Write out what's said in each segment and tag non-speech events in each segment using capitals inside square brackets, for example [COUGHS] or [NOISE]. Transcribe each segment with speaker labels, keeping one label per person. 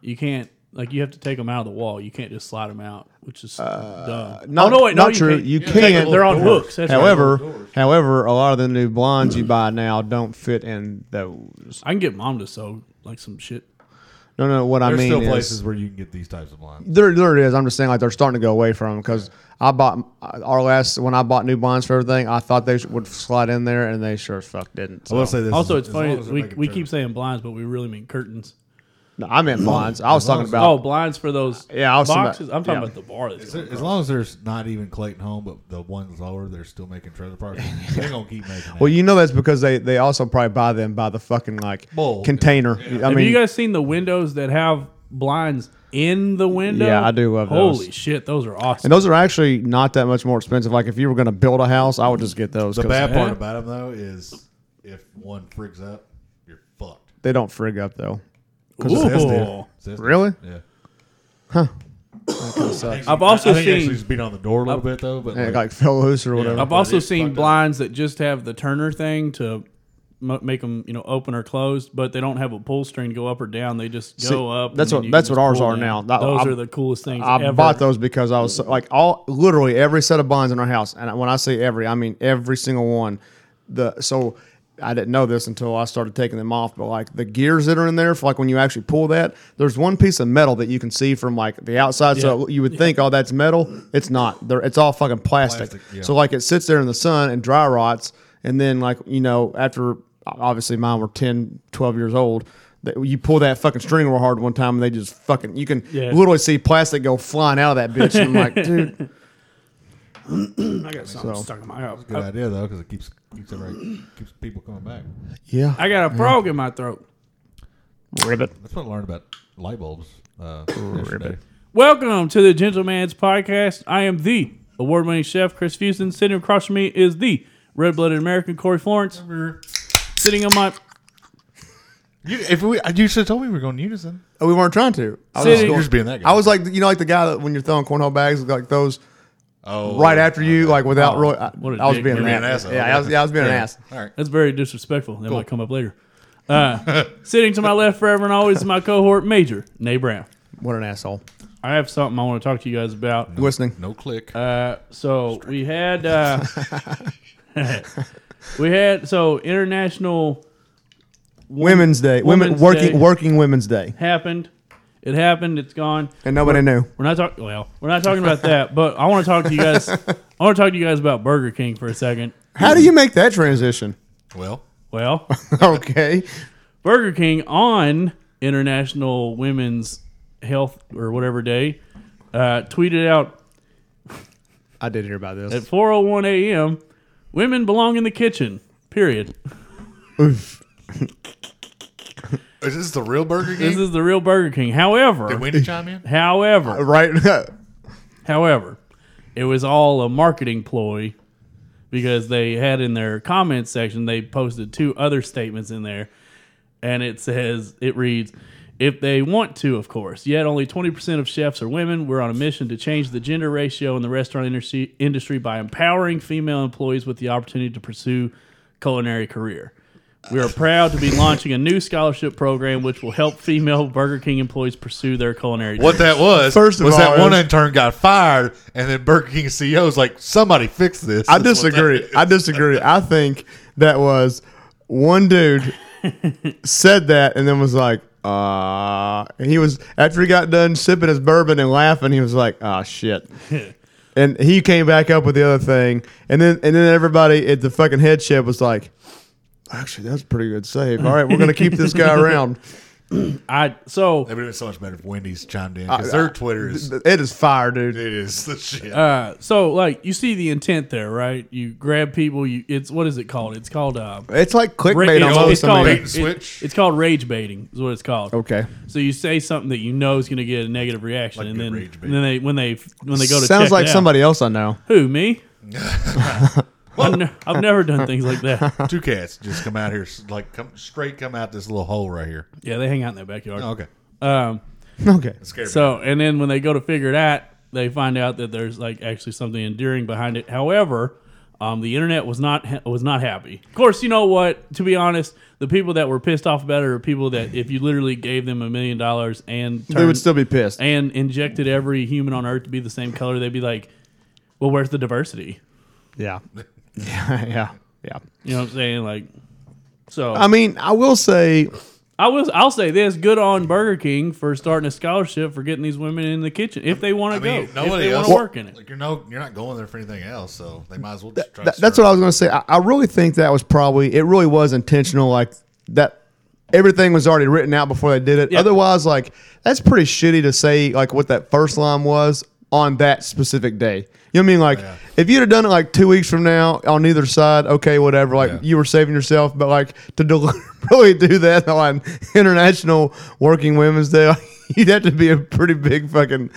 Speaker 1: You can't like you have to take them out of the wall. You can't just slide them out, which is dumb.
Speaker 2: Uh, not-
Speaker 1: oh no, wait, no,
Speaker 2: not true. You
Speaker 1: You, take 'em-
Speaker 2: can.
Speaker 1: They're on hooks. That's right.
Speaker 2: however, however, a lot of the new blinds you buy now don't fit in those.
Speaker 1: I can get mom to sew like some shit.
Speaker 2: No, no, what I
Speaker 3: There's
Speaker 2: mean
Speaker 3: still
Speaker 2: is
Speaker 3: places where you can get these types of blinds.
Speaker 2: there, there it is. I'm just saying, like they're starting to go away from because I bought our last when I bought new blinds for everything. I thought they would slide in there, and they sure as fuck didn't.
Speaker 3: I will
Speaker 2: So-
Speaker 3: say this.
Speaker 1: Also,
Speaker 3: as-
Speaker 1: it's
Speaker 3: as
Speaker 1: funny
Speaker 3: long as
Speaker 1: that
Speaker 3: they're
Speaker 1: we,
Speaker 3: making
Speaker 1: we
Speaker 3: sure
Speaker 1: keep saying blinds, but we really mean curtains.
Speaker 2: no, I meant blinds. I was talking about.
Speaker 1: Oh, blinds for those
Speaker 2: Yeah, I was talking about-
Speaker 1: boxes. I'm talking
Speaker 2: yeah.
Speaker 1: about the bar. That's
Speaker 3: As as long as there's not even Clayton Home, but the ones lower, they're still making trailer [LAUGHS] parks. They're gonna keep making.
Speaker 2: Well,
Speaker 3: that.
Speaker 2: you know that's because they, they also probably buy them by the fucking like
Speaker 3: Bulk.
Speaker 2: container. I
Speaker 1: have
Speaker 2: mean,
Speaker 1: you guys seen the windows that have blinds in the window?
Speaker 2: Yeah, I do love
Speaker 1: Holy
Speaker 2: those.
Speaker 1: shit, those are awesome.
Speaker 2: and those are actually not that much more expensive. Like if you were going to build a house, I would just get those.
Speaker 3: the
Speaker 2: 'cause
Speaker 3: bad part
Speaker 1: Yeah.
Speaker 3: about them though is if one frigs up, you're fucked.
Speaker 2: they don't frig up though.
Speaker 3: Zest did.
Speaker 1: Ooh.
Speaker 3: Zest did.
Speaker 2: Really?
Speaker 3: Yeah.
Speaker 2: sucks.
Speaker 1: I've also
Speaker 3: I think
Speaker 1: seen
Speaker 3: actually just beat on the door a little bit though, but
Speaker 2: And it
Speaker 3: like,
Speaker 2: like fell loose or whatever.
Speaker 1: I've also
Speaker 3: it's
Speaker 1: seen
Speaker 3: fucked up.
Speaker 1: blinds that just have the Turner thing to m- make them, you know, open or closed, but they don't have a pull string to go up or down. They just go
Speaker 2: See,
Speaker 1: up. and
Speaker 2: that's
Speaker 1: then
Speaker 2: what-
Speaker 1: you
Speaker 2: that's
Speaker 1: can
Speaker 2: what
Speaker 1: just
Speaker 2: ours
Speaker 1: pull
Speaker 2: are
Speaker 1: down.
Speaker 2: now. That-
Speaker 1: Those
Speaker 2: I-
Speaker 1: are the coolest things
Speaker 2: I
Speaker 1: ever.
Speaker 2: bought those because I was so- like all literally every set of blinds in our house, and when I say every, I mean every single one. The so I didn't know this until I started taking them off, but like the gears that are in there for like when you actually pull that, there's one piece of metal that you can see from like the outside. So you would think, oh, that's metal. It's not. They're, it's all fucking plastic.
Speaker 3: Plastic, yeah.
Speaker 2: So like it sits there in the sun and dry rots, and then like you know after obviously mine were 10, 12 years old. That you pull that fucking string real hard one time and they just fucking you can
Speaker 1: Yeah.
Speaker 2: literally see plastic go flying out of that bitch. And I'm like, dude,
Speaker 1: I got something
Speaker 2: so-
Speaker 1: stuck in my
Speaker 3: good
Speaker 1: I,
Speaker 3: idea though because it keeps keeps everybody keeps people coming back.
Speaker 2: yeah,
Speaker 1: I got a frog in my throat.
Speaker 2: ribbit.
Speaker 3: That's what I learned about light bulbs. Uh, yesterday.
Speaker 1: Welcome to the Gentleman's Podcast. I am the award-winning chef Chris Fuston. Sitting across from me is the red-blooded American Corey Florence. Sitting on my
Speaker 3: You, if we, you should have told me we were going unison.
Speaker 2: Oh, we weren't trying to. I was,
Speaker 1: Sitting-
Speaker 3: You're just being that guy.
Speaker 2: I was like, you know, like the guy that when you're throwing cornhole bags, like those
Speaker 3: oh,
Speaker 2: right after you, like without really. I,
Speaker 1: What a
Speaker 2: I was
Speaker 1: dick.
Speaker 2: being
Speaker 1: You're
Speaker 2: an
Speaker 1: being
Speaker 3: an
Speaker 2: ass.
Speaker 3: asshole.
Speaker 2: Yeah, I was, yeah, I was being an ass.
Speaker 3: All right.
Speaker 1: That's very disrespectful. That might come up later. Uh, [LAUGHS] sitting to my left forever and always is my cohort major, Nay Brown.
Speaker 2: What an asshole.
Speaker 1: I have something I want to talk to you guys about.
Speaker 2: Listening.
Speaker 3: No click.
Speaker 1: Uh, so we had uh, [LAUGHS] we had so international
Speaker 2: Women's Day. Women
Speaker 1: Women's
Speaker 2: working
Speaker 1: Day.
Speaker 2: working Women's Day,
Speaker 1: happened. It happened. It's gone.
Speaker 2: and nobody knew.
Speaker 1: We're not talking. Well, we're not talking about that. But I want to talk to you guys. I want to talk to you guys about Burger King for a second.
Speaker 2: How do you make that transition? [LAUGHS]
Speaker 3: well,
Speaker 1: Well,
Speaker 2: okay,
Speaker 1: Burger King on International Women's Health or whatever day uh, tweeted out
Speaker 2: I did hear about this.
Speaker 1: at 4:01 a.m. Women belong in the kitchen. Period.
Speaker 3: is this the real Burger King?
Speaker 1: This is the real Burger King. However,
Speaker 3: Wendy chime in?
Speaker 1: however,
Speaker 2: right. [LAUGHS]
Speaker 1: however, it was all a marketing ploy because they had in their comments section they posted two other statements in there, and it says it reads. If they want to, of course. Yet only 20% of chefs are women. We're on a mission to change the gender ratio in the restaurant industry, industry by empowering female employees with the opportunity to pursue culinary career. We are proud to be launching a new scholarship program which will help female Burger King employees pursue their culinary
Speaker 3: [LAUGHS] What that was
Speaker 2: First of
Speaker 3: was that
Speaker 2: all,
Speaker 3: one
Speaker 2: is-
Speaker 3: intern got fired, and then Burger King CEO's like, "Somebody fix this."
Speaker 2: I
Speaker 3: That's what that
Speaker 2: disagree.
Speaker 3: is.
Speaker 2: I disagree. I think that was
Speaker 1: [LAUGHS]
Speaker 2: one dude said that and then was like, uh, and he was, after he got done sipping his bourbon and laughing, he was like,
Speaker 1: [LAUGHS]
Speaker 2: ah, shit. and he came back up with the other thing. And then, and then everybody at the fucking head chef was like, actually, that's a pretty good save. All right, we're going to keep
Speaker 1: [LAUGHS]
Speaker 2: this guy around.
Speaker 1: I so
Speaker 3: That would have been so much better if Wendy's chimed in because their Twitter is
Speaker 2: It is fire, dude.
Speaker 3: it is the shit.
Speaker 1: Uh, so like you see the intent there, right? You grab people. You it's what is it called? It's called uh,
Speaker 2: It's like
Speaker 1: ra-
Speaker 2: clickbait
Speaker 1: it's,
Speaker 2: almost.
Speaker 1: it's
Speaker 2: I
Speaker 1: called
Speaker 2: mean.
Speaker 3: Bait and switch.
Speaker 1: it's called rage baiting is what it's called.
Speaker 2: okay.
Speaker 1: So you say something that you know is going to get a negative reaction,
Speaker 3: Like
Speaker 1: and
Speaker 3: good
Speaker 1: then
Speaker 3: rage bait.
Speaker 1: and then they when they when they go to
Speaker 2: Sounds
Speaker 1: check
Speaker 2: like
Speaker 1: it out.
Speaker 2: somebody else I know. [LAUGHS]
Speaker 1: who
Speaker 3: [LAUGHS]
Speaker 1: me. I've, ne- I've never done things like
Speaker 2: [LAUGHS]
Speaker 1: that.
Speaker 3: Two cats just come out here, s- like come straight, come out this little hole right here.
Speaker 1: Yeah, they hang out in their backyard.
Speaker 3: Oh, Okay,
Speaker 1: Um,
Speaker 2: Okay.
Speaker 3: scared. me.
Speaker 1: So, and then when they go to figure it out, they find out that there's like actually something endearing behind it. However, Um, the internet was not ha- was not happy. Of course, you know what? To be honest, the people that were pissed off about it are people that if you literally gave them a million dollars and
Speaker 2: They would
Speaker 1: turned-
Speaker 2: still be pissed.
Speaker 1: and injected every human on Earth to be the same color, they'd be like, "Well, where's the diversity?"
Speaker 2: Yeah. [LAUGHS] Yeah. Yeah. Yeah.
Speaker 1: You know what I'm saying? Like, so
Speaker 2: I mean, I will say,
Speaker 1: I was. I'll say this: good on Burger King for starting a scholarship for getting these women in the kitchen if they want
Speaker 3: I
Speaker 1: to
Speaker 3: mean,
Speaker 1: go, if
Speaker 3: nobody
Speaker 1: they want
Speaker 3: else
Speaker 1: to work in it.
Speaker 3: Like you're no, you're not going there for anything else, so they might as well just try.
Speaker 2: that, that's what I was going to say. I, I really think that was probably, it really was intentional. Like that, everything was already written out before they did it.
Speaker 1: Yeah.
Speaker 2: Otherwise, like, that's pretty shitty to say, like, what that first line was on that specific day. You know what I mean? Like,
Speaker 3: Yeah.
Speaker 2: if you'd have done it like two weeks from now on either side, okay, whatever. Like,
Speaker 3: Yeah.
Speaker 2: you were saving yourself, but like, to [LAUGHS] deliberately do that on International Working Women's Day, [LAUGHS] like, you'd have to be a pretty big fucking.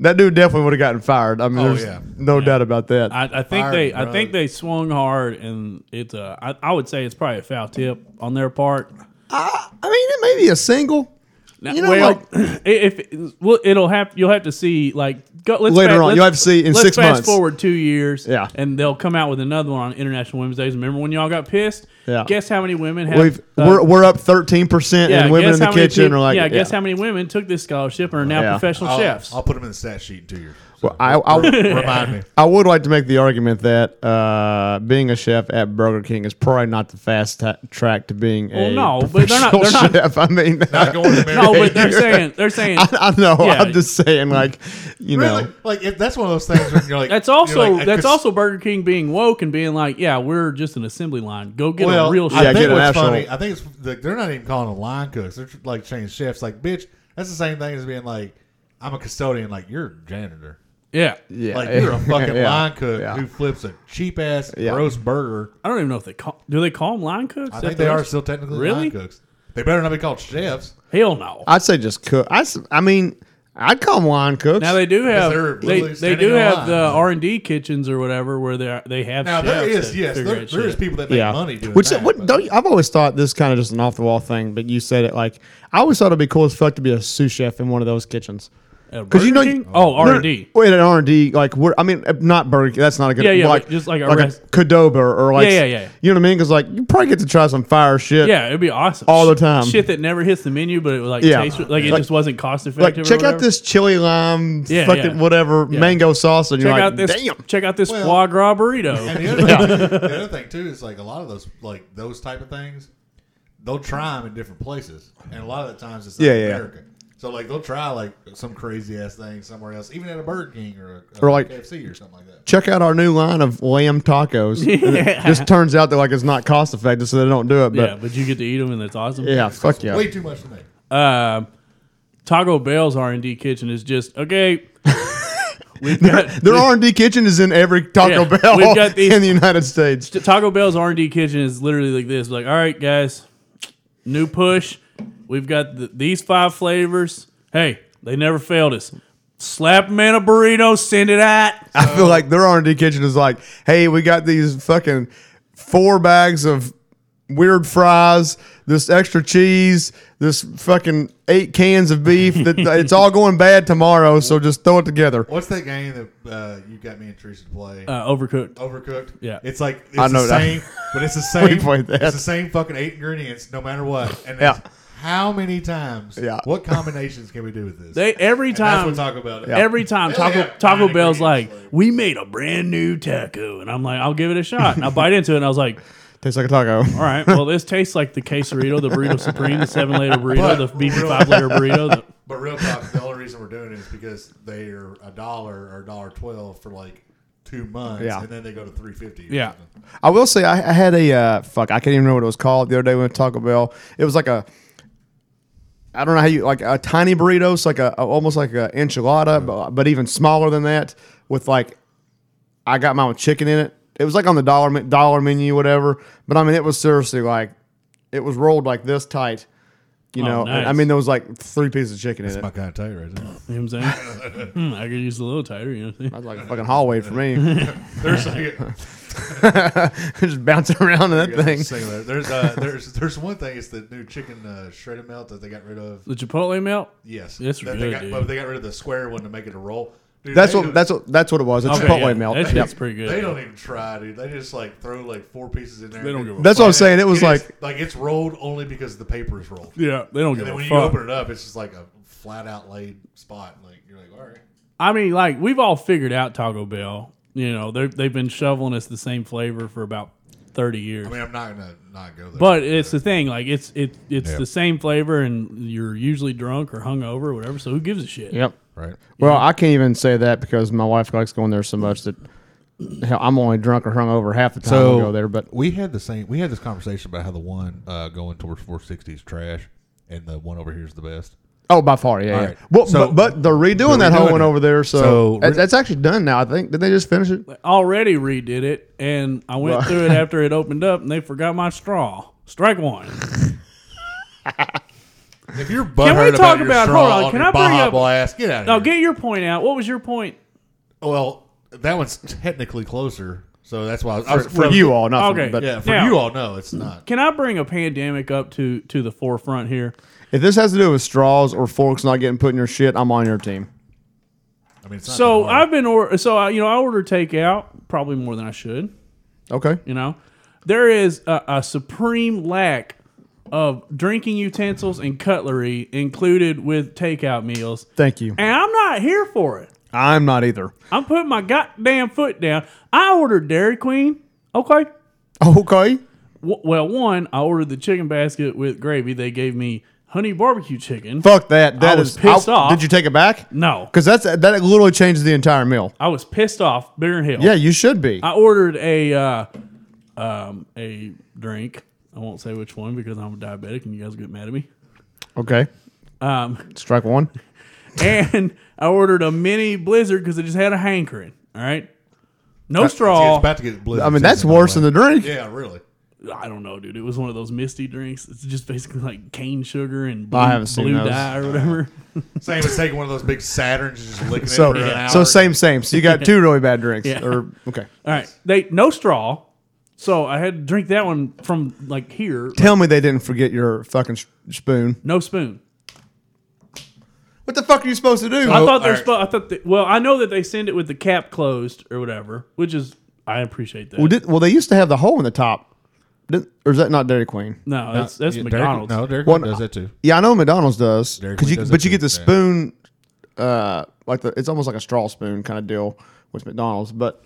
Speaker 2: That dude definitely would have gotten fired. I mean,
Speaker 3: Oh,
Speaker 2: there's
Speaker 3: yeah.
Speaker 2: no doubt about that.
Speaker 1: I, I think
Speaker 3: Fired
Speaker 1: they. I
Speaker 3: drug.
Speaker 1: think they swung hard, and it's. Uh, I, I would say it's probably a foul tip on their part.
Speaker 2: I, I mean, it may be a single.
Speaker 1: Now,
Speaker 2: You know,
Speaker 1: well, [CLEARS THROAT] if well, it'll have you'll have to see like go, let's
Speaker 2: Later
Speaker 1: fa-
Speaker 2: on,
Speaker 1: let's-
Speaker 2: you'll have to see in
Speaker 1: let's
Speaker 2: six
Speaker 1: fast
Speaker 2: months.
Speaker 1: forward two years,
Speaker 2: Yeah.
Speaker 1: and they'll come out with another one on International Women's Days. Remember when y'all got pissed?
Speaker 2: Yeah.
Speaker 1: Guess how many women have?
Speaker 2: We've
Speaker 1: uh,
Speaker 2: we're, we're up thirteen percent,
Speaker 1: yeah,
Speaker 2: and women
Speaker 1: guess
Speaker 2: in the
Speaker 1: how many
Speaker 2: kitchen
Speaker 1: peop-
Speaker 2: are like,
Speaker 1: yeah, Guess how many women took this scholarship and are now
Speaker 2: Yeah.
Speaker 1: professional
Speaker 3: I'll,
Speaker 1: chefs?
Speaker 3: I'll put them in the stat sheet in two years.
Speaker 2: Well, I, I,
Speaker 1: [LAUGHS]
Speaker 3: Remind me.
Speaker 2: I would like to make the argument that uh, being a chef at Burger King is probably not the fast ta track to being a
Speaker 1: Well, no, but they're not- they're
Speaker 2: professional
Speaker 1: not-
Speaker 2: chef. I mean,
Speaker 3: Not going to America. [LAUGHS]
Speaker 1: no, but they're saying they're saying
Speaker 2: [LAUGHS] I, I know.
Speaker 1: Yeah.
Speaker 2: I'm just saying, like, you
Speaker 3: really,
Speaker 2: know,
Speaker 3: like if that's one of those things where you're like,
Speaker 1: That's
Speaker 3: you're
Speaker 1: also
Speaker 3: like, I
Speaker 1: that's
Speaker 3: could-
Speaker 1: also Burger King being woke and being like, yeah, we're just an assembly line. Go get
Speaker 3: well,
Speaker 1: a real
Speaker 2: Yeah,
Speaker 1: chef.
Speaker 3: I think
Speaker 2: get an
Speaker 3: what's
Speaker 2: actual-
Speaker 3: funny. I think it's like, they're not even calling them line cooks. They're tr- like changing chefs. Like, bitch, that's the same thing as being like, I'm a custodian. Like, you're a janitor.
Speaker 1: yeah.
Speaker 2: yeah,
Speaker 3: Like you're [LAUGHS] a
Speaker 2: [LAUGHS]
Speaker 3: fucking
Speaker 2: yeah,
Speaker 3: line cook
Speaker 2: yeah.
Speaker 3: who flips a cheap ass
Speaker 2: Yeah.
Speaker 3: gross burger.
Speaker 1: I don't even know if they call do they call them line cooks?
Speaker 3: I
Speaker 1: Is
Speaker 3: think
Speaker 1: that
Speaker 3: they
Speaker 1: the-
Speaker 3: are still technically
Speaker 1: Really?
Speaker 3: line cooks. They better not be called chefs.
Speaker 1: Hell no.
Speaker 2: I'd say just cook. I, s- I mean, I'd call them line cooks.
Speaker 1: Now they do
Speaker 3: they're
Speaker 1: have they,
Speaker 3: literally
Speaker 1: they
Speaker 3: standing
Speaker 1: do
Speaker 3: in
Speaker 1: have
Speaker 3: line.
Speaker 1: the R and D kitchens or whatever where they are, they have.
Speaker 3: Now there
Speaker 1: chefs
Speaker 3: is
Speaker 1: that
Speaker 3: yes,
Speaker 1: figure
Speaker 3: there,
Speaker 1: that
Speaker 3: there
Speaker 1: shit
Speaker 3: is
Speaker 1: out.
Speaker 3: people that make money doing
Speaker 2: Which
Speaker 3: that.
Speaker 2: what
Speaker 3: but-
Speaker 2: don't you, I've always thought this kind of just an off the wall thing, but you said it like I always thought it'd be cool as fuck to be a sous chef in one of those kitchens.
Speaker 1: At
Speaker 2: Because you
Speaker 1: Burger
Speaker 2: know,
Speaker 1: King? oh R and D.
Speaker 2: Wait, an R and D like we're I mean uh, not Burger King. That's not a good
Speaker 1: Yeah, yeah,
Speaker 2: but
Speaker 1: but just like a
Speaker 2: like a
Speaker 1: rest-
Speaker 2: Qdoba or like
Speaker 1: Yeah, yeah, yeah.
Speaker 2: You know what I mean? Because like you probably get to try some fire shit.
Speaker 1: Yeah, it'd be awesome.
Speaker 2: All the
Speaker 1: Sh-
Speaker 2: time.
Speaker 1: Shit that never hits the menu, but it was like
Speaker 2: Yeah.
Speaker 1: taste, like it
Speaker 2: Like-
Speaker 1: just wasn't cost
Speaker 2: Like
Speaker 1: effective. or
Speaker 2: check out
Speaker 1: whatever.
Speaker 2: this chili lime
Speaker 1: Yeah,
Speaker 2: fucking
Speaker 1: yeah.
Speaker 2: whatever mango sauce, and
Speaker 1: Check
Speaker 2: you're like,
Speaker 1: out this.
Speaker 2: damn.
Speaker 1: Check out this
Speaker 3: Well-
Speaker 1: foie gras burrito.
Speaker 3: [LAUGHS] And the other, thing, the other thing too is like a lot of those like those type of things, they'll try them in different places, and a lot of the times it's not
Speaker 2: Yeah,
Speaker 3: in
Speaker 2: yeah.
Speaker 3: America. So like they'll try like some crazy ass thing somewhere else, even at a Burger King or a, a
Speaker 2: Or, like-
Speaker 3: KFC or something like that.
Speaker 2: Check out our new line of
Speaker 1: [LAUGHS]
Speaker 2: lamb tacos. And it just turns out that like it's not cost effective, so they don't do it.
Speaker 1: yeah,
Speaker 2: But
Speaker 1: but you get to eat them, and that's awesome.
Speaker 2: yeah, fuck yeah.
Speaker 3: Way too much to make.
Speaker 1: Um, Taco Bell's R and D kitchen is just okay. We've got [LAUGHS]
Speaker 2: Their R and D kitchen is in every Taco
Speaker 1: Yeah,
Speaker 2: Bell
Speaker 1: we've got these-
Speaker 2: in the United States.
Speaker 1: Taco Bell's R and D kitchen is literally like this. Like, all right, guys, new push. We've got the, these five flavors. Hey, they never failed us. Slap them in a burrito. Send it out.
Speaker 2: I feel like their R and D kitchen is like, hey, we got these fucking four bags of weird fries, this extra cheese, this fucking eight cans of beef. That it's all going bad tomorrow, so just throw it together.
Speaker 3: What's that game that uh, you got me and Teresa to play?
Speaker 1: Uh, overcooked.
Speaker 3: Overcooked.
Speaker 1: Yeah.
Speaker 3: it's like it's
Speaker 2: I know
Speaker 3: the
Speaker 2: that.
Speaker 3: same, but it's the
Speaker 2: [LAUGHS]
Speaker 3: same.
Speaker 2: played that.
Speaker 3: It's the same fucking eight ingredients, no matter what. And
Speaker 2: Yeah.
Speaker 3: it's how many times?
Speaker 2: Yeah.
Speaker 3: What combinations can we do with this?
Speaker 1: They every
Speaker 3: And that's
Speaker 1: time.
Speaker 3: what Taco Bell. does.
Speaker 1: Every time
Speaker 3: Yeah,
Speaker 1: Taco
Speaker 3: yeah.
Speaker 1: Taco
Speaker 3: Nine
Speaker 1: Bell's like,
Speaker 3: ingredients, like-
Speaker 1: we made a brand new taco, and I'm like, I'll give it a shot. And I bite into it, and I was like,
Speaker 2: Tastes like a taco.
Speaker 1: all right, well, this tastes like the quesarito, the burrito supreme, the seven layer burrito,
Speaker 3: But-
Speaker 1: the beefy five layer burrito. The,
Speaker 3: But real talk, the only reason we're doing it is because they are a dollar or a dollar twelve for like two months,
Speaker 2: Yeah.
Speaker 3: and then they go to three fifty.
Speaker 1: Yeah.
Speaker 2: I will say I, I had a uh, fuck. I can't even remember what it was called the other day when we went to Taco Bell. It was like a. I don't know how you like a tiny burrito. It's like a almost like a
Speaker 1: Mm-hmm.
Speaker 2: enchilada, but, but even smaller than that. With like, I got mine with chicken in it. It was like on the dollar men- dollar menu, whatever. But I mean, it was seriously like, it was rolled like this tight. You
Speaker 1: Oh,
Speaker 2: know, And I
Speaker 1: nice.
Speaker 2: mean, there was like three pieces of chicken in it.
Speaker 3: my kind of tight
Speaker 2: [LAUGHS]
Speaker 3: right now.
Speaker 1: you know what I'm
Speaker 3: [LAUGHS]
Speaker 1: saying? Hmm, I could use a little tighter, you know what I'm saying?
Speaker 2: That's like a fucking hallway
Speaker 1: [LAUGHS]
Speaker 2: for me. [LAUGHS]
Speaker 3: There's like,
Speaker 2: Just bouncing around in that thing.
Speaker 3: singular. There's uh, there's there's one thing. It's the new chicken uh, shredded melt that they got rid of.
Speaker 1: The Chipotle melt?
Speaker 3: Yes,
Speaker 1: That's
Speaker 3: That they
Speaker 1: good,
Speaker 3: got,
Speaker 1: dude.
Speaker 3: But they got rid of the square one to make it a roll. Dude,
Speaker 2: That's
Speaker 3: they
Speaker 2: what
Speaker 3: don't-
Speaker 2: that's what that's what it was. A
Speaker 1: Okay,
Speaker 2: Chipotle
Speaker 1: yeah,
Speaker 2: melt.
Speaker 1: That
Speaker 2: Yep.
Speaker 1: shit's pretty good.
Speaker 3: They don't even try, dude. They just like throw like four pieces in there.
Speaker 1: They don't give a
Speaker 2: That's what I'm saying. It was
Speaker 3: is-
Speaker 2: like
Speaker 3: like it's rolled only because the paper is rolled.
Speaker 1: yeah, they don't
Speaker 3: And
Speaker 1: give
Speaker 3: then
Speaker 1: a
Speaker 3: when you
Speaker 1: fuck.
Speaker 3: open it up, it's just like a flat out laid spot. Like you're like, all right.
Speaker 1: I mean, like we've all figured out Taco Bell. You know, they they've been shoveling us the same flavor for about thirty years.
Speaker 3: I mean, I'm not gonna not go there.
Speaker 1: but it's the thing, like it's it it's
Speaker 3: Yeah.
Speaker 1: the same flavor, and you're usually drunk or hungover or whatever. So who gives a shit?
Speaker 2: Yep.
Speaker 3: right.
Speaker 2: Well, I can't even say that because my wife likes going there so much that hell, I'm only drunk or hungover half the time I go there. But
Speaker 3: we had the same. We had this conversation about how the one uh, going towards 460 is trash, and the one over here is the best.
Speaker 2: oh, by far, yeah. yeah.
Speaker 3: right.
Speaker 2: Well,
Speaker 3: So-
Speaker 2: but, but they're redoing
Speaker 3: They're
Speaker 2: that whole
Speaker 3: redoing
Speaker 2: one
Speaker 3: it.
Speaker 2: over there,
Speaker 3: So-
Speaker 2: so, that's that's actually done now. I think did they just finish it?
Speaker 1: Already redid it, and I went through
Speaker 2: [LAUGHS]
Speaker 1: it after it opened up, and they forgot my straw. Strike one.
Speaker 3: If you're
Speaker 1: we
Speaker 3: butthurt
Speaker 1: talk
Speaker 3: about, your
Speaker 1: about-
Speaker 3: straw
Speaker 1: hold on,
Speaker 3: on
Speaker 1: can
Speaker 3: your
Speaker 1: I bring
Speaker 3: Baja
Speaker 1: up-
Speaker 3: Blast, get out of
Speaker 1: Now
Speaker 3: here.
Speaker 1: get your point out. What was your point?
Speaker 3: well, that one's technically closer, so that's why I was, I was-
Speaker 2: For you all, not for
Speaker 1: Okay.
Speaker 2: me. But
Speaker 3: Yeah, for
Speaker 1: Now-
Speaker 3: you all, no, it's not.
Speaker 1: Can I bring a pandemic up to to the forefront here?
Speaker 2: if this has to do with straws or forks not getting put in your shit, I'm on your team.
Speaker 3: I mean, it's not
Speaker 1: So
Speaker 3: that hard.
Speaker 1: I've been or so I, you know I order takeout probably more than I should.
Speaker 2: Okay.
Speaker 1: You know, there is a, a supreme lack of drinking utensils and cutlery included with takeout meals,
Speaker 2: Thank you.
Speaker 1: and I'm not here for it.
Speaker 2: I'm not either.
Speaker 1: I'm putting my goddamn foot down. I ordered Dairy Queen. Okay.
Speaker 2: Okay.
Speaker 1: W- well, one, I ordered the chicken basket with gravy. They gave me honey barbecue chicken.
Speaker 2: Fuck that. That
Speaker 1: I was
Speaker 2: is.
Speaker 1: pissed off.
Speaker 2: Did you take it back?
Speaker 1: No,
Speaker 2: Because that's that literally changes the entire meal.
Speaker 1: I was pissed off. Bigger than hell.
Speaker 2: Yeah, you should be.
Speaker 1: I ordered a uh, um, a drink. I won't say which one because I'm diabetic and you guys get mad at me. [LAUGHS]
Speaker 2: Okay. Um, Strike one.
Speaker 1: And I ordered a mini blizzard because I just had a hankering. All right, no
Speaker 3: See, it's
Speaker 1: straw.
Speaker 3: about to get blizzard.
Speaker 2: I mean, that's
Speaker 3: season, by
Speaker 2: worse than
Speaker 3: way.
Speaker 2: the drink.
Speaker 3: Yeah, really.
Speaker 1: I don't know, dude. It was one of those misty drinks. It's just basically like cane sugar and blue,
Speaker 2: I haven't seen
Speaker 1: blue
Speaker 2: those.
Speaker 1: dye or whatever.
Speaker 3: Same as taking one of those big Saturns and just licking it
Speaker 2: So,
Speaker 3: for an hour.
Speaker 2: so same, same. So you got two really bad drinks.
Speaker 1: Yeah.
Speaker 2: Or okay.
Speaker 1: All right, they no straw. So I had to drink that one from like here.
Speaker 2: Tell me they didn't forget your fucking s- spoon.
Speaker 1: No spoon.
Speaker 2: What the fuck are you supposed to do?
Speaker 1: I thought they're
Speaker 3: all right.
Speaker 1: supposed. I thought. They, well, I know that they send it with the cap closed or whatever, which is I appreciate that.
Speaker 2: well, did, well, they used to have the hole in the top. Didn't, or is that not Dairy Queen?
Speaker 1: No, that's that's
Speaker 3: Yeah, Derek-
Speaker 1: McDonald's.
Speaker 3: no, Derek
Speaker 2: Well,
Speaker 3: does that too.
Speaker 2: Yeah, I know McDonald's does.
Speaker 3: Dairy
Speaker 2: 'Cause
Speaker 3: Queen
Speaker 2: you-
Speaker 3: does
Speaker 2: but
Speaker 3: that
Speaker 2: you get
Speaker 3: too,
Speaker 2: the
Speaker 3: yeah.
Speaker 2: spoon, uh, like the it's almost like a straw spoon kind of deal with McDonald's, but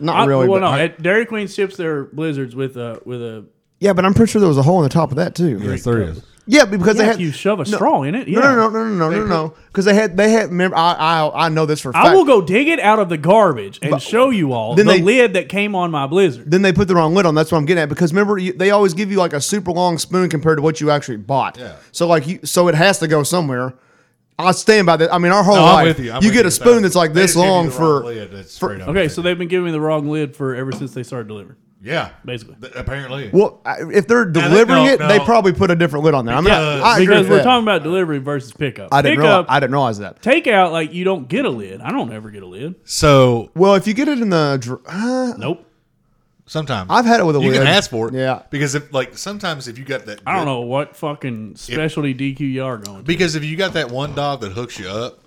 Speaker 2: not
Speaker 1: I-
Speaker 2: really.
Speaker 1: well,
Speaker 2: but
Speaker 1: no. at Dairy Queen ships their blizzards with a with a.
Speaker 2: yeah, but I'm pretty sure there was a hole in the top of that too.
Speaker 3: Yes, there is.
Speaker 2: Yeah, because they
Speaker 1: Yeah,
Speaker 2: had
Speaker 1: if you shove a straw in it, yeah.
Speaker 2: No, no, no, no, no, no, no, no. Because they had, they had. Remember, I, I, I know this for a fact.
Speaker 1: I will go dig it out of the garbage and show you all the
Speaker 2: Then they-
Speaker 1: lid that came on my blizzard.
Speaker 2: Then they put the wrong lid on. That's what I'm getting at. Because remember, you, they always give you like a super long spoon compared to what you actually bought.
Speaker 3: Yeah.
Speaker 2: So like you, so it has to go somewhere. I stand by that. I mean, our whole
Speaker 3: No, I'm
Speaker 2: life,
Speaker 3: with you. I'm with
Speaker 2: get a
Speaker 3: with
Speaker 2: spoon
Speaker 3: that.
Speaker 2: that's like
Speaker 3: They
Speaker 2: this
Speaker 3: just give you
Speaker 2: long
Speaker 3: the wrong
Speaker 2: for.
Speaker 3: lid that's
Speaker 2: for-
Speaker 3: straight up.
Speaker 1: Okay, so they've been giving me the wrong lid for ever since they started delivering.
Speaker 3: yeah,
Speaker 1: Basically.
Speaker 3: Th- apparently,
Speaker 2: Well, I- if they're
Speaker 3: they-
Speaker 2: delivering
Speaker 3: no,
Speaker 2: it, they
Speaker 3: no.
Speaker 2: probably put a different lid on there. I mean, I, I agree
Speaker 1: because
Speaker 2: with
Speaker 1: we're
Speaker 2: that.
Speaker 1: talking about delivery versus pickup.
Speaker 2: I didn't realize,
Speaker 1: pickup,
Speaker 2: I didn't realize that.
Speaker 1: takeout, like you don't get a lid. I don't ever get a lid.
Speaker 3: so
Speaker 2: Well, if you get it in the, dr- uh,
Speaker 1: Nope.
Speaker 3: sometimes
Speaker 2: I've had it with a
Speaker 3: you
Speaker 2: lid.
Speaker 3: can ask for it.
Speaker 2: Yeah.
Speaker 3: because if like sometimes if you got that,
Speaker 1: I don't know what fucking specialty DQ you are going. to.
Speaker 3: because if you got that one dog that hooks you up,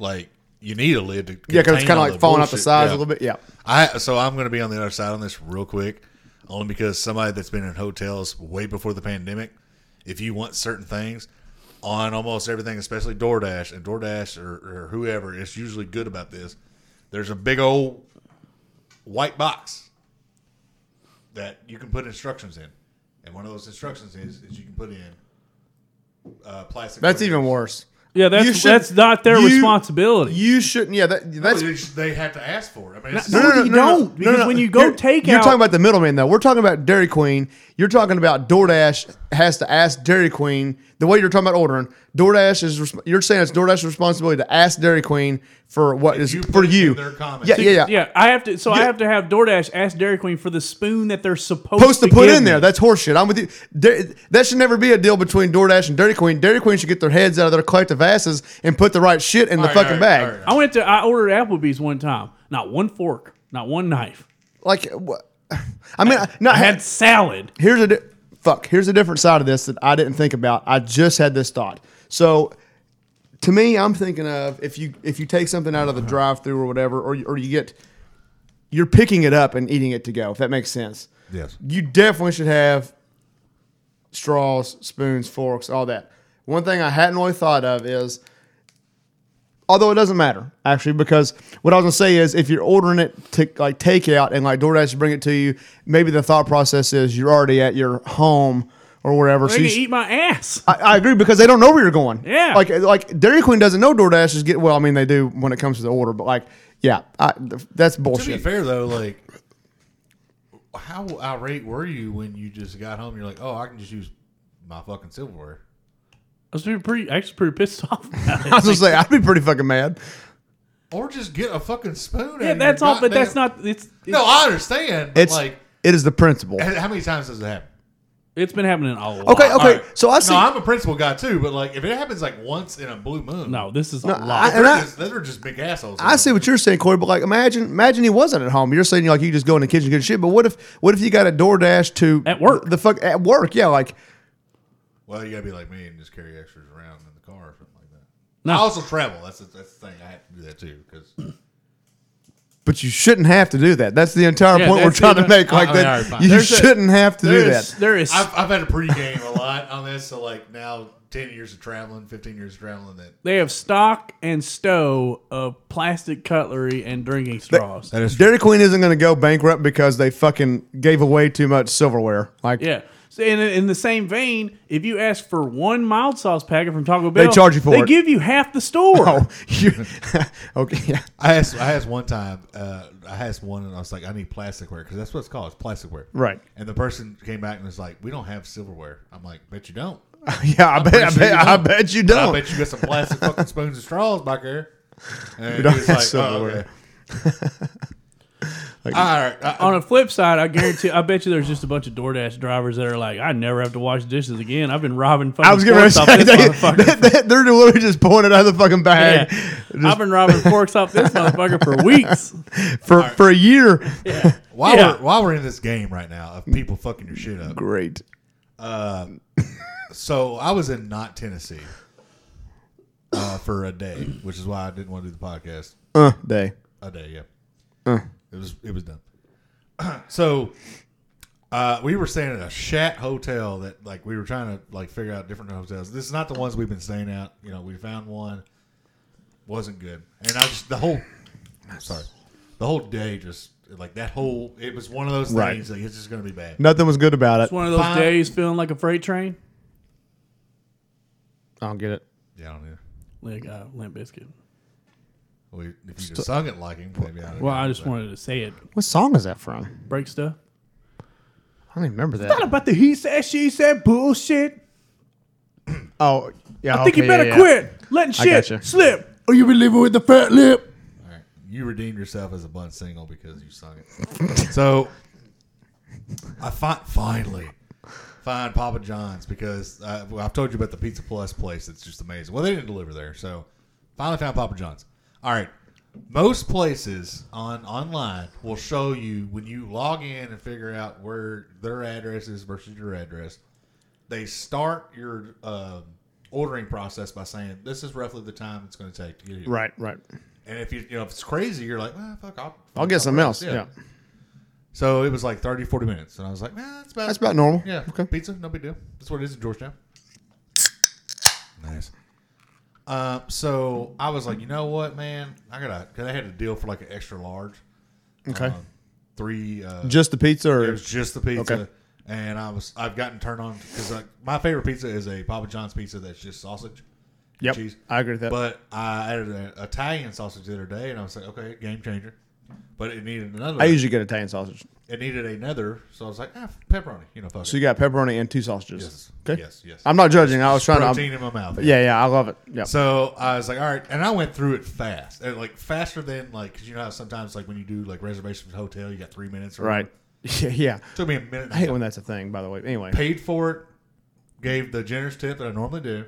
Speaker 3: like you need a lid to
Speaker 2: yeah, because it's
Speaker 3: contain
Speaker 2: kind
Speaker 3: all
Speaker 2: of like
Speaker 3: the
Speaker 2: falling out the
Speaker 3: bullshit.
Speaker 2: sides
Speaker 3: Yeah.
Speaker 2: a little bit. Yeah.
Speaker 3: I so I'm going to be on the other side on this real quick, only because somebody that's been in hotels way before the pandemic, if you want certain things on almost everything, especially DoorDash and DoorDash or, or whoever is usually good about this. There's a big old white box that you can put instructions in, and one of those instructions is is you can put in uh, plastic.
Speaker 2: That's
Speaker 3: containers.
Speaker 2: even worse.
Speaker 1: Yeah, that's
Speaker 2: You should-
Speaker 1: that's not their
Speaker 2: you-
Speaker 1: responsibility.
Speaker 2: You shouldn't. Yeah, that, that's
Speaker 3: They just- They have to ask for it. I mean, it's
Speaker 1: No, you don't, because when you go
Speaker 2: You're-
Speaker 1: take
Speaker 2: you're
Speaker 1: out-
Speaker 2: talking about the middleman though. We're talking about Dairy Queen. You're talking about DoorDash has to ask Dairy Queen the way you're talking about ordering. DoorDash is res- you're saying it's DoorDash's responsibility to ask Dairy Queen for what is
Speaker 3: you
Speaker 2: for
Speaker 3: put it
Speaker 2: you.
Speaker 3: in their comments.
Speaker 2: yeah, yeah, yeah.
Speaker 1: Yeah, I have to. So I have to have DoorDash ask Dairy Queen for the spoon that they're supposed,
Speaker 2: Supposed to put
Speaker 1: give
Speaker 2: in there.
Speaker 1: me.
Speaker 2: That's horseshit. I'm with you. Da- That should never be a deal between DoorDash and Dairy Queen. Dairy Queen should get their heads out of their collective asses and put the right shit in the
Speaker 3: All right,
Speaker 2: fucking
Speaker 3: all right,
Speaker 2: bag.
Speaker 3: all right.
Speaker 1: I went to. I ordered Applebee's one time. Not one fork. Not one knife.
Speaker 2: Like, what? [LAUGHS] I mean, I, not
Speaker 1: I had salad.
Speaker 2: here's a di- fuck. Here's a different side of this that I didn't think about. I just had this thought. So to me, I'm thinking of if you if you take something out of the drive-through or whatever, or you- or you get you're picking it up and eating it to go. If that makes sense,
Speaker 3: Yes.
Speaker 2: you definitely should have straws, spoons, forks, all that. One thing I hadn't really thought of is, although it doesn't matter actually, because what I was gonna say is, if you're ordering it to like takeout and like DoorDash bring it to you, maybe the thought process is you're already at your home or wherever.
Speaker 1: They
Speaker 2: you
Speaker 1: can
Speaker 2: sh-
Speaker 1: eat my ass.
Speaker 2: I, I agree because they don't know where you're going.
Speaker 1: Yeah.
Speaker 2: Like like Dairy Queen doesn't know DoorDash is get well. I mean they do when it comes to the order, but like yeah, I, th- that's
Speaker 3: To be
Speaker 2: bullshit.
Speaker 3: fair though, like how outraged were you when you just got home? You're like, oh, I can just use my fucking silverware.
Speaker 1: I was pretty, pretty actually pretty pissed [LAUGHS] off. About it.
Speaker 2: [LAUGHS] I was gonna say I'd be pretty fucking mad.
Speaker 3: Or just get a fucking spoon.
Speaker 1: yeah, that's all. But that's not. It's, it's
Speaker 3: No, I understand. But
Speaker 2: It's
Speaker 3: like,
Speaker 2: it is the principle.
Speaker 3: how many times does it happen?
Speaker 1: it's been happening a lot.
Speaker 2: Okay, okay.
Speaker 3: Alright.
Speaker 2: So I see.
Speaker 3: No, I'm a principal guy too. But like, if it happens like once in a blue moon,
Speaker 1: No, this is a
Speaker 2: I-
Speaker 1: lot.
Speaker 3: they're,
Speaker 2: and I-
Speaker 3: just, they're just big assholes.
Speaker 2: I see what you're saying, Corey, but like imagine imagine he wasn't at home. You're saying like you just go in the kitchen and get shit, but what if what if you got a DoorDash to
Speaker 1: At work.
Speaker 2: The fuck at work, yeah, like
Speaker 3: Well, you gotta be like me and just carry extras around in the car or something like that.
Speaker 1: No.
Speaker 3: I also travel. That's the, that's the thing. I have to do that too because
Speaker 2: but you shouldn't have to do that. That's the entire
Speaker 1: Yeah,
Speaker 2: point we're
Speaker 1: that's
Speaker 2: trying
Speaker 1: the-
Speaker 2: to make.
Speaker 1: I-
Speaker 2: Like
Speaker 1: I mean, all right,
Speaker 2: that,
Speaker 1: fine.
Speaker 2: you
Speaker 1: There's a-
Speaker 2: shouldn't have to do
Speaker 1: There
Speaker 2: that.
Speaker 1: is, there is
Speaker 3: I've, I've had a pregame a lot on this. So like now, ten years of traveling, fifteen years of traveling. That
Speaker 1: They have stock and stow of plastic cutlery and drinking straws.
Speaker 3: that is
Speaker 2: Dairy Queen isn't going to go bankrupt because they fucking gave away too much silverware. Like
Speaker 1: yeah. So in, in the same vein, if you ask for one mild sauce packet from Taco Bell,
Speaker 2: charge you for
Speaker 1: They
Speaker 2: it.
Speaker 1: give you half the [LAUGHS] store.
Speaker 2: Oh, you [LAUGHS] okay? Yeah.
Speaker 3: I asked. I asked one time. Uh, I asked one, and I was like, "I need plasticware because that's what it's called. It's plasticware."
Speaker 2: Right.
Speaker 3: And the person came back and was like, "We don't have silverware." I'm like, "Bet you don't.
Speaker 2: Yeah, I bet, I
Speaker 3: pretty sure
Speaker 2: bet,
Speaker 3: you
Speaker 2: I
Speaker 3: don't.
Speaker 2: bet you
Speaker 3: I
Speaker 2: don't.
Speaker 3: bet you got some plastic fucking spoons and straws back there." And
Speaker 2: don't
Speaker 3: he was
Speaker 2: have
Speaker 3: like, "Oh, okay."
Speaker 2: [LAUGHS]
Speaker 3: All right. uh, I-
Speaker 1: On a flip side, I guarantee, I bet you there's just a bunch of DoorDash drivers that are like, I never have to wash dishes again. I've been robbing fucking
Speaker 2: I was getting ready
Speaker 1: forks
Speaker 2: to
Speaker 1: off
Speaker 2: say
Speaker 1: this
Speaker 2: they,
Speaker 1: motherfucker.
Speaker 2: they, they, they're literally just pulling it out of the fucking
Speaker 1: Yeah. [LAUGHS]
Speaker 2: bag
Speaker 1: I've been robbing forks off this motherfucker for [LAUGHS] weeks.
Speaker 2: for for a year.
Speaker 3: while
Speaker 1: Yeah.
Speaker 3: we're while we're in this game right now of people fucking your shit up.
Speaker 2: Great.
Speaker 3: So I was in not Tennessee uh, for a day, which is why I didn't want to do the podcast.
Speaker 2: Uh, day.
Speaker 3: A day, yeah. It was it was done. [CLEARS THROAT] so uh, we were staying at a shat hotel that like we were trying to like figure out different hotels. This is not the ones we've been staying at. You know, we found one wasn't good, and I just the whole sorry, the whole day just like that whole it was one of those
Speaker 2: Right.
Speaker 3: things like it's just gonna be bad.
Speaker 2: Nothing was good about
Speaker 1: It's
Speaker 2: it.
Speaker 1: one of those
Speaker 3: Fine.
Speaker 1: days feeling like a freight train.
Speaker 2: I don't get it.
Speaker 3: Yeah, I don't know.
Speaker 1: Like uh, Limp Biscuit.
Speaker 3: We, if you just sung it like him, maybe I
Speaker 1: Well, I just wanted to say it.
Speaker 2: What song is that from?
Speaker 1: Break stuff.
Speaker 2: I don't even remember
Speaker 1: Not
Speaker 2: that.
Speaker 1: about the he said, she said bullshit.
Speaker 2: Oh, yeah.
Speaker 1: I think you better quit letting shit
Speaker 2: gotcha.
Speaker 1: slip, or you be living with the fat lip.
Speaker 3: All right. You redeemed yourself as a bunt single because you sung it. so I fi- finally find Papa John's because I, well, I've told you about the Pizza Plus place that's just amazing. Well, they didn't deliver there, so finally found Papa John's. All right. Most places on online will show you when you log in and figure out where their address is versus your address. They start your um ordering process by saying this is roughly the time it's going to take to get here.
Speaker 2: Right, right.
Speaker 3: And if you you know if it's crazy, you're like, well, fuck, I'll,
Speaker 2: I'll get something else. Yeah.
Speaker 3: So it was like 30, 40 minutes, and I was like, man, that's about
Speaker 2: That's about normal.
Speaker 3: yeah,
Speaker 2: Okay.
Speaker 3: pizza, no big deal. That's what it is in Georgetown. Nice. Uh, so I was like, you know what, man, I gotta because I had a deal for like an extra large,
Speaker 2: Okay.
Speaker 3: um, three. Uh,
Speaker 2: Just the pizza
Speaker 3: it
Speaker 2: or
Speaker 3: was just the pizza.
Speaker 2: Okay.
Speaker 3: And I was I've gotten turned on because like my favorite pizza is a Papa John's pizza that's just sausage, and
Speaker 2: Yep,
Speaker 3: cheese.
Speaker 2: I agree with that.
Speaker 3: But I added an Italian sausage the other day, and I was like, okay, game changer. But it needed another.
Speaker 2: I usually get Italian sausage.
Speaker 3: it needed another, so I was like, ah, pepperoni, you know, fuck
Speaker 2: So you
Speaker 3: it.
Speaker 2: got pepperoni and two sausages.
Speaker 3: Yes.
Speaker 2: Okay.
Speaker 3: Yes, yes.
Speaker 2: I'm not judging. I was trying to.
Speaker 3: protein
Speaker 2: I'm-
Speaker 3: in my mouth.
Speaker 2: yeah, yeah. I love it. Yeah.
Speaker 3: So I was like, all right, and I went through it fast, and like faster than like, cause you know how sometimes like when you do like reservations for the hotel, you got three minutes. Or
Speaker 2: right. [LAUGHS]
Speaker 3: whatever.
Speaker 2: Yeah, yeah.
Speaker 3: Took me a minute. and a
Speaker 2: I hate when that's a thing. By the way. Anyway,
Speaker 3: paid for it, gave the generous tip that I normally do.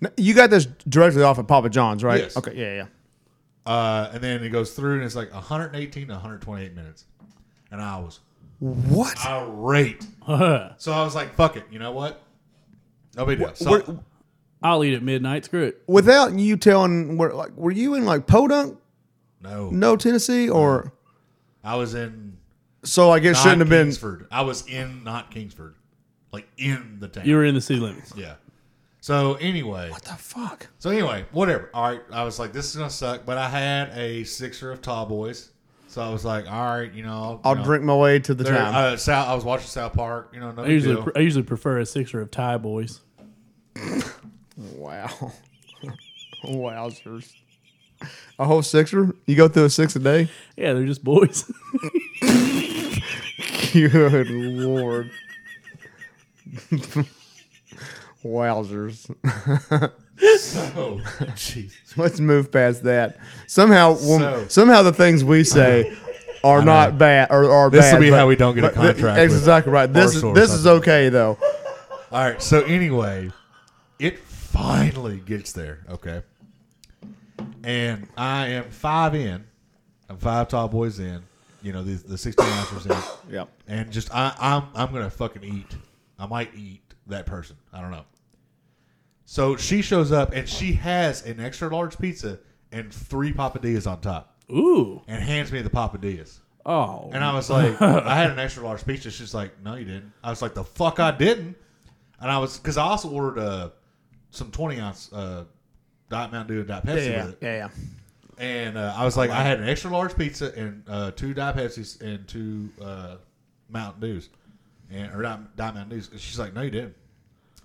Speaker 2: Now, you got this directly off of Papa John's, right?
Speaker 3: Yes.
Speaker 2: Okay. Yeah, yeah.
Speaker 3: Uh, and then it goes through and it's like 118 to 128 minutes. And I was
Speaker 2: What?
Speaker 3: irate. so I was like, fuck it. You know what? No big deal. So
Speaker 2: Where-
Speaker 1: [LAUGHS] I'll eat at midnight. Screw it.
Speaker 2: Without you telling, were, like, were you in like Podunk,
Speaker 3: No,
Speaker 2: no Tennessee, or
Speaker 3: I was in.
Speaker 2: so? Like it
Speaker 3: not
Speaker 2: shouldn't have been.
Speaker 3: Kingsford. I was in not Kingsford, like in the town.
Speaker 1: You were in the city limits.
Speaker 3: yeah. So anyway,
Speaker 2: What the fuck?
Speaker 3: so anyway, whatever. All right, I was like, this is gonna suck, but I had a sixer of tall boys, so I was like, all right, you know,
Speaker 2: I'll
Speaker 3: you know,
Speaker 2: drink my way to the
Speaker 3: there-
Speaker 2: time.
Speaker 3: Uh, South, I was watching South Park, you know. No
Speaker 1: I
Speaker 3: big
Speaker 1: usually,
Speaker 3: deal.
Speaker 1: I usually prefer a sixer of Thai boys.
Speaker 2: wow, [LAUGHS] wowzers! A whole sixer? You go through a six a
Speaker 3: [LAUGHS]
Speaker 2: day?
Speaker 1: Yeah, they're just boys. [LAUGHS]
Speaker 2: Good lord. [LAUGHS] Wowzers.
Speaker 3: [LAUGHS]
Speaker 2: [LAUGHS]
Speaker 3: so, jeez.
Speaker 2: Let's move past that. Somehow, when-
Speaker 3: So-
Speaker 2: somehow the things we
Speaker 3: [LAUGHS]
Speaker 2: say are not bad or are
Speaker 3: This will
Speaker 2: bad,
Speaker 3: be
Speaker 2: but-
Speaker 3: how we don't get a
Speaker 2: but th-
Speaker 3: contract
Speaker 2: that's
Speaker 3: with
Speaker 2: exactly right. This is,
Speaker 3: Barstool or
Speaker 2: this is okay though.
Speaker 3: All right. So anyway, it finally gets there. Okay. And I am five in. I'm five tall boys in. You know the the sixteen ounces in.
Speaker 2: Yep.
Speaker 3: And just I I'm I'm gonna fucking eat. I might eat that person. I don't know. So she shows up and she has an extra large pizza and three papadillas on top
Speaker 1: Ooh.
Speaker 3: and hands me the papadillas.
Speaker 1: Oh.
Speaker 3: And I was like, I had an extra large pizza. She's like, no, you didn't. I was like, the fuck, I didn't. And I was, because I also ordered uh, some 20 ounce uh, Diet Mountain Dew and Diet Pepsi with it.
Speaker 2: yeah.
Speaker 3: And uh, I was like, I had an extra large pizza and uh, two Diet Pepsis and two uh, Mountain Dews. And, or Diet, Diet Mountain Dews. And she's like, no, you didn't.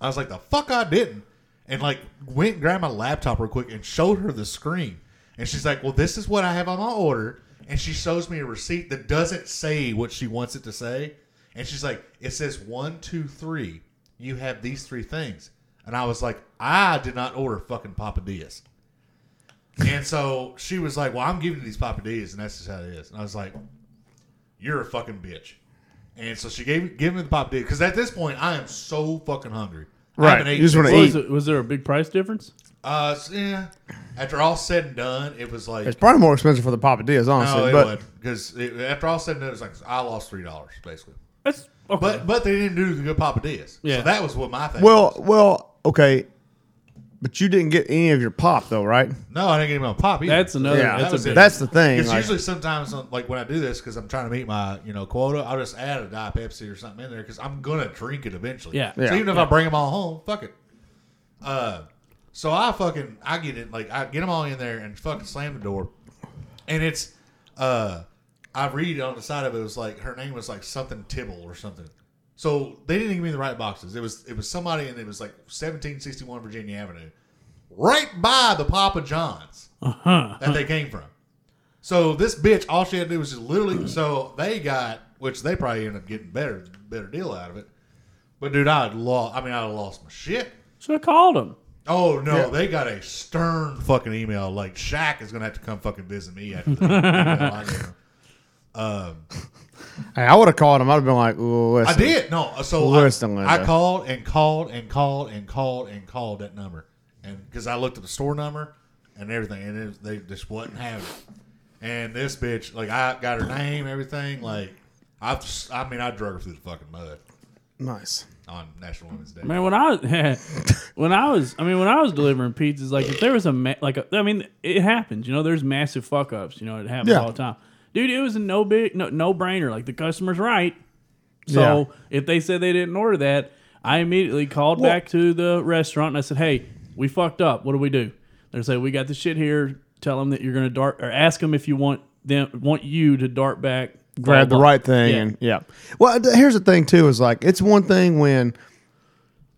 Speaker 3: I was like, the fuck, I didn't. And like, went and grabbed my laptop real quick and showed her the screen. And she's like, well, this is what I have on my order. And she shows me a receipt that doesn't say what she wants it to say. And she's like, it says one, two, three. You have these three things. And I was like, I did not order fucking papadillas. and so she was like, well, I'm giving you these papadillas, and that's just how it is. And I was like, you're a fucking bitch. And so she gave, gave me the papadillas. Because at this point, I am so fucking hungry. I
Speaker 2: Right.
Speaker 3: haven't ate
Speaker 2: You just wanna
Speaker 3: since-
Speaker 2: eat.
Speaker 1: was, it- was there a big price difference?
Speaker 3: uh, so, yeah. After all said and done, it was like
Speaker 2: It's probably more expensive for the papadillas, honestly.
Speaker 3: no, it
Speaker 2: but
Speaker 3: would because after all said and done, it was like I lost three dollars basically.
Speaker 1: That's okay.
Speaker 3: But but they didn't do the good papadillas.
Speaker 1: Yeah.
Speaker 3: So that was what my thing.
Speaker 2: Uh-huh. well, well, okay. But you didn't get any of your pop though, right?
Speaker 3: no, I didn't get him on pop either.
Speaker 1: that's another.
Speaker 2: yeah,
Speaker 3: that
Speaker 1: that's a
Speaker 3: was
Speaker 1: big.
Speaker 3: it.
Speaker 2: That's the thing.
Speaker 3: Because
Speaker 2: like-
Speaker 3: usually sometimes on- like when I do this because I'm trying to meet my you know quota, I'll just add a diet Pepsi or something in there because I'm gonna drink it eventually.
Speaker 1: Yeah.
Speaker 3: So
Speaker 2: Yeah.
Speaker 3: even if I bring them all home, fuck it. Uh, so I fucking I get it like I get them all in there and fucking slam the door, and it's uh I read on the side of it, it was like her name was like something Tibble or something. So they didn't give me the right boxes. It was it was somebody and it was like 1761 Virginia Avenue, right by the Papa John's that they came from. So this bitch, all she had to do was just literally. So they got, which they probably ended up getting better, better deal out of it. But dude, I had lost. I mean, I had lost my shit.
Speaker 1: Should have called him.
Speaker 3: Oh no, they got a stern fucking email. Like Shaq is gonna have to come fucking visit me after the email I gave him.
Speaker 2: Hey, I would have called him. I'd have been like, "Ooh, listen."
Speaker 3: I did no. uh, So
Speaker 2: Listen,
Speaker 3: I,
Speaker 2: Linda.
Speaker 3: I called and called and called and called and called that number, and because I looked at the store number and everything, and it, they just wasn't having it. And this bitch, like I got her name, everything. Like I, just- I mean, I drug her through the fucking mud
Speaker 2: Nice.
Speaker 3: on National Women's Day.
Speaker 1: Man, when I [LAUGHS] when I was, I mean, when I was delivering pizzas, like if there was a ma- like, a, I mean, it happens. You know, there's massive fuck ups. You know, it happens
Speaker 2: Yeah.
Speaker 1: all the time. Dude, it was a no big, no no brainer. Like the customer's right. So if they said they didn't order that, I immediately called back to the restaurant and I said, "Hey, we fucked up. What do we do?" They say, "We got the shit here. Tell them that you're gonna dart or ask them if you want them want you to dart back,
Speaker 2: grab the right thing
Speaker 1: Yeah.
Speaker 2: and yeah well th- here's the thing too is like it's one thing when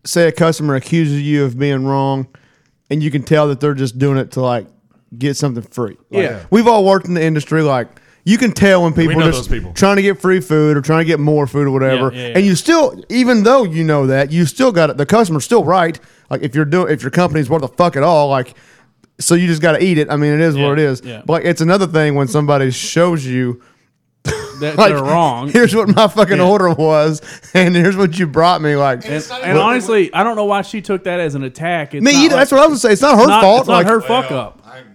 Speaker 2: say a customer accuses you of being wrong and you can tell that they're just doing it to like get something free Like,
Speaker 1: Yeah.
Speaker 2: we've all worked in the industry like you can tell when people
Speaker 3: know
Speaker 2: are just
Speaker 3: those people.
Speaker 2: trying to get free food or trying to get more food or whatever
Speaker 1: Yeah, yeah, yeah.
Speaker 2: and you still even though you know that you still got it the customer's still right like if you're doing if your company's worth a fuck at all like so you just got to eat it i mean it is what it
Speaker 1: Yeah,
Speaker 2: is
Speaker 1: yeah.
Speaker 2: but like, it's another thing when somebody shows you [LAUGHS]
Speaker 1: That
Speaker 2: like,
Speaker 1: they're wrong.
Speaker 2: Here's what my fucking order was, and here's what you brought me. Like
Speaker 3: It's not
Speaker 1: And
Speaker 3: even-
Speaker 1: honestly, I don't know why she took that as an attack. It's
Speaker 2: me
Speaker 1: not
Speaker 2: either.
Speaker 1: like-
Speaker 2: that's what I was gonna say. It's not her
Speaker 1: not-
Speaker 2: fault.
Speaker 1: it's not
Speaker 2: like,
Speaker 1: her fuck up.
Speaker 3: I'm,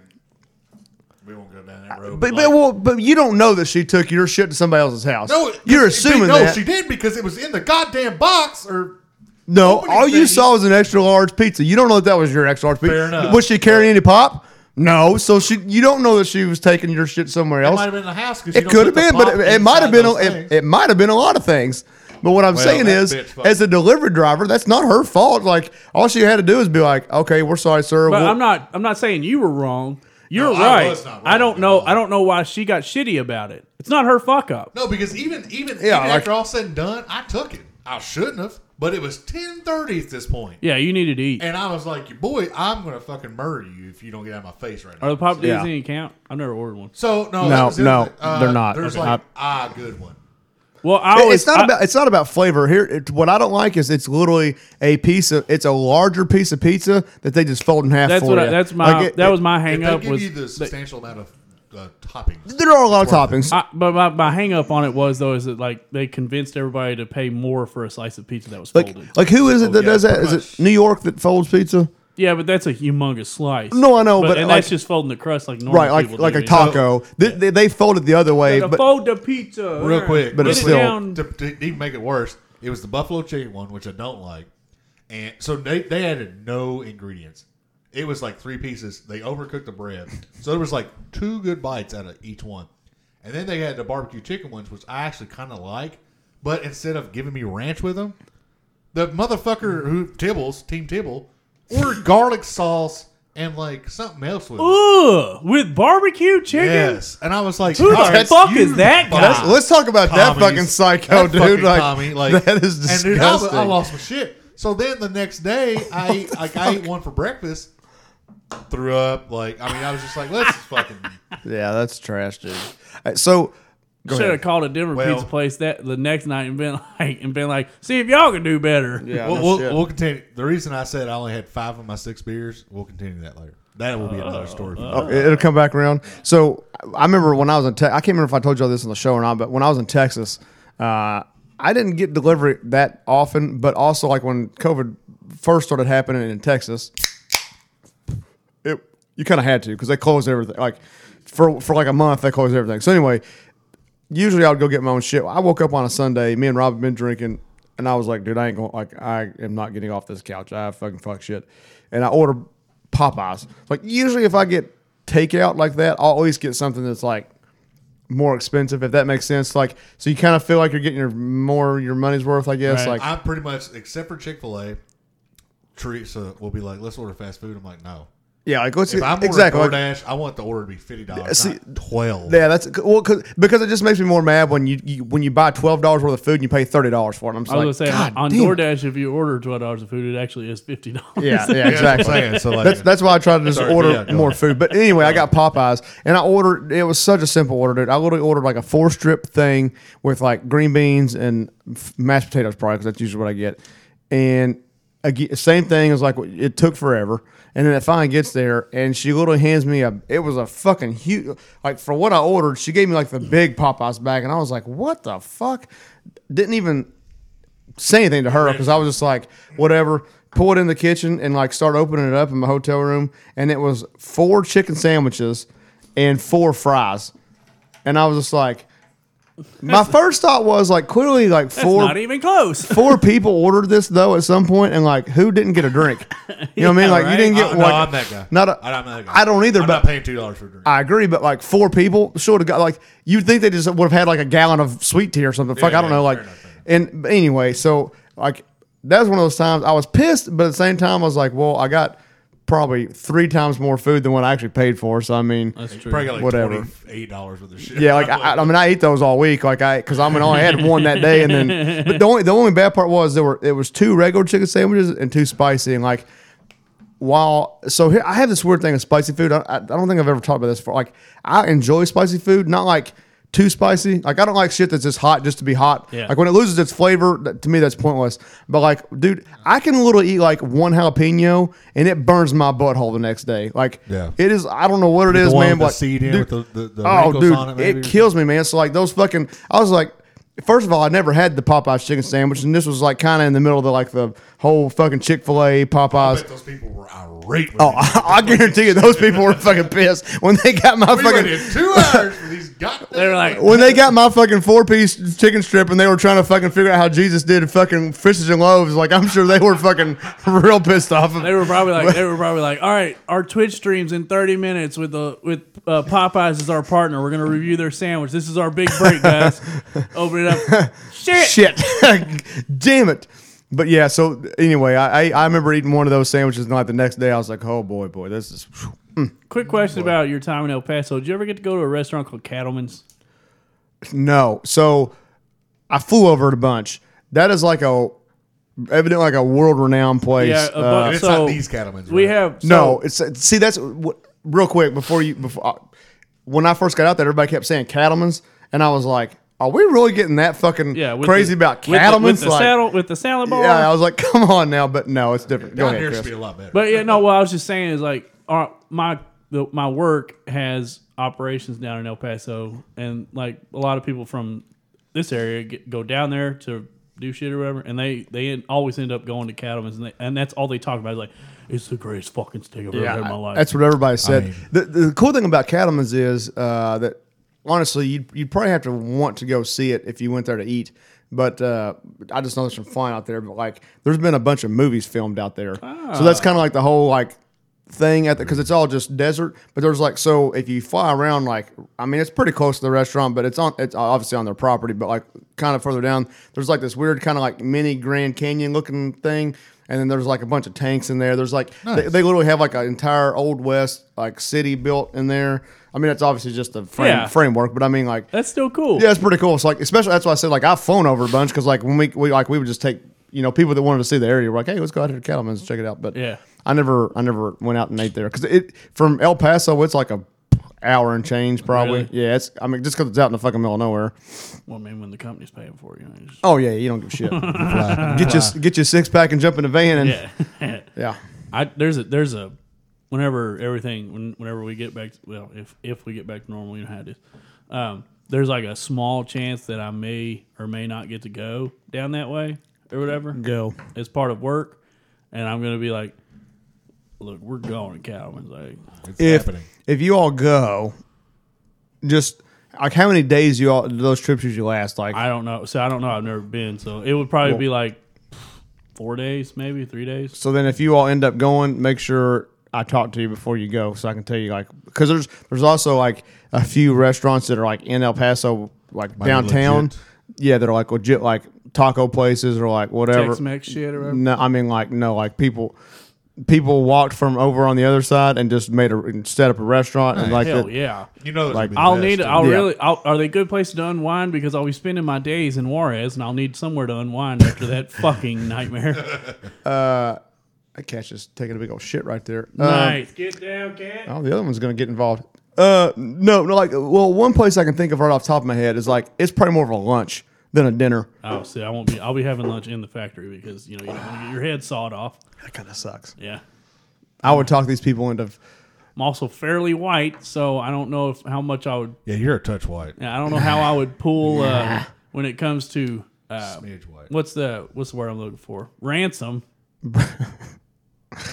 Speaker 3: we won't go down that road.
Speaker 2: But, but
Speaker 3: like-
Speaker 2: well, but you don't know that she took your shit to somebody else's house.
Speaker 3: no,
Speaker 2: you're
Speaker 3: it- it-
Speaker 2: assuming
Speaker 3: no,
Speaker 2: that.
Speaker 3: she did because it was in the goddamn box or
Speaker 2: No,
Speaker 3: Opening
Speaker 2: all you
Speaker 3: things-
Speaker 2: saw was an extra large pizza. You don't know that that was your extra large pizza.
Speaker 3: Fair enough.
Speaker 2: Was she carrying any pop? No. So she, you don't know that she was taking your shit somewhere
Speaker 4: It
Speaker 2: else.
Speaker 4: might have been in the house. 'cause you
Speaker 2: It
Speaker 4: don't
Speaker 2: could have
Speaker 4: put the
Speaker 2: been, but
Speaker 4: pop
Speaker 2: it, it might have
Speaker 4: inside
Speaker 2: been. a-
Speaker 4: those
Speaker 2: It,
Speaker 4: things.
Speaker 2: it might have been a lot of things. But what I'm saying
Speaker 3: that
Speaker 2: is,
Speaker 3: bitch fucked.
Speaker 2: as a delivery driver, that's not her fault. Like all she had to do is be like, "Okay, we're sorry, sir."
Speaker 1: But
Speaker 2: We'll-
Speaker 1: I'm not. I'm not saying you were wrong. You're
Speaker 3: No, I
Speaker 1: right. I,
Speaker 3: was not wrong.
Speaker 1: don't know. I don't know why she got shitty about it. It's not her fuck up.
Speaker 3: No, because even even,
Speaker 2: Yeah,
Speaker 3: even
Speaker 2: like-
Speaker 3: after all said and done, I took it. I shouldn't have, but it was ten thirty at this point,
Speaker 1: Yeah, you needed to eat.
Speaker 3: and I was like, "Your boy, I'm gonna fucking murder you if you don't get out of my face right
Speaker 1: Are
Speaker 3: now."
Speaker 1: the pop
Speaker 2: Yeah.
Speaker 1: Disney count? I've never ordered one.
Speaker 3: So no,
Speaker 2: No,
Speaker 3: that was the other
Speaker 2: no,
Speaker 3: thing. Uh,
Speaker 2: they're not.
Speaker 3: There's
Speaker 2: Okay.
Speaker 3: like
Speaker 2: I-
Speaker 3: ah, good one.
Speaker 1: Well, I
Speaker 2: It-
Speaker 1: always,
Speaker 2: it's not
Speaker 1: I-
Speaker 2: about it's not about flavor here. It, what I don't like is it's literally a piece of it's a larger piece of pizza that they just fold in half.
Speaker 1: That's
Speaker 2: for
Speaker 1: what. I,
Speaker 2: you.
Speaker 1: that's my.
Speaker 2: Like, it-
Speaker 1: that was my
Speaker 3: If
Speaker 1: hang
Speaker 3: they
Speaker 1: up
Speaker 3: give
Speaker 1: was.
Speaker 3: you the substantial amount of uh, toppings,
Speaker 2: There are a lot of toppings.
Speaker 1: I, but my, my hang up on it was though is that like they convinced everybody to pay more for a slice of pizza that was
Speaker 2: like,
Speaker 1: folded.
Speaker 2: like who is it that
Speaker 3: Oh, yeah,
Speaker 2: does that? Is it New York that folds pizza?
Speaker 1: yeah, but that's a humongous slice.
Speaker 2: No, I know, but,
Speaker 1: and
Speaker 2: like-
Speaker 1: that's just folding the crust like normal
Speaker 2: Right, like
Speaker 1: people
Speaker 2: like
Speaker 1: do.
Speaker 2: a taco. they, they, they fold it the other way,
Speaker 1: To
Speaker 2: but
Speaker 1: fold the pizza
Speaker 3: real quick,
Speaker 2: But
Speaker 1: Get
Speaker 2: it's
Speaker 1: it
Speaker 2: still-
Speaker 1: down.
Speaker 3: to, to even make it worse, it was the buffalo chicken one, which I don't like. And so they, they added no ingredients. It was like three pieces. They overcooked the bread, so there was like two good bites out of each one. And then they had the barbecue chicken ones, which I actually kind of like. But instead of giving me ranch with them, the motherfucker who Tibbles, Team Tibble, ordered garlic sauce and like something else with it.
Speaker 1: Ugh, with barbecue chicken.
Speaker 3: Yes, and I was like,
Speaker 1: Who the
Speaker 3: "Alright,
Speaker 1: fuck
Speaker 3: you Oh,
Speaker 1: is that guy?" Let's-
Speaker 3: fucking
Speaker 2: let's talk about that
Speaker 3: commies.
Speaker 2: fucking [LAUGHS] psycho,
Speaker 3: That
Speaker 2: dude.
Speaker 3: fucking
Speaker 2: like,
Speaker 3: commie,
Speaker 2: that is
Speaker 3: and
Speaker 2: disgusting.
Speaker 3: dude, I, was- I lost my shit. So then the next day,
Speaker 2: [LAUGHS]
Speaker 3: I ate, like I ate one for breakfast, threw up. Like I mean, I was just like, let's
Speaker 2: [LAUGHS]
Speaker 3: just fucking.
Speaker 2: Yeah, that's trash, dude. Uh, So, go
Speaker 1: Should have
Speaker 2: ahead.
Speaker 1: called a different
Speaker 3: Well-
Speaker 1: pizza place that the next night and been [LAUGHS] like and been like, see if y'all can do better.
Speaker 2: Yeah,
Speaker 3: We'll,
Speaker 2: no
Speaker 3: we'll,
Speaker 2: shit.
Speaker 3: we'll continue. The reason I said I only had five of my six beers, we'll continue that later. That will be another story. for another
Speaker 2: Oh, it'll come back around. So I remember when I was in Te- I can't remember if I told y'all this on the show or not, but when I was in Texas, uh, I didn't get delivery that often. But also, like when COVID first started happening in Texas, it you kind of had to because they closed everything. Like for for like a month, they closed everything. So anyway, usually I would go get my own shit. I woke up on a Sunday. Me and Rob had been drinking, and I was like, dude, I ain't going. Like, I am not getting off this couch. I fucking fuck shit. And I ordered Popeyes. Like, usually if I get takeout like that, I'll always get something that's like more expensive, if that makes sense. Like, so you kind of feel like you're getting your more your money's worth, I guess.
Speaker 1: Right.
Speaker 2: Like,
Speaker 3: I'm pretty much except for Chick Fil A. Teresa will be like, let's order fast food. I'm like, no.
Speaker 2: yeah, like let's
Speaker 3: If I'm
Speaker 2: exactly.
Speaker 3: ordering
Speaker 2: like-
Speaker 3: DoorDash, I want the order to be fifty dollars,
Speaker 2: See,
Speaker 3: not twelve.
Speaker 2: yeah, that's well, cause, because it just makes me more mad when you, you when you buy twelve dollars worth of food and you pay thirty dollars for it. I'm just
Speaker 1: I was
Speaker 2: like,
Speaker 1: gonna say
Speaker 2: God
Speaker 1: on
Speaker 2: damn it."
Speaker 1: DoorDash if you order twelve dollars of food, it actually is fifty
Speaker 3: [LAUGHS]
Speaker 1: dollars. [LAUGHS]
Speaker 2: Yeah, yeah,
Speaker 3: Yeah, that's
Speaker 2: exactly.
Speaker 3: what I'm saying. So like,
Speaker 2: That's that's why I try to just
Speaker 3: Sorry,
Speaker 2: order
Speaker 3: yeah, go
Speaker 2: more
Speaker 3: ahead.
Speaker 2: food. But anyway, I got Popeyes, and I ordered. It was such a simple order, dude. I literally ordered like a four strip thing with like green beans and f- mashed potatoes, probably because that's usually what I get. And again, same thing as like what- it took forever, and then it finally gets there, and she literally hands me a. It was a fucking huge. Like for what I ordered, she gave me like the big Popeyes bag, and I was like, "What the fuck?" Didn't even say anything to her because I was just like, whatever. Pull it in the kitchen and like start opening it up in my hotel room, and it was four chicken sandwiches and four fries, and I was just like, my first thought was like, clearly like
Speaker 1: That's
Speaker 2: four
Speaker 1: not
Speaker 3: [LAUGHS]
Speaker 1: even
Speaker 2: [LAUGHS]
Speaker 1: close.
Speaker 2: four people ordered this though at some point, and like who didn't get a drink? You know what I mean?
Speaker 1: Yeah,
Speaker 2: Like you
Speaker 1: right.
Speaker 2: didn't
Speaker 3: I,
Speaker 2: get
Speaker 3: Uh, no,
Speaker 2: like
Speaker 3: I'm that guy.
Speaker 2: not a,
Speaker 3: I, I'm not that guy.
Speaker 2: I don't either,
Speaker 3: I'm
Speaker 2: but
Speaker 3: not paying two dollars for a drink.
Speaker 2: I agree, but like four people should have got like you'd think they just would have had like a gallon of sweet tea or something. Fuck, I don't
Speaker 3: yeah,
Speaker 2: know. Like,
Speaker 3: fair enough, fair enough.
Speaker 2: and but anyway, so like that was one of those times I was pissed, but at the same time I was like, well, I got probably three times more food than what I actually paid for. So I mean,
Speaker 1: That's true.
Speaker 3: Probably got like
Speaker 2: Whatever.
Speaker 3: eight dollars worth of shit.
Speaker 2: yeah, like I, I mean, I ate those all week, like I because I mean, I only had one that day, and then but the only the only bad part was there were it was two regular chicken sandwiches and two spicy, and like while so here I have this weird thing of spicy food. I, I I don't think I've ever talked about this before. Like I enjoy spicy food, not like too spicy. Like I don't like shit that's just hot just to be hot.
Speaker 1: Yeah.
Speaker 2: Like when it loses its flavor, that, to me that's pointless. But like, dude, I can literally eat like one jalapeno and it burns my butthole the next day. Like
Speaker 3: Yeah.
Speaker 2: it is. I don't know what it is,
Speaker 3: the one
Speaker 2: man.
Speaker 3: with the
Speaker 2: but like,
Speaker 3: seed in
Speaker 2: dude,
Speaker 3: with the- the- the
Speaker 2: oh,
Speaker 3: wrinkles
Speaker 2: dude,
Speaker 3: on it, maybe, or
Speaker 2: kills me, man. So like those fucking, I was like, First of all, I never had the Popeyes chicken sandwich, and this was like kind of in the middle of the, like the whole fucking Chick Fil A
Speaker 3: I
Speaker 2: Popeyes.
Speaker 3: bet those people were irate. With
Speaker 2: Oh, [LAUGHS] I, guarantee you, those people were fucking pissed when they got my
Speaker 3: we
Speaker 2: fucking [LAUGHS]
Speaker 3: waited two hours for these goddamn.
Speaker 1: They're like,
Speaker 2: when they got my fucking four piece chicken strip and they were trying to fucking figure out how Jesus did fucking fishes and loaves, like I'm sure they were fucking [LAUGHS] real pissed off.
Speaker 1: They were probably like, they were probably like, all right, our Twitch streams in 30 minutes with the with uh, Popeyes as our partner. We're gonna review their sandwich. This is our big break,
Speaker 2: [LAUGHS]
Speaker 1: guys. Open it up. Shit.
Speaker 2: Shit, [LAUGHS] damn it. But yeah, so anyway, I, I I remember eating one of those sandwiches and like the next day I was like, oh boy, boy, this is.
Speaker 1: Quick question about your time in El Paso. Did you ever get to go to a restaurant called Cattleman's?
Speaker 2: No. So I flew over it a bunch. That is like a evidently like a world renowned place.
Speaker 1: Yeah, a
Speaker 2: Uh,
Speaker 1: bunch.
Speaker 3: And it's
Speaker 1: So,
Speaker 3: not these cattlemen.
Speaker 1: We
Speaker 3: right?
Speaker 1: have
Speaker 2: no, it's see that's what, real quick before you before uh, when I first got out there, everybody kept saying Cattleman's, and I was like, are we really getting that fucking
Speaker 1: yeah with
Speaker 2: crazy
Speaker 1: the-
Speaker 2: about
Speaker 1: with the- with
Speaker 2: Cattleman's?
Speaker 1: the, saddle with the salad bar.
Speaker 2: yeah, I was like, [LAUGHS] come on now, but no, it's different. Go
Speaker 3: down
Speaker 2: ahead,
Speaker 3: here should
Speaker 2: Chris.
Speaker 3: be a lot better.
Speaker 1: But yeah, no. What I was just saying is like, our, my the, my work has operations down in El Paso, and like a lot of people from this area get, go down there to do shit or whatever, and they they en- always end up going to Cattleman's, and, they, and that's all they talk about. Is like, it's the greatest fucking steak I've ever had in my life.
Speaker 2: That's what everybody said.
Speaker 3: mean-
Speaker 2: the, the cool thing about Cattleman's is uh, that honestly, you'd, you'd probably have to want to go see it if you went there to eat. But uh, I just know there's some fun out there. But like, there's been a bunch of movies filmed out there,
Speaker 1: Ah.
Speaker 2: so that's kind of like the whole like thing at the because it's all just desert. But there's like so if you fly around, like I mean, it's pretty close to the restaurant, but it's on it's obviously on their property. But like kind of further down, there's like this weird kind of like mini Grand Canyon looking thing. And then there's like a bunch of tanks in there. There's like they, they literally have like an entire old west like city built in there. I mean, that's obviously just a frame,
Speaker 1: Yeah.
Speaker 2: framework, but I mean like
Speaker 1: That's still cool.
Speaker 2: yeah, it's pretty cool. It's like especially that's why I said like I've flown over a bunch because like when we, we like we would just take you know people that wanted to see the area were like hey let's go out here to Cattleman's and check it out. But
Speaker 1: Yeah.
Speaker 2: I never I never went out and ate there because it from El Paso it's like a hour and change probably.
Speaker 1: Really?
Speaker 2: Yeah, it's I mean just because it's out in the fucking middle of nowhere.
Speaker 1: Well, I mean, when the company's paying for it, you know. you just-
Speaker 2: Oh yeah, you don't give a shit.
Speaker 1: [LAUGHS]
Speaker 2: get your get your six pack and jump in a van and yeah.
Speaker 1: yeah. [LAUGHS] I there's a there's a whenever everything when, whenever we get back to, well if if we get back to normal you know how it is um, there's like a small chance that I may or may not get to go down that way or whatever
Speaker 2: go.
Speaker 1: as part of work and I'm gonna be like look we're going to Calvin's like
Speaker 3: it's
Speaker 2: If
Speaker 3: happening.
Speaker 2: if you all go, just like how many days you all those trips usually last like.
Speaker 1: I don't know so I don't know I've never been so it would probably be like four days maybe three days
Speaker 2: So then, if you all end up going, make sure I talk to you before you go, so I can tell you like because there's there's also like a few restaurants that are like in El Paso, like
Speaker 3: be
Speaker 2: downtown.
Speaker 3: legit.
Speaker 2: Yeah, that are like legit, like taco places or like whatever.
Speaker 1: Tex Mex shit or whatever
Speaker 2: No, I mean like no, like people people walked from over on the other side and just made a and set up a restaurant and like
Speaker 1: hell
Speaker 2: that-
Speaker 1: yeah
Speaker 3: You know, those
Speaker 2: Like,
Speaker 3: would be the
Speaker 1: I'll
Speaker 3: best,
Speaker 1: need.
Speaker 3: too.
Speaker 1: I'll
Speaker 2: Yeah.
Speaker 1: really. I'll, are they good place to unwind? Because I'll be spending my days in Juarez, and I'll need somewhere to unwind after
Speaker 2: [LAUGHS]
Speaker 1: that fucking
Speaker 2: Um,
Speaker 1: nightmare.
Speaker 2: that cat's just taking a big old shit right there. Um,
Speaker 1: nice. Get down, cat.
Speaker 2: Oh, the other one's going to get involved. Uh, no, no, like, well, one place I can think of right off the top of my head is like, it's probably more of a lunch than a dinner.
Speaker 1: Oh, see, I won't be. I'll be having lunch in the factory because you know you don't want to get your head sawed off.
Speaker 2: That kind of sucks.
Speaker 1: Yeah.
Speaker 2: I would talk these people into.
Speaker 1: I'm also fairly white, so I don't know if how much I would.
Speaker 3: yeah, you're a touch white.
Speaker 1: I don't know how I
Speaker 2: [LAUGHS]
Speaker 1: would pull uh, when it comes to uh,
Speaker 3: Smidge white.
Speaker 1: what's the what's the word I'm looking for? Ransom.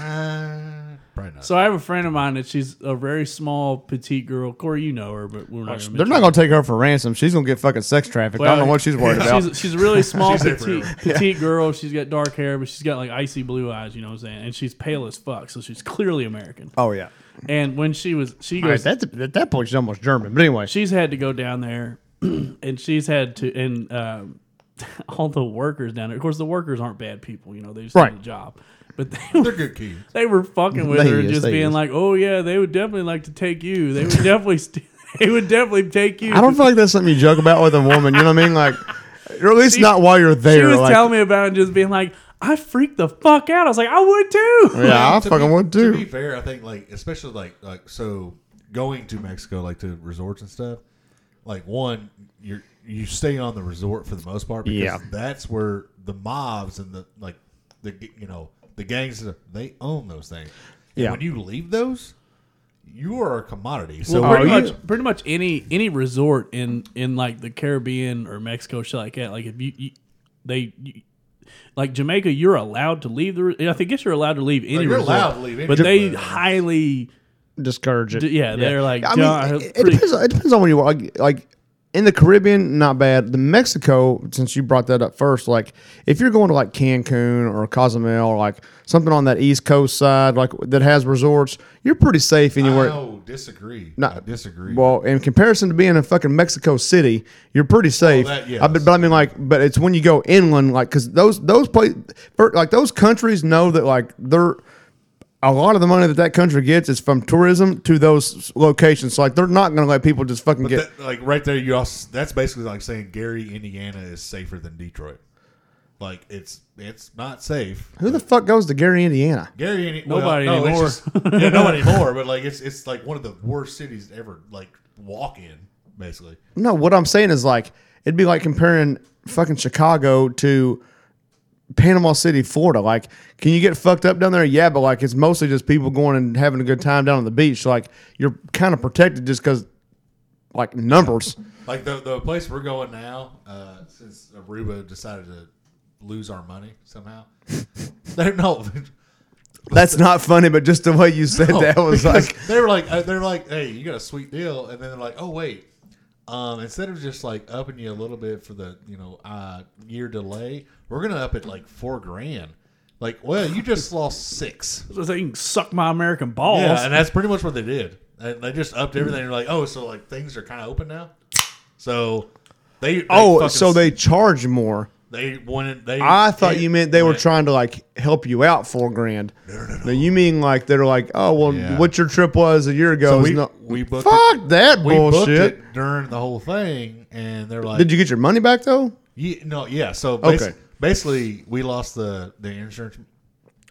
Speaker 3: Uh, probably not.
Speaker 1: So I have a friend of mine that she's a very small petite girl. Corey, you know her, but we're not. gonna
Speaker 2: They're not going to take her for ransom. She's going to get fucking sex trafficked. I don't know what she's worried about.
Speaker 1: [LAUGHS] She's, she's a
Speaker 2: [LAUGHS]
Speaker 1: really small
Speaker 3: She's
Speaker 1: petite,
Speaker 3: everywhere.
Speaker 1: petite girl. She's got dark hair, but she's got like icy blue eyes. You know what I'm saying? And she's pale as fuck, so she's clearly American.
Speaker 2: oh yeah.
Speaker 1: And when she was, she
Speaker 2: All right,
Speaker 1: goes,
Speaker 2: that's, at that point, she's almost German. But anyway,
Speaker 1: she's had to go down there, [CLEARS THROAT] and she's had to, and um, [LAUGHS] all the workers down there. Of course, the workers aren't bad people. You know, they just
Speaker 2: Right.
Speaker 1: need a job, but [LAUGHS] they
Speaker 3: They're
Speaker 2: [LAUGHS]
Speaker 3: good kids.
Speaker 1: they were fucking with
Speaker 2: They
Speaker 1: her, and
Speaker 2: is,
Speaker 1: just
Speaker 2: they
Speaker 1: being
Speaker 2: is.
Speaker 1: like, "Oh yeah, they would definitely like to take you. They would definitely, st- [LAUGHS] they would definitely take you."
Speaker 2: I don't feel like that's something you joke about with a woman. You know what I mean? Like, or at least not while you're there.
Speaker 1: she was
Speaker 2: like,
Speaker 1: telling me about it and just being like, I freaked the fuck out. I was like, I would too.
Speaker 2: yeah, I
Speaker 3: To
Speaker 2: fucking
Speaker 3: be-
Speaker 2: would too.
Speaker 3: To be fair, I think like especially like like so going to Mexico like to resorts and stuff. Like one, you're you stay on the resort for the most part because
Speaker 2: Yeah.
Speaker 3: that's where the mobs and the like the you know the gangs they own those things. And
Speaker 2: Yeah.
Speaker 3: when you leave those, you are a commodity. So
Speaker 1: Well,
Speaker 2: are
Speaker 1: pretty
Speaker 2: you-
Speaker 1: much, pretty much any any resort in in like the Caribbean or Mexico, shit like that. Like if you, you they. You, like Jamaica, you're allowed to leave the. re- I think- I guess you're allowed to leave any.
Speaker 3: you're
Speaker 1: resort,
Speaker 3: allowed to leave any
Speaker 1: but they
Speaker 3: resort.
Speaker 1: highly
Speaker 2: discourage it.
Speaker 1: D- yeah, they're like,
Speaker 2: I
Speaker 1: "Duh,
Speaker 2: mean, it, it
Speaker 1: pretty-
Speaker 2: depends. It depends on where you are. Like, like in the Caribbean, not bad. The Mexico, since you brought that up first, like if you're going to like Cancun or Cozumel or like something on that East Coast side, like that has resorts, you're pretty safe anywhere.
Speaker 3: no, disagree. I disagree.
Speaker 2: Well, in comparison to being in fucking Mexico City, you're pretty safe.
Speaker 3: that, yes.
Speaker 2: I, but, but I mean, like, but it's when you go inland, like, because those those place, like those countries know that like they're a lot of the money that that country gets is from tourism to those locations. So, like, they're not going to let people just fucking get.
Speaker 3: That- like right there, you also that's basically like saying Gary, Indiana is safer than Detroit. Like it's it's not safe.
Speaker 2: who the fuck goes to Gary, Indiana?
Speaker 3: Gary, Indi-
Speaker 1: Nobody
Speaker 3: well, no,
Speaker 1: anymore.
Speaker 3: It's just,
Speaker 1: [LAUGHS]
Speaker 3: yeah, nobody anymore. But like it's it's like one of the worst cities to ever like walk in. Basically,
Speaker 2: No, what I'm saying is like it'd be like comparing fucking Chicago to Panama City, Florida. Like, can you get fucked up down there? Yeah, but like it's mostly just people going and having a good time down on the beach. Like you're kind of protected just because like numbers.
Speaker 3: like the the place we're going now, uh, since Aruba decided to lose our money somehow, [LAUGHS] they're no. [LAUGHS]
Speaker 2: That's not funny, but just the way you said that was
Speaker 3: Because
Speaker 2: like
Speaker 3: they were like uh, they're like hey you got a sweet deal and then they're like oh wait um, instead of just like upping you a little bit for the you know uh, year delay we're gonna up it like four grand like well you just lost six
Speaker 1: [LAUGHS] So they can suck my American balls.
Speaker 3: yeah and that's pretty much what they did and they just upped everything you're like oh so like things are kind of open now so they, they
Speaker 2: oh,
Speaker 3: fucking-
Speaker 2: so they charge more.
Speaker 3: they wanted they
Speaker 2: I thought you meant they were
Speaker 3: Yeah.
Speaker 2: trying to like help you out four grand. No, no, no. you mean like they're like, oh well,
Speaker 3: Yeah.
Speaker 2: what your trip was a year ago?
Speaker 3: So
Speaker 2: is
Speaker 3: we-
Speaker 2: not-
Speaker 3: we booked
Speaker 2: fuck that
Speaker 3: we booked
Speaker 2: bullshit.
Speaker 3: it during the whole thing and they're like
Speaker 2: Did you get your money back though?
Speaker 3: Yeah, no, yeah. So
Speaker 2: Okay.
Speaker 3: basi- basically, we lost the the insurance.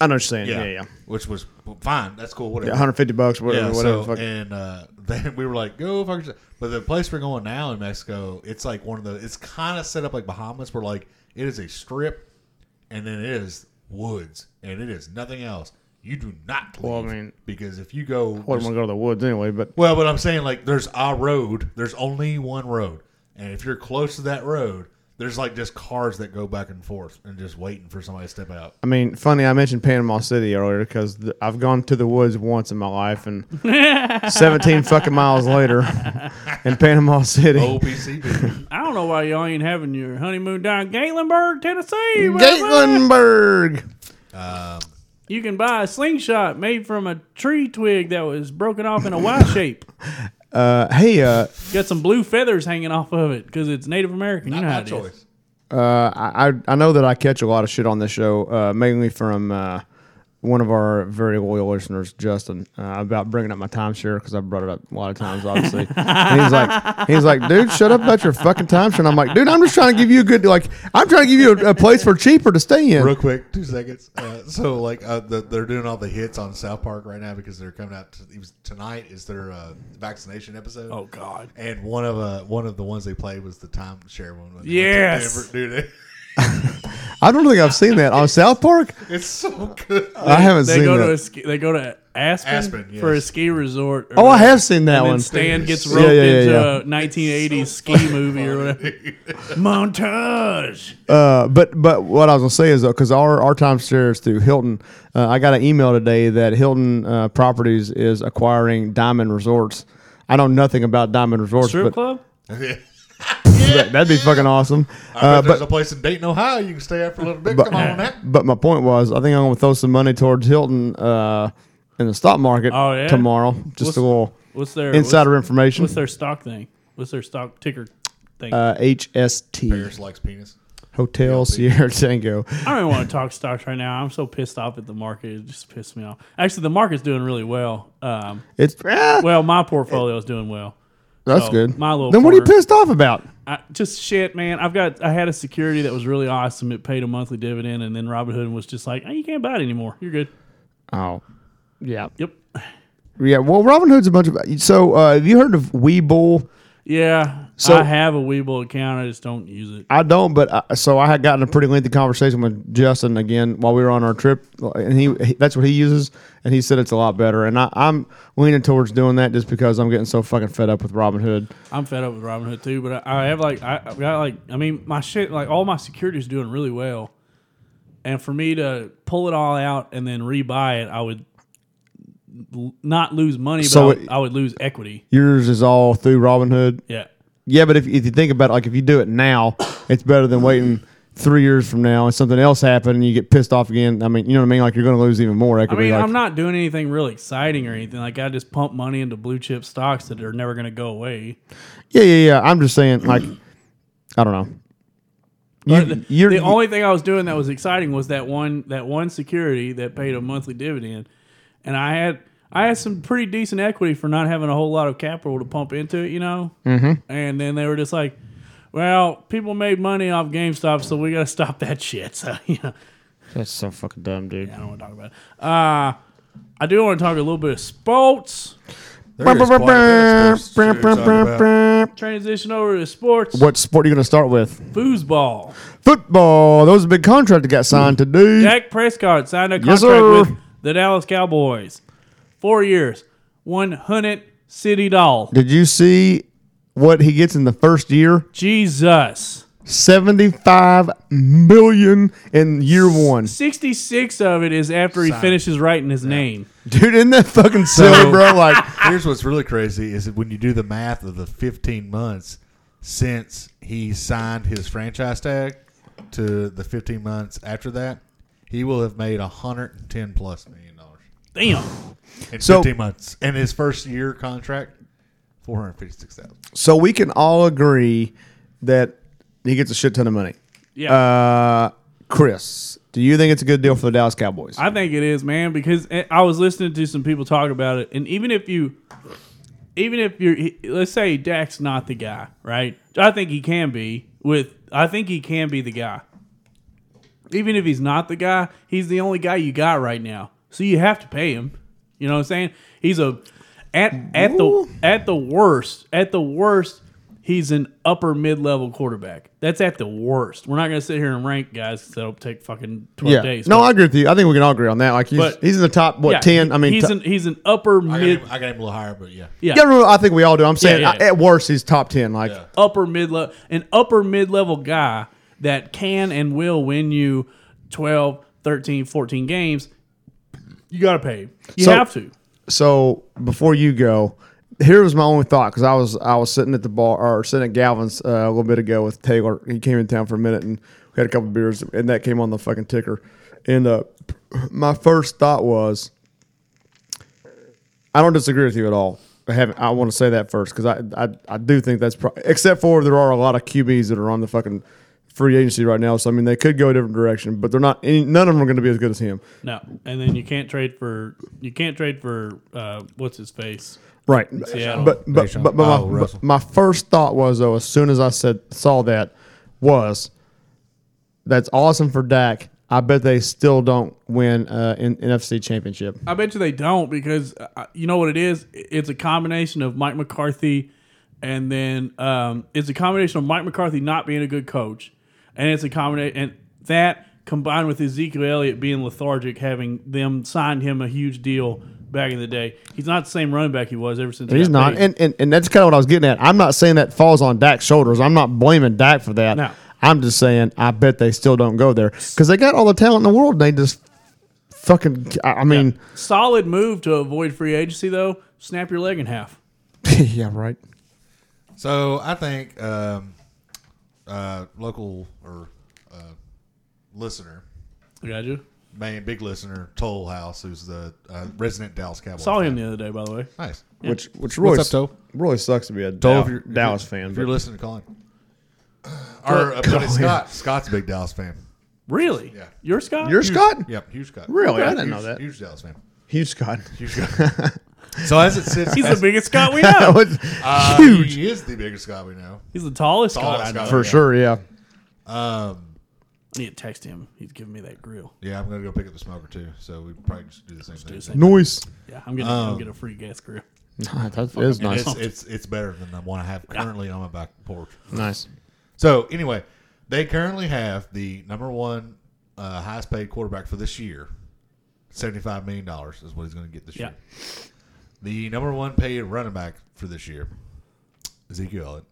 Speaker 2: I know what you're saying.
Speaker 3: Yeah, Which was fine. That's cool. Whatever.
Speaker 2: 150 bucks, whatever.
Speaker 3: Yeah,
Speaker 2: whatever.
Speaker 3: so,
Speaker 2: fuck.
Speaker 3: and uh, [LAUGHS] then we were like, go fuck yourself. But the place we're going now in Mexico, it's like one of the. It's kind of set up like Bahamas, where like it is a strip, and then it is woods, and it is nothing else. You do not. Leave
Speaker 2: Well, I mean-
Speaker 3: because if you go,
Speaker 2: I wouldn't want to go to the woods anyway, but
Speaker 3: well, but I'm saying like there's a road. There's only one road, and if you're close to that road, there's like just cars that go back and forth and just waiting for somebody to step
Speaker 2: [LAUGHS]
Speaker 3: out.
Speaker 2: I mean, funny, I mentioned Panama City earlier because th- I've gone to the woods once in my life
Speaker 3: [LAUGHS]
Speaker 2: and 17 fucking miles later in Panama City.
Speaker 3: OPCB.
Speaker 1: I don't know why y'all ain't having your honeymoon down in Gatlinburg, Tennessee. where-
Speaker 2: Gatlinburg.
Speaker 1: You can buy a slingshot made from a tree twig that was broken off in a Y shape.
Speaker 2: Uh, hey, uh,
Speaker 1: Got some blue feathers hanging off of it because it's Native American. you
Speaker 3: Not
Speaker 1: know how
Speaker 3: my
Speaker 1: it is.
Speaker 3: choice.
Speaker 2: Uh, I I- I know that I catch a lot of shit on this show, uh, mainly from uh, one of our very loyal listeners, Justin, uh, about bringing up my timeshare because I brought it up a lot of times, obviously. and he's like, he's like, dude, shut up about your fucking timeshare. And I'm like, dude, I'm just trying to give you a good, like, I'm trying to give you a, a place for cheaper to stay in.
Speaker 3: Real quick, two seconds. Uh, so like uh, the, they're doing all the hits on South Park right now because they're coming out. To, it was- tonight is their uh, vaccination episode.
Speaker 1: Oh God.
Speaker 3: And one of uh, one of the ones they played was the timeshare one. when they went to
Speaker 1: Yes.
Speaker 3: Denver, dude. [LAUGHS]
Speaker 2: I don't think I've seen that on South Park.
Speaker 3: It's so good.
Speaker 2: I haven't
Speaker 1: They
Speaker 2: seen
Speaker 1: go
Speaker 2: that.
Speaker 1: to a ski, they go to Aspen,
Speaker 3: Aspen, yes.
Speaker 1: for a ski resort. or
Speaker 2: oh, I
Speaker 1: whatever,
Speaker 2: have seen that
Speaker 1: and
Speaker 2: one.
Speaker 1: Then Stan gets
Speaker 2: Yeah,
Speaker 1: roped
Speaker 2: yeah, yeah,
Speaker 1: into
Speaker 2: yeah.
Speaker 1: a 1980s ski movie or
Speaker 3: [LAUGHS]
Speaker 1: whatever. Montage.
Speaker 2: Uh, but but what I was gonna say is though, because our our timeshare is through Hilton. Uh, I got an email today that Hilton uh, Properties is acquiring Diamond Resorts. I know nothing about Diamond Resorts,
Speaker 1: Strip
Speaker 2: but
Speaker 1: club.
Speaker 2: that, would be fucking awesome.
Speaker 3: I
Speaker 2: Uh,
Speaker 3: bet there's
Speaker 2: but
Speaker 3: a place in Dayton, Ohio, you can stay at for a little bit.
Speaker 2: but- [LAUGHS]
Speaker 3: Come on, that.
Speaker 2: but my point was, I think I'm gonna throw some money towards Hilton uh, in the stock market
Speaker 1: Oh, yeah?
Speaker 2: tomorrow. Just
Speaker 1: What's-
Speaker 2: a little
Speaker 1: What's their
Speaker 2: insider
Speaker 1: What's,
Speaker 2: information.
Speaker 1: what's their stock thing? What's their stock ticker thing?
Speaker 2: Uh, HST
Speaker 3: Bears likes penis.
Speaker 2: Hotel Sierra Tango.
Speaker 1: I don't even want to talk stocks right now. I'm so pissed off at the market. It just pissed me off. Actually, the market's doing really well. Um,
Speaker 2: It's ah,
Speaker 1: well, my portfolio is doing well.
Speaker 2: that's
Speaker 1: so,
Speaker 2: good.
Speaker 1: my little
Speaker 2: then what are you
Speaker 1: corner-
Speaker 2: pissed off about?
Speaker 1: I, just shit, man. I've got I had a security that was really awesome. It paid a monthly dividend, and then Robinhood was just like, "Hey, you can't buy it anymore. You're good."
Speaker 2: Oh, yeah.
Speaker 1: Yep. [LAUGHS]
Speaker 2: Yeah, well, Robin Hood's a bunch of. So, uh, have you heard of Webull?
Speaker 1: Yeah,
Speaker 2: So-
Speaker 1: I have a Weeble account. I just don't use it.
Speaker 2: I don't, but I, so I had gotten a pretty lengthy conversation with Justin again while we were on our trip, and he, he that's what he uses, and he said it's a lot better. And I, I'm leaning towards doing that just because I'm getting so fucking fed up with Robinhood.
Speaker 1: I'm fed up with Robinhood too, but I, I have like I, I've got like I mean my shit like all my security is doing really well, and for me to pull it all out and then rebuy it, I would l- not lose money, but
Speaker 2: So
Speaker 1: I, would,
Speaker 2: it-
Speaker 1: I would lose equity.
Speaker 2: Yours is all through Robinhood.
Speaker 1: Yeah,
Speaker 2: Yeah, but if, if you think about it, like if you do it now, it's better than waiting three years from now and something else happened and you get pissed off again. I mean, you know what I mean? Like you're going to lose even more
Speaker 1: I
Speaker 2: equity.
Speaker 1: mean
Speaker 2: like,
Speaker 1: I'm not doing anything real exciting or anything. Like I just pump money into blue chip stocks that are never going to go away.
Speaker 2: yeah, yeah, yeah. I'm just saying, [CLEARS THROAT] like, I don't know.
Speaker 1: But
Speaker 2: You,
Speaker 1: the-
Speaker 2: you're,
Speaker 1: the only thing I was doing that was exciting was that one that one security that paid a monthly dividend, and I had I had some pretty decent equity for not having a whole lot of capital to pump into it, you know. Mm-hmm. And then they were just like, "Well, people made money off GameStop, so we got to stop that shit." [LAUGHS] So you know,
Speaker 2: that's so fucking dumb, dude.
Speaker 1: I don't want to talk about it. Uh, I do want to talk a little bit of sports.
Speaker 3: There is quite a bit of sports to talk about.
Speaker 1: Transition over to sports.
Speaker 2: What sport are you going to start with?
Speaker 1: Foosball.
Speaker 2: Football. That was a big contract that got signed today.
Speaker 1: Dak Prescott signed a
Speaker 2: Yes,
Speaker 1: contract
Speaker 2: sir.
Speaker 1: with the Dallas Cowboys. Four years, one hundred city doll.
Speaker 2: Did you see what he gets in the first year?
Speaker 1: Jesus,
Speaker 2: Seventy-five million in year one,
Speaker 1: sixty-six of it is after he finishes writing his name.
Speaker 2: dude. Isn't that fucking silly,
Speaker 3: So-
Speaker 2: bro? Like,
Speaker 3: Here's what's really crazy is that when you do the math of the 15 months since he signed his franchise tag to the 15 months after that, he will have made 110 plus million dollars
Speaker 1: Damn,
Speaker 3: in
Speaker 2: So-
Speaker 3: 15 months. And his first year contract, 456,000.
Speaker 2: [LAUGHS] so we can all agree that he gets a shit ton of money.
Speaker 1: yeah,
Speaker 2: Uh, Chris, do you think it's a good deal for the Dallas Cowboys?
Speaker 1: I think it is, man. Because I I was listening to some people talk about it, and even if you, even if you're, let's say Dak's not the guy, right? I think he can be. With I think he can be the guy. even if he's not the guy, he's the only guy you got right now. So you have to pay him. You know what I'm saying? He's a at at the at the worst, at the worst, he's an upper mid level quarterback. That's at the worst. We're not gonna sit here and rank guys 'cause that'll take fucking twelve
Speaker 2: yeah.
Speaker 1: days.
Speaker 2: no,
Speaker 1: But
Speaker 2: I agree with you. I think we can all agree on that. Like, he's,
Speaker 1: But-
Speaker 2: he's in the top what
Speaker 1: yeah,
Speaker 2: ten? I mean,
Speaker 1: he's
Speaker 2: top-
Speaker 1: an he's an upper
Speaker 3: I got,
Speaker 1: mid
Speaker 3: him, I got him a little higher, but yeah.
Speaker 1: yeah,
Speaker 2: yeah, no, no, I think we all do. I'm saying
Speaker 1: yeah,
Speaker 2: I-
Speaker 1: yeah.
Speaker 2: at worst he's top ten. Like,
Speaker 3: Yeah.
Speaker 1: upper mid level an upper mid level guy that can and will win you 12, 13, 14 games. You gotta pay him. You
Speaker 2: So-
Speaker 1: have to.
Speaker 2: so before you go, here was my only thought because I was I was sitting at the bar or sitting at Galvin's uh, a little bit ago with Taylor. He came in town for a minute and we had a couple beers, and that came on the fucking ticker. And uh, my first thought was, I don't disagree with you at all. I haven't. I want to say that first because I, I I do think that's pro- except for there are a lot of QBs that are on the fucking free agency right now. So I mean they could go a different direction, but they're not. Any, none of them are going to be as good as him.
Speaker 1: No, and then you can't trade for you can't trade for uh, what's his face.
Speaker 2: Right.
Speaker 1: Seattle.
Speaker 2: But but,
Speaker 3: Based on
Speaker 2: but, but my,
Speaker 3: Kyle Oh, Russell.
Speaker 2: but my first thought was though, as soon as I said saw that, was that's awesome for Dak. I bet they still don't win uh, in NFC Championship.
Speaker 1: I bet you they don't because uh, you know what it is. It's a combination of Mike McCarthy, and then um, it's a combination of Mike McCarthy not being a good coach, and it's a combination and that combined with Ezekiel Elliott being lethargic, having them signed him a huge deal back in the day. He's not the same running back he was ever since. he
Speaker 2: He's
Speaker 1: got
Speaker 2: not,
Speaker 1: paid.
Speaker 2: and, and and that's kind of what I was getting at. I'm not saying that falls on Dak's shoulders. I'm not blaming Dak for that.
Speaker 1: No.
Speaker 2: I'm just saying I bet they still don't go there because they got all the talent in the world. and They just fucking. I I mean,
Speaker 1: solid move to avoid free agency though. Snap your leg in half.
Speaker 2: [LAUGHS] yeah, right.
Speaker 3: So I think um, uh, local or uh, listener,
Speaker 1: I got you.
Speaker 3: man, big listener, Toll House, who's the uh, resident Dallas Cowboy.
Speaker 1: Saw him
Speaker 3: fan.
Speaker 1: the other day, by the way.
Speaker 3: Nice.
Speaker 2: Which which really
Speaker 3: up, Toe?
Speaker 2: really sucks to be a
Speaker 3: Dole,
Speaker 2: Dal-
Speaker 3: if you're- if
Speaker 2: Dallas
Speaker 3: you're-
Speaker 2: fan.
Speaker 3: If
Speaker 2: but-
Speaker 3: you're listening, Colin. Or uh, buddy Scott. Scott's a big Dallas fan.
Speaker 1: Really?
Speaker 3: Yeah.
Speaker 1: You're Scott.
Speaker 2: You're Scott?
Speaker 3: Yep, huge Scott.
Speaker 2: Really? I didn't
Speaker 3: Huge-
Speaker 2: know that.
Speaker 3: Huge Dallas fan.
Speaker 2: Huge
Speaker 3: [LAUGHS]
Speaker 2: Scott.
Speaker 3: Huge Scott. so as it sits,
Speaker 1: He's the
Speaker 3: as-
Speaker 1: biggest Scott
Speaker 2: [LAUGHS]
Speaker 1: we
Speaker 2: That
Speaker 1: know.
Speaker 2: was
Speaker 3: uh,
Speaker 2: huge.
Speaker 3: He is the biggest Scott we know.
Speaker 1: He's the tallest,
Speaker 3: Tallest
Speaker 1: Scott. I know.
Speaker 3: Scott.
Speaker 2: For sure, yeah.
Speaker 3: Um,
Speaker 1: I need to text him. He's giving me that grill.
Speaker 3: yeah, I'm gonna go pick up the smoker too. So we probably just do the same thing.
Speaker 1: the same. [LAUGHS]
Speaker 2: Noise. Um,
Speaker 1: Yeah, I'm gonna I'm gonna get a free gas grill.
Speaker 2: that is
Speaker 3: And
Speaker 2: nice.
Speaker 3: It's, it's it's better than the one I have currently on my back porch.
Speaker 2: Nice.
Speaker 3: So anyway, they currently have the number one uh, highest paid quarterback for this year. Seventy-five million dollars is what he's going to get this
Speaker 1: Yeah.
Speaker 3: year. The number one paid running back for this year, Ezekiel Elliott,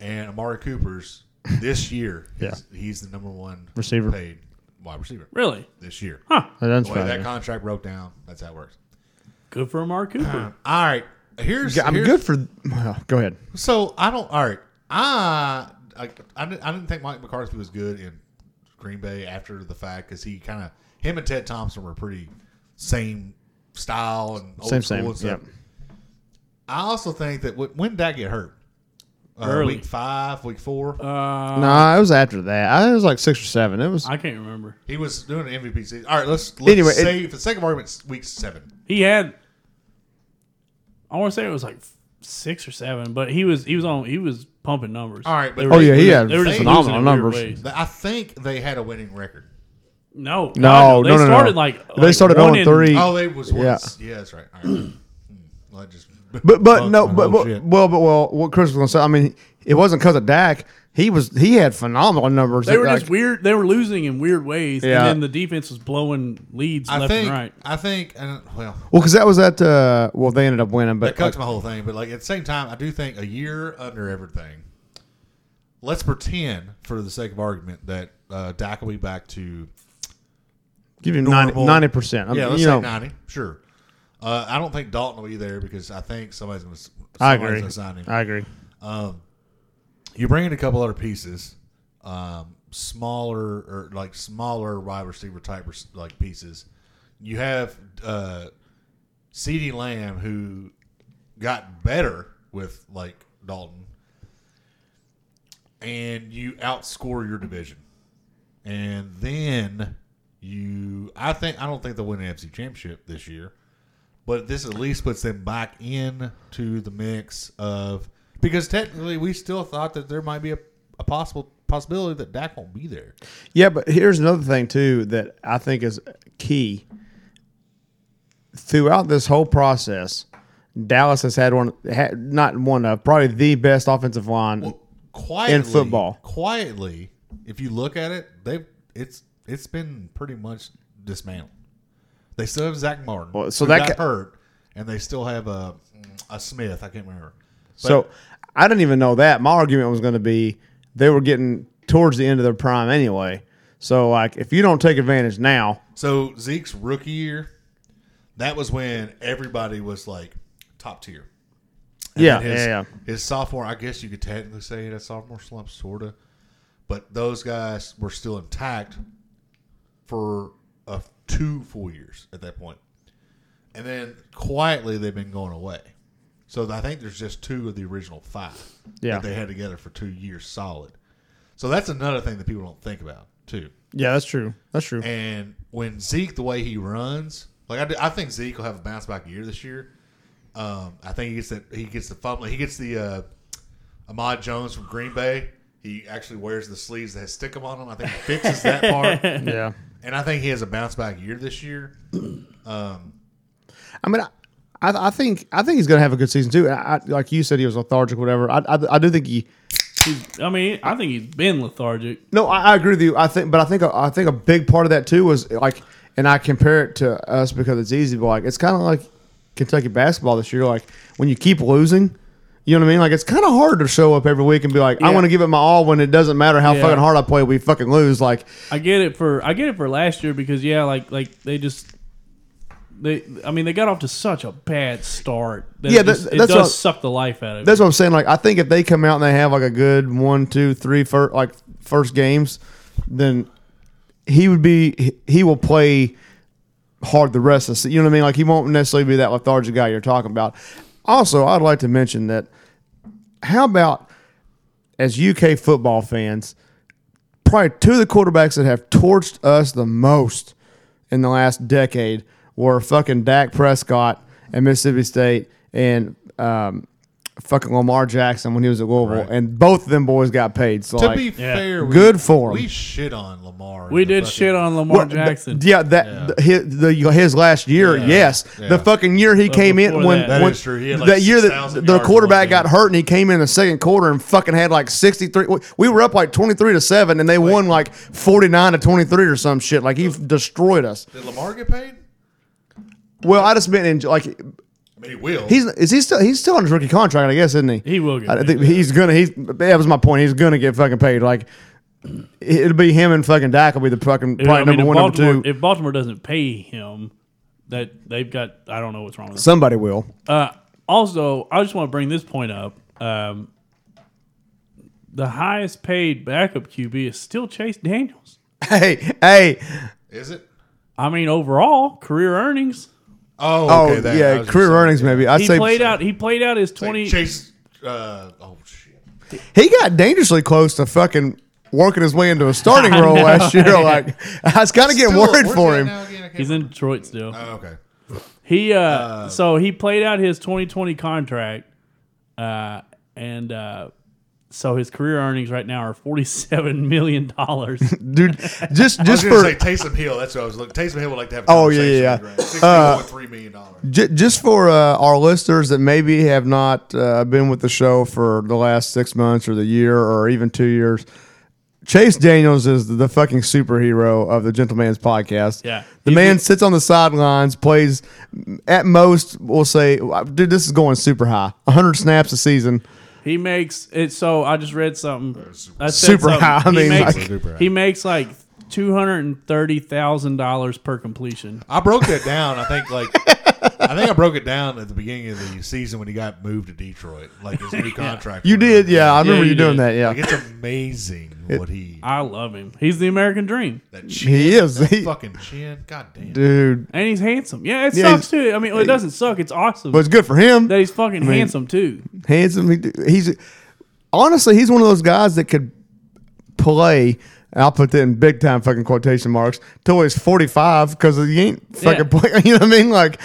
Speaker 3: and Amari Cooper's
Speaker 2: [LAUGHS]
Speaker 3: this year.
Speaker 2: Yeah.
Speaker 3: he's, he's the number one
Speaker 2: Receiver.
Speaker 3: paid wide receiver
Speaker 1: Really?
Speaker 3: this year.
Speaker 2: That doesn't
Speaker 3: The way
Speaker 2: surprise
Speaker 3: that
Speaker 2: me.
Speaker 3: contract broke down, that's how it works.
Speaker 1: Good for Amari Cooper.
Speaker 3: All right, here's
Speaker 2: Yeah, I'm
Speaker 3: here's-
Speaker 2: good for. Well, go ahead.
Speaker 3: So I don't. All right. I I, I, didn't, I didn't think Mike McCarthy was good in Green Bay after the fact because he kind of him and Ted Thompson were pretty same style and old
Speaker 2: Same,
Speaker 3: school
Speaker 2: same.
Speaker 3: and
Speaker 2: Yeah.
Speaker 3: stuff. I also think that when, when did that get hurt? Uh,
Speaker 1: Early.
Speaker 3: Week five, week four.
Speaker 2: Uh-huh.
Speaker 1: Uh,
Speaker 2: Nah, it was after that. I, it was like six or seven. It was.
Speaker 1: I can't remember.
Speaker 3: he was doing an MVP season. All right, let's, let's
Speaker 2: Anyway, it-
Speaker 3: say for the sake of argument, it's week seven.
Speaker 1: He had. I want to say it was like f- six or seven, but he was he was on he was pumping numbers.
Speaker 3: All right, but-
Speaker 1: They were
Speaker 3: Oh,
Speaker 1: just-
Speaker 2: yeah, he
Speaker 1: they were-
Speaker 2: had
Speaker 1: they were just losing
Speaker 3: phenomenal
Speaker 1: in weird
Speaker 2: numbers.
Speaker 1: ways.
Speaker 3: I think they had a winning record.
Speaker 1: No, God,
Speaker 2: no,
Speaker 1: they
Speaker 2: no, no, no.
Speaker 1: started like
Speaker 2: They started
Speaker 1: one
Speaker 2: 0 and
Speaker 1: in-
Speaker 2: three.
Speaker 3: Oh, they was one.
Speaker 2: Yeah.
Speaker 3: Yeah, that's right. All right. Hmm. Well, I just [LAUGHS]
Speaker 2: But but
Speaker 3: Fuck
Speaker 2: no
Speaker 3: my
Speaker 2: but,
Speaker 3: whole
Speaker 2: but
Speaker 3: shit.
Speaker 2: well but well what Chris was gonna say I mean it wasn't because of Dak he was he had phenomenal numbers
Speaker 1: They were
Speaker 2: like,
Speaker 1: just weird. They were losing in weird ways, and
Speaker 2: Yeah.
Speaker 1: then the defense was blowing leads
Speaker 3: I
Speaker 1: left
Speaker 3: think
Speaker 1: and right.
Speaker 3: I think and well
Speaker 2: well because that was at uh, well they ended up winning but
Speaker 3: that cuts
Speaker 2: like,
Speaker 3: my whole thing. But like at the same time, I do think a year under everything. Let's pretend, for the sake of argument, that uh, Dak will be back to
Speaker 2: give him
Speaker 3: normal-
Speaker 2: 90 percent
Speaker 3: yeah,
Speaker 2: yeah
Speaker 3: let's
Speaker 2: you
Speaker 3: say
Speaker 2: know
Speaker 3: ninety. Sure, uh, I don't think Dalton will be there because I think somebody's going to.
Speaker 2: I agree
Speaker 3: Sign him.
Speaker 2: I agree
Speaker 3: You bring in a couple other pieces, um, smaller or like smaller wide receiver type res- like pieces. You have uh, Ceedee Lamb who got better with like Dalton, and you outscore your division, and then you. I think I don't think they'll win the NFC Championship this year but this at least puts them back in to the mix of because technically we still thought that there might be a, a possible possibility that Dak won't be there.
Speaker 2: yeah but here's another thing too that I think is key throughout this whole process Dallas has had one had not one of probably the best offensive line
Speaker 3: Quietly
Speaker 2: football.
Speaker 3: quietly, if you look at it, they've it's it's been pretty much dismantled. They still have Zach Martin,
Speaker 2: Well, so
Speaker 3: who
Speaker 2: that
Speaker 3: got
Speaker 2: ca-
Speaker 3: hurt, and they still have a a Smith. I can't remember.
Speaker 2: So I didn't even know that. My argument was going to be they were getting towards the end of their prime anyway. So like if you don't take advantage now,
Speaker 3: So Zeke's rookie year, that was when everybody was like top tier.
Speaker 2: yeah,
Speaker 3: his,
Speaker 2: yeah, yeah,
Speaker 3: his sophomore, I guess you could technically say he had a sophomore slump, sort of. But those guys were still intact for uh, two full years at that point. And then quietly, they've been going away. So I think there's just two of the original five
Speaker 2: Yeah.
Speaker 3: that they had together for two years solid. So that's another thing that people don't think about, too.
Speaker 2: yeah. That's true. That's
Speaker 3: [LAUGHS]
Speaker 2: true.
Speaker 3: And when Zeke, the way he runs, like I, do, I think Zeke will have a bounce back year this year. Um, I think he gets that he gets the fumbling. He gets the uh, Ahmad Jones from Green Bay. He actually wears the sleeves that stick them on him. I think he
Speaker 1: [LAUGHS]
Speaker 3: fixes that part,
Speaker 2: yeah.
Speaker 3: and I think he has a bounce back year this year.
Speaker 2: I mean, I, I, I think I think he's going to have a good season too. And I, I- like you said, he was lethargic, whatever. I, I, I do think he.
Speaker 1: He's- I mean, I think he's been lethargic.
Speaker 2: No, I, I agree with you. I think, but I think I think a big part of that too was like, and I compare it to us because it's easy. But like, it's kind of like Kentucky basketball this year. Like when you keep losing, you know what I mean. Like it's kind of hard to show up every week and be like, I
Speaker 1: Yeah.
Speaker 2: want to give it my all when it doesn't matter how
Speaker 1: Yeah.
Speaker 2: fucking hard I play. We fucking lose. Like
Speaker 1: I get it for I get it for last year because yeah, like like they just they I mean they got off to such a bad start. That
Speaker 2: Yeah,
Speaker 1: it
Speaker 2: that-
Speaker 1: just- it
Speaker 2: that's what I-
Speaker 1: does suck the life out of
Speaker 2: that's
Speaker 1: it.
Speaker 2: what I'm saying. Like I think if they come out and they have like a good one, two, three, first like first games, then he would be he- he will play hard the rest of the se- You know what I mean? Like he won't necessarily be that lethargic guy you're talking about. Also, I'd like to mention that how about as UK football fans, probably two of the quarterbacks that have torched us the most in the last decade were fucking Dak Prescott and Mississippi State and um, fucking Lamar Jackson when he was at Louisville,
Speaker 3: Right.
Speaker 2: and both of them boys got paid. So
Speaker 3: To
Speaker 2: like,
Speaker 3: be
Speaker 1: Yeah.
Speaker 3: fair, we,
Speaker 2: good for him.
Speaker 3: We shit on Lamar.
Speaker 1: We
Speaker 3: in the
Speaker 1: did
Speaker 3: fucking-
Speaker 1: shit on Lamar
Speaker 2: Well,
Speaker 1: Jackson.
Speaker 2: th- yeah, that th- his, the, his last year,
Speaker 3: Yeah.
Speaker 2: yes,
Speaker 3: Yeah.
Speaker 2: the fucking year he came in
Speaker 1: before
Speaker 2: when,
Speaker 1: that- That
Speaker 2: when-
Speaker 3: is true. He had, like,
Speaker 2: that year that
Speaker 3: 6,000
Speaker 2: the
Speaker 3: yards in
Speaker 2: quarterback
Speaker 3: one game.
Speaker 2: got hurt and he came in the second quarter and fucking had like sixty three. We were up like twenty three to seven and they won like forty nine to twenty three or some shit. Like he destroyed us.
Speaker 3: Did Lamar get paid?
Speaker 2: Well, I just meant in, like
Speaker 3: I mean, he will.
Speaker 2: he's is he still he's still on his rookie contract, I guess, isn't he?
Speaker 1: He will get
Speaker 2: I
Speaker 1: paid,
Speaker 2: think he's gonna. He's that was my point. He's gonna get fucking paid. Like it'll be him and fucking Dak will be the fucking
Speaker 1: You know,
Speaker 2: probably
Speaker 1: I mean,
Speaker 2: number
Speaker 1: if
Speaker 2: one,
Speaker 1: Baltimore,
Speaker 2: number two.
Speaker 1: If Baltimore doesn't pay him, that they've got I don't know what's wrong with them.
Speaker 2: Somebody will.
Speaker 1: Uh, also, I just want to bring this point up. Um, the highest paid backup QB is still Chase Daniels.
Speaker 2: Hey, hey.
Speaker 3: is it?
Speaker 1: I mean, overall career earnings.
Speaker 3: Oh,
Speaker 2: Oh
Speaker 3: okay, that- I
Speaker 2: yeah,
Speaker 3: was gonna
Speaker 2: career
Speaker 3: say,
Speaker 2: earnings maybe. I'd
Speaker 1: He
Speaker 2: say
Speaker 1: played out. He played out his
Speaker 3: Like,
Speaker 1: twenty.
Speaker 3: Chase. Uh, oh shit.
Speaker 2: he got dangerously close to fucking working his way into a starting role last year. Like I was kind of getting
Speaker 3: Still,
Speaker 2: worried
Speaker 3: where's
Speaker 2: for
Speaker 3: he at
Speaker 2: him.
Speaker 3: now again? I can't
Speaker 1: He's in Detroit still.
Speaker 2: Uh,
Speaker 3: remember. Oh, okay.
Speaker 1: He uh, so he played out his 2020 contract, uh, and uh, so his career earnings right now are 47 [LAUGHS] million dollars.
Speaker 2: Dude, just
Speaker 3: I was
Speaker 2: just
Speaker 3: gonna
Speaker 2: for
Speaker 3: say Taysom Hill. That's what I was looking. Taysom Hill would like to have. A
Speaker 2: Oh, yeah, yeah, Uh,
Speaker 3: conversation with Grant. $60.3 million dollars.
Speaker 2: J- just for uh, our listeners that maybe have not uh, been with the show for the last six months or the year or even two years, Chase Daniels is the fucking superhero of the Gentleman's podcast.
Speaker 1: Yeah.
Speaker 2: The
Speaker 1: He's
Speaker 2: man sits on the sidelines, plays at most, we'll say, dude, this is going super high 100 snaps a season.
Speaker 1: he makes it. So I just read something. I said
Speaker 2: Super high. I
Speaker 1: he
Speaker 2: mean,
Speaker 1: makes,
Speaker 2: like-
Speaker 3: Super high.
Speaker 1: he makes like. Two hundred and thirty thousand dollars per completion.
Speaker 3: I broke that down. I
Speaker 2: [LAUGHS]
Speaker 3: think like I think I broke it down at the beginning of the season when he got moved to Detroit, like
Speaker 2: [LAUGHS]
Speaker 3: his new contract.
Speaker 2: You did, yeah. I remember
Speaker 1: you
Speaker 2: you
Speaker 1: did.
Speaker 2: doing that, yeah.
Speaker 3: Like, it's amazing
Speaker 2: [LAUGHS]
Speaker 3: what he
Speaker 1: I love him. He's the American dream,
Speaker 3: that chin,
Speaker 2: He is. He,
Speaker 3: fucking chin. God damn.
Speaker 2: dude.
Speaker 1: and he's handsome. Yeah, it
Speaker 2: Yeah,
Speaker 1: sucks too. I mean, well, it doesn't suck. It's awesome
Speaker 2: But it's good for him.
Speaker 1: that he's fucking handsome too.
Speaker 2: handsome. He, he's honestly, he's one of those guys that could play. and I'll put that in big time fucking quotation marks till he's forty five because he ain't fucking
Speaker 1: Yeah.
Speaker 2: playing. [LAUGHS] You know what I mean? Like,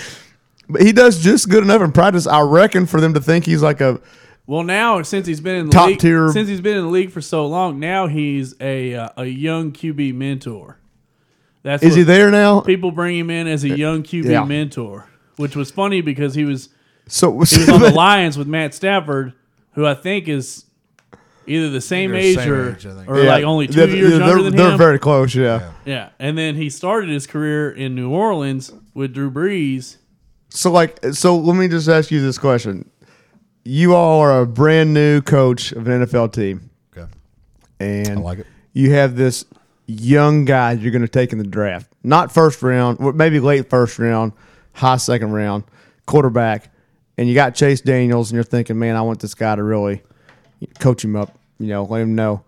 Speaker 2: but he does just good enough in practice, I reckon, for them to think he's like a
Speaker 1: Well, now since he's been in the
Speaker 2: Top
Speaker 1: league,
Speaker 2: tier.
Speaker 1: since he's been in the league for so long, now he's a uh, a young QB mentor. That's
Speaker 2: is
Speaker 1: what
Speaker 2: he there now?
Speaker 1: people bring him in as a young QB
Speaker 2: Yeah.
Speaker 1: mentor, which was funny because he was
Speaker 2: So
Speaker 1: he was
Speaker 2: [LAUGHS]
Speaker 1: on the Lions with Matt Stafford, who I think is either the same
Speaker 3: they're
Speaker 1: age
Speaker 3: the same
Speaker 1: or,
Speaker 3: age, I think.
Speaker 1: or like only 2 years
Speaker 2: they're,
Speaker 1: younger than
Speaker 2: they're
Speaker 1: him.
Speaker 2: very close. Yeah.
Speaker 1: yeah, and then he started his career in New Orleans with Drew Brees.
Speaker 2: So like, so let me just ask you this question: You all are a brand new coach of an NFL team.
Speaker 3: Okay.
Speaker 2: and
Speaker 3: I like it.
Speaker 2: you have this young guy you're going to take in the draft, not first round, or maybe late first round, high second round, quarterback, and you got Chase Daniels, and you're thinking, man, I want this guy to really coach him up, you know, let him know.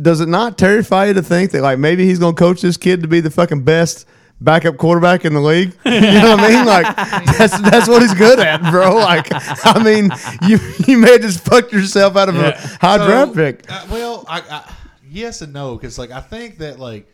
Speaker 2: Does it not terrify you to think that like maybe he's going to coach this kid to be the fucking best? Backup quarterback in the league, [LAUGHS] you know what I mean? Like that's that's what he's good at, bro. Like I mean, you you may have just fucked yourself out of
Speaker 1: Yeah.
Speaker 2: a high draft pick.
Speaker 3: Uh, well, I, I yes and no because like I think that like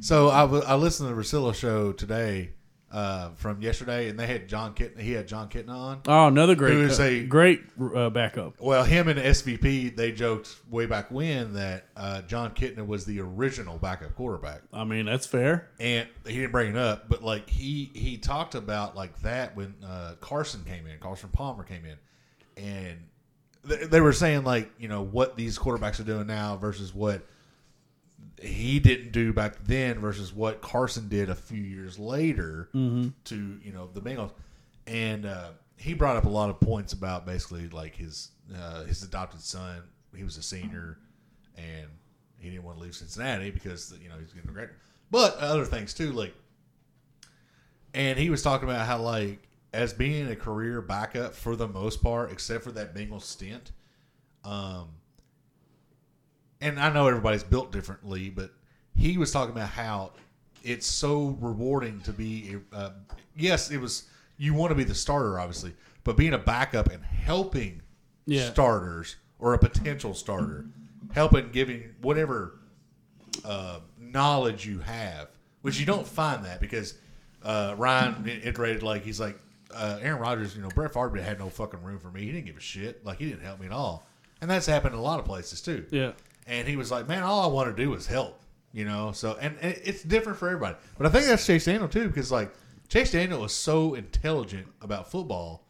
Speaker 3: so I wa- I listened to the Rosillo show today uh, from yesterday and they had John Kitna he had John Kitna on.
Speaker 1: Oh, another great,
Speaker 3: Who is
Speaker 1: co-
Speaker 3: a-
Speaker 1: great uh, backup.
Speaker 3: Well, him and SVP they joked way back when that uh, John Kitna was the original backup quarterback.
Speaker 1: I mean, that's fair.
Speaker 3: and he didn't bring it up, but like he he talked about like that when uh, Carson came in, Carson Palmer came in, and they, they were saying like you know what these quarterbacks are doing now versus what he didn't do back then versus what Carson did a few years later to you know the Bengals, and uh, he brought up a lot of points about basically like his uh, his adopted son. He was a senior, and he didn't want to leave Cincinnati because you know he's getting regret. But other things too, like, and he was talking about how like as being a career backup for the most part, except for that Bengals stint. Um, and I know everybody's built differently, but he was talking about how it's so rewarding to be. A, uh, yes, it was. You want to be the starter, obviously, but being a backup and helping
Speaker 1: Yeah.
Speaker 3: starters or a potential starter, helping giving whatever uh, knowledge you have, which you don't find that because uh, Ryan iterated like he's like uh, Aaron Rodgers, you know, Brett Favre had no fucking room for me. He didn't give a shit. Like he didn't help me at all. And that's happened in a lot of places too.
Speaker 1: Yeah.
Speaker 3: And he was like, man, all I want to do is help. You know, so and, and it's different for everybody. But I think that's Chase Daniel too, because like Chase Daniel was so intelligent about football.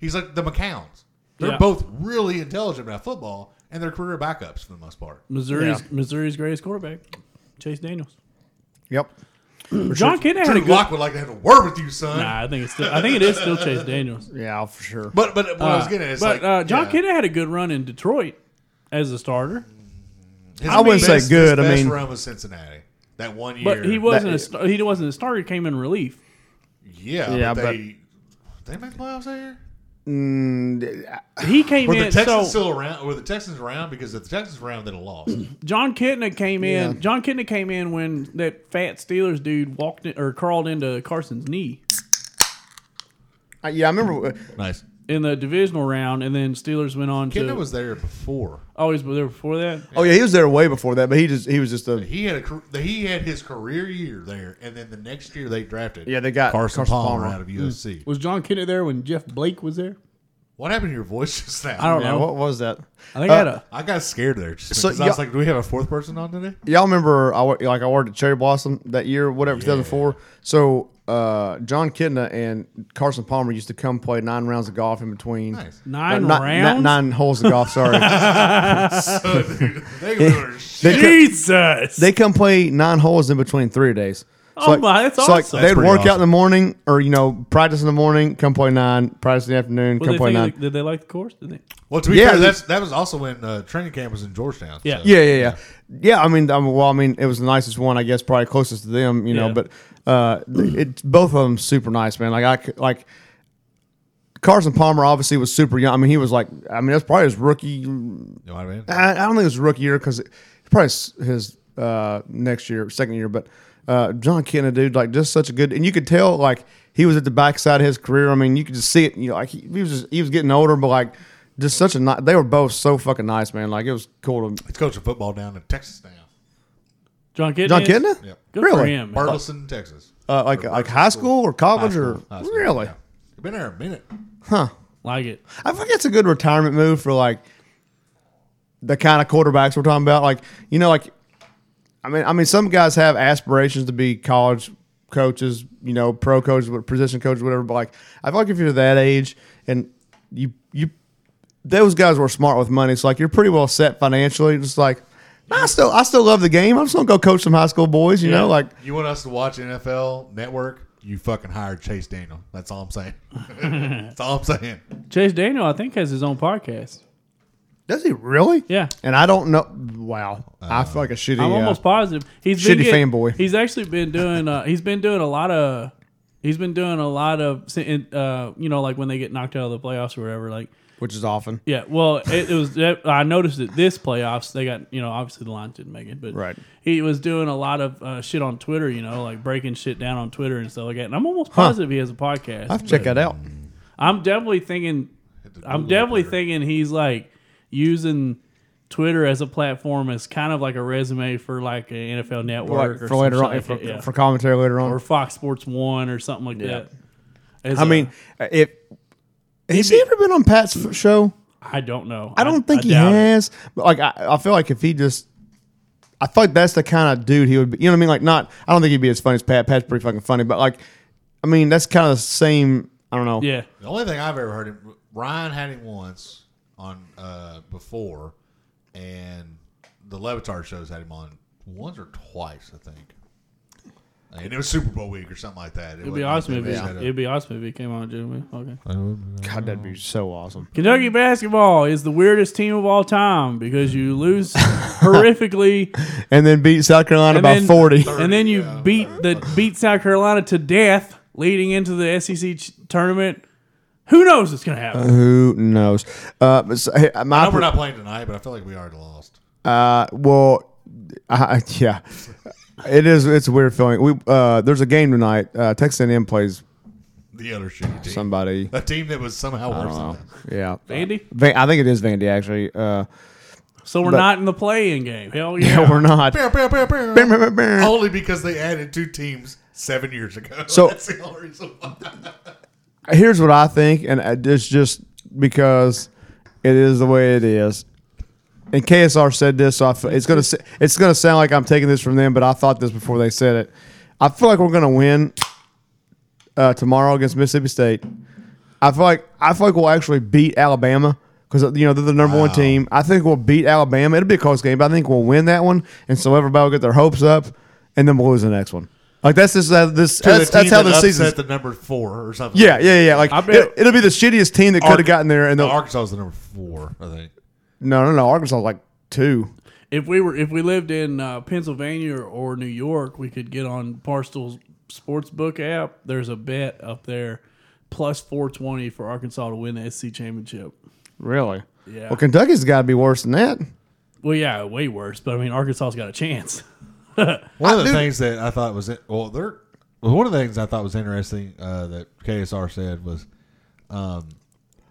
Speaker 3: He's like the McCowns. They're
Speaker 1: Yeah.
Speaker 3: both really intelligent about football and they're career backups for the most part.
Speaker 1: Missouri's
Speaker 2: Yeah.
Speaker 1: Missouri's greatest quarterback, Chase Daniels.
Speaker 2: Yep.
Speaker 1: John Kitna had a
Speaker 3: Drew
Speaker 1: good.
Speaker 3: Lock would like to have a word with you, son.
Speaker 1: Nah, I think it's still. I think it is still Chase Daniels.
Speaker 2: Yeah, for sure.
Speaker 3: But but what I was
Speaker 1: Uh,
Speaker 3: getting at is
Speaker 1: but
Speaker 3: like
Speaker 1: uh, John
Speaker 3: yeah.
Speaker 1: Kitna had a good run in Detroit as a starter,
Speaker 3: His
Speaker 2: I wouldn't say
Speaker 3: best-
Speaker 2: good, I
Speaker 3: His best
Speaker 2: mean-
Speaker 3: run was Cincinnati that one year.
Speaker 1: but he wasn't a
Speaker 2: That-
Speaker 1: star, he wasn't a starter. He came in relief.
Speaker 3: Yeah,
Speaker 2: Yeah,
Speaker 3: but
Speaker 2: but-
Speaker 3: they, they make playoffs that year.
Speaker 1: He came
Speaker 3: Were
Speaker 1: in.
Speaker 3: the Texans
Speaker 1: so
Speaker 3: still around? Were the Texans around? Because if the Texans were around, they'd have lost.
Speaker 2: [CLEARS THROAT]
Speaker 1: John Kitna came in.
Speaker 2: Yeah.
Speaker 1: John Kitna came in when that fat Steelers dude walked in, or crawled into Carson's knee
Speaker 2: I, yeah, I remember.
Speaker 3: nice.
Speaker 1: in the divisional round, and then Steelers went on to
Speaker 3: Kidna was there before.
Speaker 1: always were there before that.
Speaker 2: Oh yeah, he was there way before that, but he just he was just a
Speaker 3: He had a car- he had his career year there, and then the next year they drafted.
Speaker 2: Yeah, they got
Speaker 3: Carson,
Speaker 2: Carson
Speaker 3: Palmer,
Speaker 2: Palmer. Mm.
Speaker 3: out of USC.
Speaker 1: Was John Kitna there when Jeff Blake was there?
Speaker 3: What happened to your voice [LAUGHS] just now?
Speaker 1: I don't
Speaker 2: yeah.
Speaker 1: know.
Speaker 2: What Uh, was that?
Speaker 1: I think I had a
Speaker 3: I got scared there. Just
Speaker 2: So,
Speaker 3: because I was
Speaker 2: yeah.
Speaker 3: like, do we have a fourth person
Speaker 2: [LAUGHS]
Speaker 3: on today? [LAUGHS]
Speaker 2: Y'all remember I wor- like I worked at Cherry Blossom that year, whatever, 2004. So uh, John Kidna and Carson Palmer used to come play nine rounds of golf in between.
Speaker 3: Nice.
Speaker 1: nine
Speaker 2: Uh, not-
Speaker 1: rounds.
Speaker 2: not- nine holes of golf. Sorry,
Speaker 1: [LAUGHS]
Speaker 3: they were shit.
Speaker 2: they, co-
Speaker 1: Jesus.
Speaker 2: they come play nine holes in between three days.
Speaker 1: Oh my, that's awesome.
Speaker 2: they'd
Speaker 3: That's pretty
Speaker 2: work out
Speaker 3: awesome.
Speaker 2: in the morning, or you know, practice in the morning, come play nine, practice in the afternoon,
Speaker 1: What
Speaker 2: come
Speaker 1: did, they
Speaker 2: play
Speaker 1: think
Speaker 2: nine.
Speaker 1: of the- did they like the course? Did they?
Speaker 3: Well, to be
Speaker 2: Yeah,
Speaker 3: fair,
Speaker 2: they-
Speaker 3: that's, that was also when uh, training camp was in Georgetown.
Speaker 1: Yeah.
Speaker 2: Yeah, yeah, yeah, yeah. I mean, I mean, well, I mean, it was the nicest one, I guess, probably closest to them, you know.
Speaker 1: Yeah.
Speaker 2: But uh, it's both of them super nice, man. Like I c- like Carson Palmer obviously was super young. I mean, he was like, I mean, that's probably his rookie.
Speaker 3: You know what I mean?
Speaker 2: I, I don't think it was rookie year because probably s- his uh, next year, second year. But uh, John Kenna, dude, like just such a good, and you could tell like he was at the backside of his career. I mean, you could just see it. You know, like he, he was just, he was getting older, but like. Just such a nice. They were both so fucking nice, man. Like it was cool to
Speaker 3: He's coaching football down in Texas now.
Speaker 1: John Kitna.
Speaker 2: John
Speaker 1: is?
Speaker 2: Kidna?
Speaker 3: Yep.
Speaker 1: Good for
Speaker 2: Really?
Speaker 1: him. man.
Speaker 3: Burleson, Texas.
Speaker 2: Uh, like like high school or college or
Speaker 3: High school,
Speaker 2: really?
Speaker 3: yeah. Been there a minute.
Speaker 1: Like it.
Speaker 2: I think it's a good retirement move for like the kind of quarterbacks we're talking about. Like you know, like I mean, I mean, some guys have aspirations to be college coaches, you know, pro coaches, what- position coaches, whatever. But like, I feel like if you're that age and you you those guys were smart with money, so like you're pretty well set financially. Just like I still I still love the game. I'm just gonna go coach some high school boys, you
Speaker 1: Yeah.
Speaker 2: know, like.
Speaker 3: You want us to watch NFL Network? You fucking hired Chase Daniel. That's all I'm saying. [LAUGHS] That's all I'm saying.
Speaker 1: Chase Daniel, I think, has his own podcast.
Speaker 2: Does he really?
Speaker 1: Yeah.
Speaker 2: And I don't know. Wow, I feel like a shitty.
Speaker 1: I'm
Speaker 2: uh,
Speaker 1: almost positive. He's been
Speaker 2: Shitty
Speaker 1: getting-
Speaker 2: fanboy.
Speaker 1: He's actually been doing. Uh, he's been doing a lot of. He's been doing a lot of. Uh, you know, like when they get knocked out of the playoffs or whatever. Like,
Speaker 2: which is often
Speaker 1: yeah. Well, it, it was. that- I noticed that this playoffs they got. You know, obviously the Lions didn't make it, but
Speaker 2: Right.
Speaker 1: He was doing a lot of uh, shit on Twitter. You know, like breaking shit down on Twitter and stuff like that. And I'm almost positive he has a podcast.
Speaker 2: I have to check that out.
Speaker 1: I'm definitely thinking. I'm definitely thinking he's like using Twitter as a platform as kind of like a resume for like an NFL
Speaker 2: Like,
Speaker 1: network or
Speaker 2: for
Speaker 1: some
Speaker 2: later
Speaker 1: shit
Speaker 2: on,
Speaker 1: like
Speaker 2: for,
Speaker 1: that, yeah.
Speaker 2: for commentary later on.
Speaker 1: or Fox Sports One or something like that. As
Speaker 2: I
Speaker 1: a-
Speaker 2: mean, if has he ever been on Pat's f- show?
Speaker 1: I don't know.
Speaker 2: I don't think he
Speaker 1: doubt it.
Speaker 2: has. But like, I, I feel like if he just, I feel like that's the kind of dude he would be. You know what I mean? Like, not. I don't think he'd be as funny as Pat. Pat's pretty fucking funny, but like, I mean, that's kind of the same. I don't know.
Speaker 1: Yeah,
Speaker 3: The only thing I've ever heard him Ryan had him once on uh before and the Levitar shows had him on once or twice, I think. And it was Super Bowl week or something like that. It
Speaker 1: it'd be
Speaker 3: wasn't-
Speaker 1: awesome if
Speaker 3: they
Speaker 1: he,
Speaker 3: had a-
Speaker 1: it'd be awesome if he came on, gentlemen. Okay.
Speaker 2: God, that'd be so awesome.
Speaker 1: Kentucky basketball is the weirdest team of all time because you
Speaker 2: [LAUGHS]
Speaker 1: lose horrifically
Speaker 2: And then beat South Carolina by forty.
Speaker 1: [LAUGHS] And then you beat the beat South Carolina to death, leading into the SEC ch- tournament. Who knows what's gonna happen?
Speaker 2: Who knows? Uh, but so, hey, my
Speaker 3: I know we're not playing tonight, but I feel like we already lost.
Speaker 2: Uh, well, [LAUGHS] I, yeah, it is. It's a weird feeling. We uh, there's a game tonight. Uh, Texas A&M plays
Speaker 3: The other shitty team.
Speaker 2: somebody.
Speaker 3: a team that was somehow worse than them.
Speaker 2: Yeah,
Speaker 1: Andy,
Speaker 2: Van, I think it is Vandy actually. Uh,
Speaker 1: so we're
Speaker 2: But-
Speaker 1: not in the play-in game. Hell yeah,
Speaker 2: [LAUGHS] we're not.
Speaker 3: Bow, bow, bow, bow. Only because they added two teams seven years ago. [LAUGHS]
Speaker 2: So-
Speaker 3: that's the only reason. why.
Speaker 2: here's what I think, and I- it's just because it is the way it is. And KSR said this, so I feel, it's gonna s- it's gonna sound like I'm taking this from them, but I thought this before they said it. I feel like we're gonna win uh, tomorrow against Mississippi State. I feel like I feel like we'll actually beat Alabama because you know they're the number one team. I think we'll beat Alabama. It'll be a close game, but I think we'll win that one, and so everybody will get their hopes up, and then we'll lose the next one. Like that's just uh, this.
Speaker 3: To
Speaker 2: That's,
Speaker 3: the
Speaker 2: that's
Speaker 3: team
Speaker 2: how
Speaker 3: that
Speaker 2: the
Speaker 3: upset
Speaker 2: season.
Speaker 3: the number four or something.
Speaker 2: Yeah, yeah, yeah. Like
Speaker 1: I bet-
Speaker 2: it, it'll be the shittiest team that could have gotten there, and
Speaker 3: No,
Speaker 2: they'll-
Speaker 3: Arkansas was the number four, I think.
Speaker 2: no, no, no. Arkansas was like two.
Speaker 1: If we were if we lived in uh, Pennsylvania or New York, we could get on Barstool's sportsbook app. There's a bet up there, plus four twenty for Arkansas to win the SC championship.
Speaker 2: Really?
Speaker 1: Yeah.
Speaker 2: Well, Kentucky's got to be worse than that.
Speaker 1: Well, yeah, way worse. But I mean, Arkansas's got a chance. [LAUGHS]
Speaker 3: One of the
Speaker 2: dude-
Speaker 3: things that I thought was well, there. well, One of the things I thought was interesting uh, that KSR said was, um,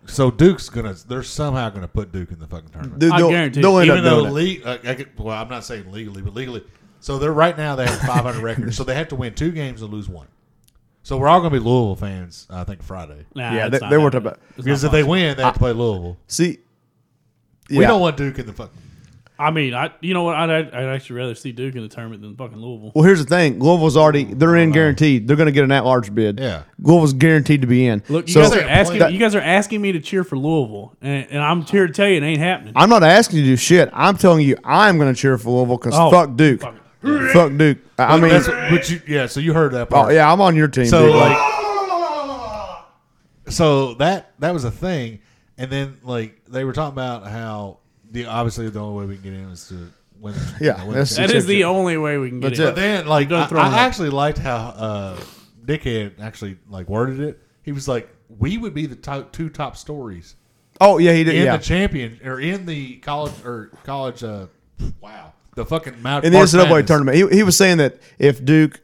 Speaker 3: so Duke's gonna they're somehow gonna put Duke in the fucking tournament,
Speaker 2: Dude,
Speaker 1: I
Speaker 2: they'll,
Speaker 1: guarantee
Speaker 2: they'll
Speaker 1: you.
Speaker 2: end
Speaker 3: even
Speaker 2: up
Speaker 3: though
Speaker 2: doing it.
Speaker 3: le- uh, I could, well, I'm not saying legally, but legally, so they're right now they have
Speaker 2: [LAUGHS]
Speaker 3: a 500 record, so they have to win two games and lose one. So we're all gonna be Louisville fans, I think Friday,
Speaker 1: Nah,
Speaker 2: Yeah,
Speaker 1: it's
Speaker 2: they-
Speaker 1: not
Speaker 2: they were
Speaker 1: happening.
Speaker 2: talking about-
Speaker 1: It's
Speaker 3: because
Speaker 1: not
Speaker 3: if they
Speaker 1: possible.
Speaker 3: win, they have to play Louisville.
Speaker 2: See, yeah.
Speaker 3: We don't want Duke in the fucking.
Speaker 1: I mean, I you know what? I'd, I'd actually rather see Duke in the tournament than fucking Louisville.
Speaker 2: well, here's the thing. Louisville's already they're in guaranteed. They're going to get an at-large bid.
Speaker 3: Yeah.
Speaker 2: Louisville's guaranteed to be in.
Speaker 1: Look, you
Speaker 2: so
Speaker 1: guys are
Speaker 3: Second
Speaker 1: asking
Speaker 3: point.
Speaker 1: you guys are asking me to cheer for Louisville, and, and I'm here to tell you it ain't happening.
Speaker 2: I'm not asking you to do shit. I'm telling you, I'm going to cheer for Louisville because
Speaker 1: Oh,
Speaker 2: fuck Duke,
Speaker 1: fuck
Speaker 2: fuck Duke. I I mean,
Speaker 3: That's what, but you, yeah, so you heard that part.
Speaker 2: oh yeah, I'm on your team.
Speaker 3: So
Speaker 2: dude. Like,
Speaker 3: like, so that that was a thing, and then like they were talking about how the obviously the only way we can get in is to win.
Speaker 2: Yeah,
Speaker 3: win the
Speaker 2: that's-
Speaker 1: that
Speaker 3: championship.
Speaker 1: is the only way we can get
Speaker 2: That's
Speaker 1: it.
Speaker 2: it.
Speaker 3: But then like I,
Speaker 1: Don't throw
Speaker 3: I
Speaker 1: it up.
Speaker 3: actually liked how uh, Dickhead actually like worded it. He was like, "We would be the top, two top stories
Speaker 2: oh yeah, he did.
Speaker 3: in
Speaker 2: Yeah,
Speaker 3: the champion or in the college or college." Uh, wow, the fucking Mount
Speaker 2: in the
Speaker 3: March
Speaker 2: NCAA
Speaker 3: Madness.
Speaker 2: tournament. He, he was saying that if Duke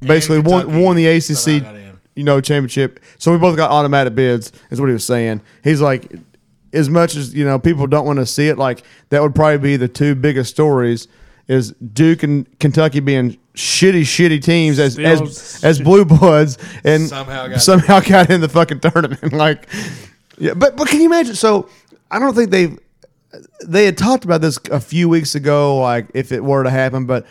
Speaker 2: basically won,
Speaker 3: Kentucky
Speaker 2: won the
Speaker 3: somehow
Speaker 2: ACC,
Speaker 3: got in.
Speaker 2: you know, championship, so we both got automatic bids. Is what he was saying. He's like, as much as you know, people don't want to see it. Like that would probably be the two biggest stories. Is Duke and Kentucky being shitty, shitty teams as
Speaker 1: Still
Speaker 2: as as blue bloods and
Speaker 3: Somehow
Speaker 2: [LAUGHS]
Speaker 3: got
Speaker 2: somehow got in the fucking tournament? [LAUGHS] like, yeah, but but can you imagine? So I don't think they've they had talked about this a few weeks ago, like if it were to happen, but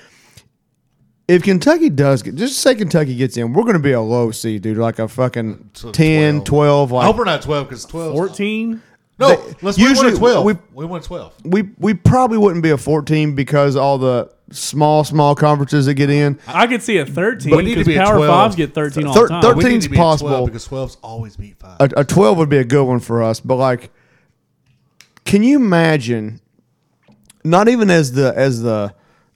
Speaker 2: if Kentucky does get, just say Kentucky gets in, we're going to be a low seed, dude, like a fucking
Speaker 3: So
Speaker 2: 10, 12.
Speaker 3: 12. I
Speaker 2: like
Speaker 3: hope we're not twelve because twelve. 's-
Speaker 1: Fourteen.
Speaker 3: No,
Speaker 2: They-
Speaker 3: let's we
Speaker 2: usually
Speaker 3: won a twelve.
Speaker 2: we-
Speaker 3: We, won twelve.
Speaker 2: we we probably wouldn't be a 14 because all the small small conferences that get in.
Speaker 1: I could see a thirteen
Speaker 3: We need to
Speaker 1: because
Speaker 3: be a
Speaker 1: Power
Speaker 3: 12.
Speaker 1: Fives get thirteen all
Speaker 2: Thir-
Speaker 1: the time.
Speaker 2: thir-
Speaker 3: We need
Speaker 2: 13's
Speaker 3: to be at 12
Speaker 2: possible.
Speaker 3: because twelves always beat five.
Speaker 2: A, a 12 would be a good one for us, but like can you imagine not even as the as the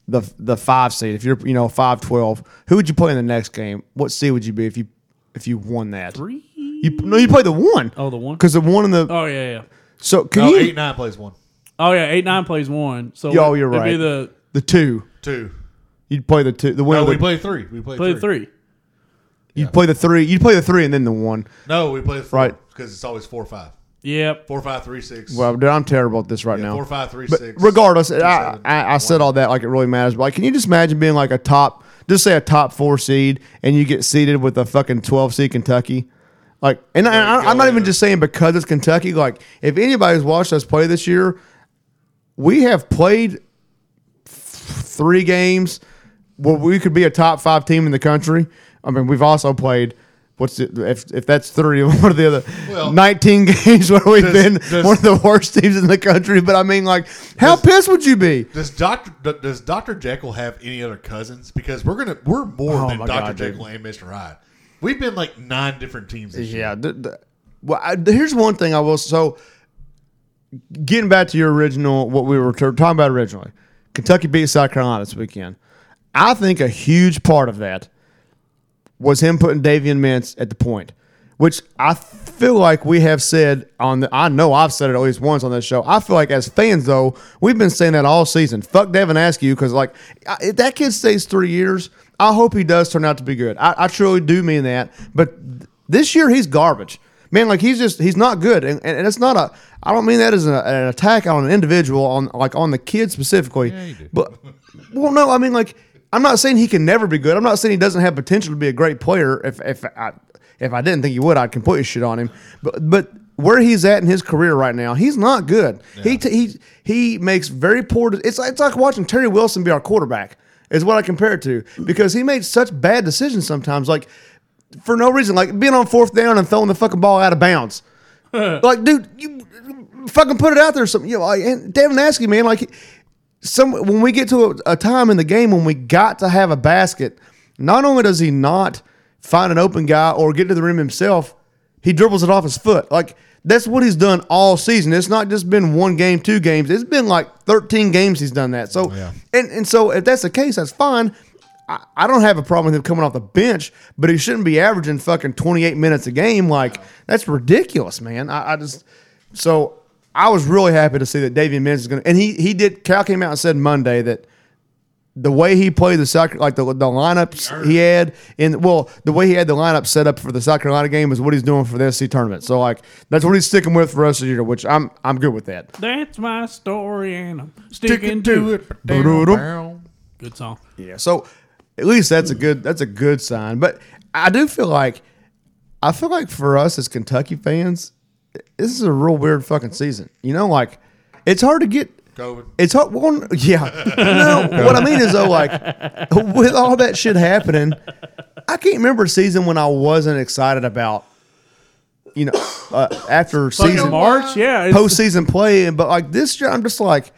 Speaker 2: the the 5 seed, if you're, you know, 5-12, who would you play in the next game? What seed would you be if you if you won that?
Speaker 1: Three.
Speaker 2: You no, you play the one.
Speaker 1: Oh, the one.
Speaker 2: Because the one in the
Speaker 1: Oh yeah, yeah.
Speaker 2: so can
Speaker 3: no,
Speaker 2: you
Speaker 3: eight nine plays one,
Speaker 1: Oh yeah, eight nine plays one. So
Speaker 2: Yo, you're
Speaker 1: it'd Be
Speaker 2: right.
Speaker 1: the
Speaker 2: the two?
Speaker 3: two.
Speaker 2: You'd play the two. The winner.
Speaker 3: No,
Speaker 2: of the,
Speaker 3: we play three. We play,
Speaker 1: play
Speaker 3: three.
Speaker 1: three.
Speaker 2: You'd play the three. You'd play the three and then the one.
Speaker 3: No, we play four,
Speaker 2: Right.
Speaker 3: because it's always four five,
Speaker 1: Yep.
Speaker 3: four five three six.
Speaker 2: Well, dude, I'm terrible at this right now.
Speaker 3: four five three
Speaker 2: but
Speaker 3: six.
Speaker 2: regardless, I,
Speaker 3: seven,
Speaker 2: I, I said all that like it really matters. But like, can you just imagine being like a top, just say a top four seed, and you get seeded with a fucking twelve seed Kentucky? Like, and I, I, I'm not even just saying because it's Kentucky. Like, if anybody's watched us play this year, we have played three games where we could be a top five team in the country. I mean, we've also played. What's it, if if that's three one of [LAUGHS] the other
Speaker 3: Well,
Speaker 2: nineteen [LAUGHS] games where we've
Speaker 3: does-
Speaker 2: been
Speaker 3: does-
Speaker 2: one of the worst teams in the country? But I mean, like, how pissed would you be?
Speaker 3: Does Doctor Does Doctor Jekyll have any other cousins? Because we're gonna we're more
Speaker 2: Oh
Speaker 3: than
Speaker 2: my
Speaker 3: Doctor
Speaker 2: God, dude.
Speaker 3: Jekyll and Mister Hyde. We've been like nine different teams. This year.
Speaker 2: Yeah. d d- well, I, th- here's one thing I will. So, getting back to your original, what we were t- talking about originally, Kentucky beat South Carolina this weekend. I think a huge part of that was him putting Davian Mintz at the point, which I feel like we have said on the. I know I've said it at least once on this show. I feel like as fans though, we've been saying that all season. Fuck Devin Askew because like I, if that kid stays three years, I hope he does turn out to be good. I, I truly do mean that. But th- this year he's garbage. Man, like he's just he's not good, and, and, and it's not a. I don't mean that as an, an attack on an individual, on like on the kid specifically.
Speaker 3: you do.
Speaker 2: But well, no, I mean like I'm not saying he can never be good. I'm not saying he doesn't have potential to be a great player. If if I, If I didn't think he would, I'd completely shit on him. But but where he's at in his career right now, he's not good. He t- he he makes very poor. de- It's it's like watching Terry Wilson be our quarterback. Is what I compare it to because he made such bad decisions sometimes, like for no reason, like being on fourth down and throwing the fucking ball out of bounds. like, dude, you fucking put it out there. or Something you know, like, and Devin Askew, man, like some when we get to a, a time in the game when we got to have a basket, not only does he not find an open guy or get to the rim himself, he dribbles it off his foot. Like that's what he's done all season. It's not just been one game, two games. It's been like thirteen games he's done that. So
Speaker 3: Yeah.
Speaker 2: and and so if that's the case, that's fine. I, I don't have a problem with him coming off the bench, but he shouldn't be averaging fucking twenty eight minutes a game. Like that's ridiculous, man. I, I just so I was really happy to see that Davian Mins is going to, and he he did. Cal came out and said Monday that the way he played the South, like the the lineups he had in, well, the way he had the lineup set up for the South Carolina game is what he's doing for the SC tournament. So like that's what he's sticking with for us the year, which I'm I'm good with that.
Speaker 1: That's my story, and I'm
Speaker 3: Sticking
Speaker 1: sticking to it.
Speaker 2: Ba-dum.
Speaker 1: Good song.
Speaker 2: Yeah. So at least that's a good that's a good sign. But I do feel like I feel like for us as Kentucky fans, this is a real weird fucking season. You know, like it's hard to get
Speaker 3: COVID.
Speaker 2: It's hard. Well, yeah. [LAUGHS] No, what I mean is though, like with all that shit happening, I can't remember a season when I wasn't excited about. You know, uh, after
Speaker 1: Fucking
Speaker 2: season
Speaker 1: March, yeah. It's,
Speaker 2: postseason play, but like this year, I'm just like,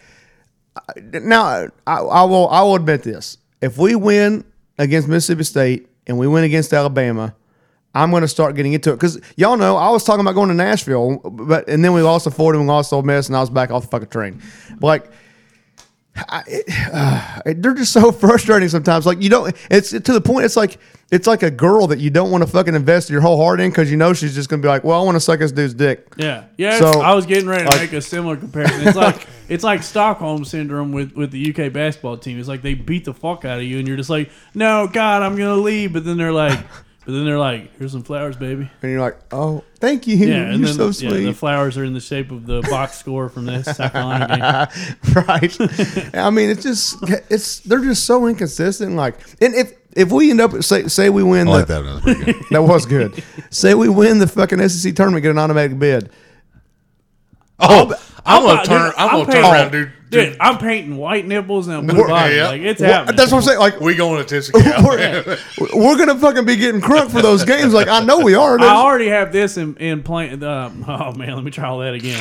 Speaker 2: I- now I, I will I will admit this: if we win against Mississippi State and we win against Alabama, I'm going to start getting into it because y'all know I was talking about going to Nashville, but and then we lost to Fordham, and lost to Ole Miss, and I was back off the fucking train. But like, uh, it- they're just so [LAUGHS] frustrating sometimes. Like you don't. It's to the point. It's like it's like a girl that you don't want to fucking invest your whole heart in because you know she's just going to be like, well, I want to suck this dude's dick.
Speaker 1: yeah, yeah.
Speaker 2: So,
Speaker 1: I was getting ready to
Speaker 2: like-
Speaker 1: make a similar comparison. It's like [LAUGHS] it's like Stockholm syndrome with with the UK basketball team. It's like they beat the fuck out of you, and you're just like, no, God, I'm gonna leave. But then they're
Speaker 2: [LAUGHS]
Speaker 1: like, but then they're like, here's some flowers, baby.
Speaker 2: And you're like, oh, thank you.
Speaker 1: Yeah, and
Speaker 2: [LAUGHS] You're
Speaker 1: then
Speaker 2: so
Speaker 1: yeah,
Speaker 2: sweet.
Speaker 1: the flowers are in the shape of the box score from this South Carolina
Speaker 2: [LAUGHS] right. [LAUGHS] I mean, it's just it's they're just so inconsistent. Like, and if if we end up say say we win
Speaker 3: I
Speaker 2: the,
Speaker 3: like that. one. That was pretty good.
Speaker 2: that
Speaker 1: [LAUGHS]
Speaker 2: was good. say we win the fucking SEC tournament, get an automatic bid.
Speaker 3: Oh, I'm,
Speaker 1: game.
Speaker 3: gonna turn. I'm, gonna turn
Speaker 1: painting-
Speaker 3: around, dude.
Speaker 1: Dude, I'm painting white nipples and a blue
Speaker 3: We're-
Speaker 1: body.
Speaker 3: yeah.
Speaker 1: Like it's
Speaker 2: Well,
Speaker 1: happening.
Speaker 2: that's what
Speaker 1: [LAUGHS]
Speaker 2: I'm saying. Like,
Speaker 3: We going to Tiscaloosa.
Speaker 2: [LAUGHS] we're, we're gonna fucking be getting crunk for those games. Like, I know we are.
Speaker 1: [LAUGHS] I already have this in in plan. Um, [LAUGHS] oh man, let me try all that again.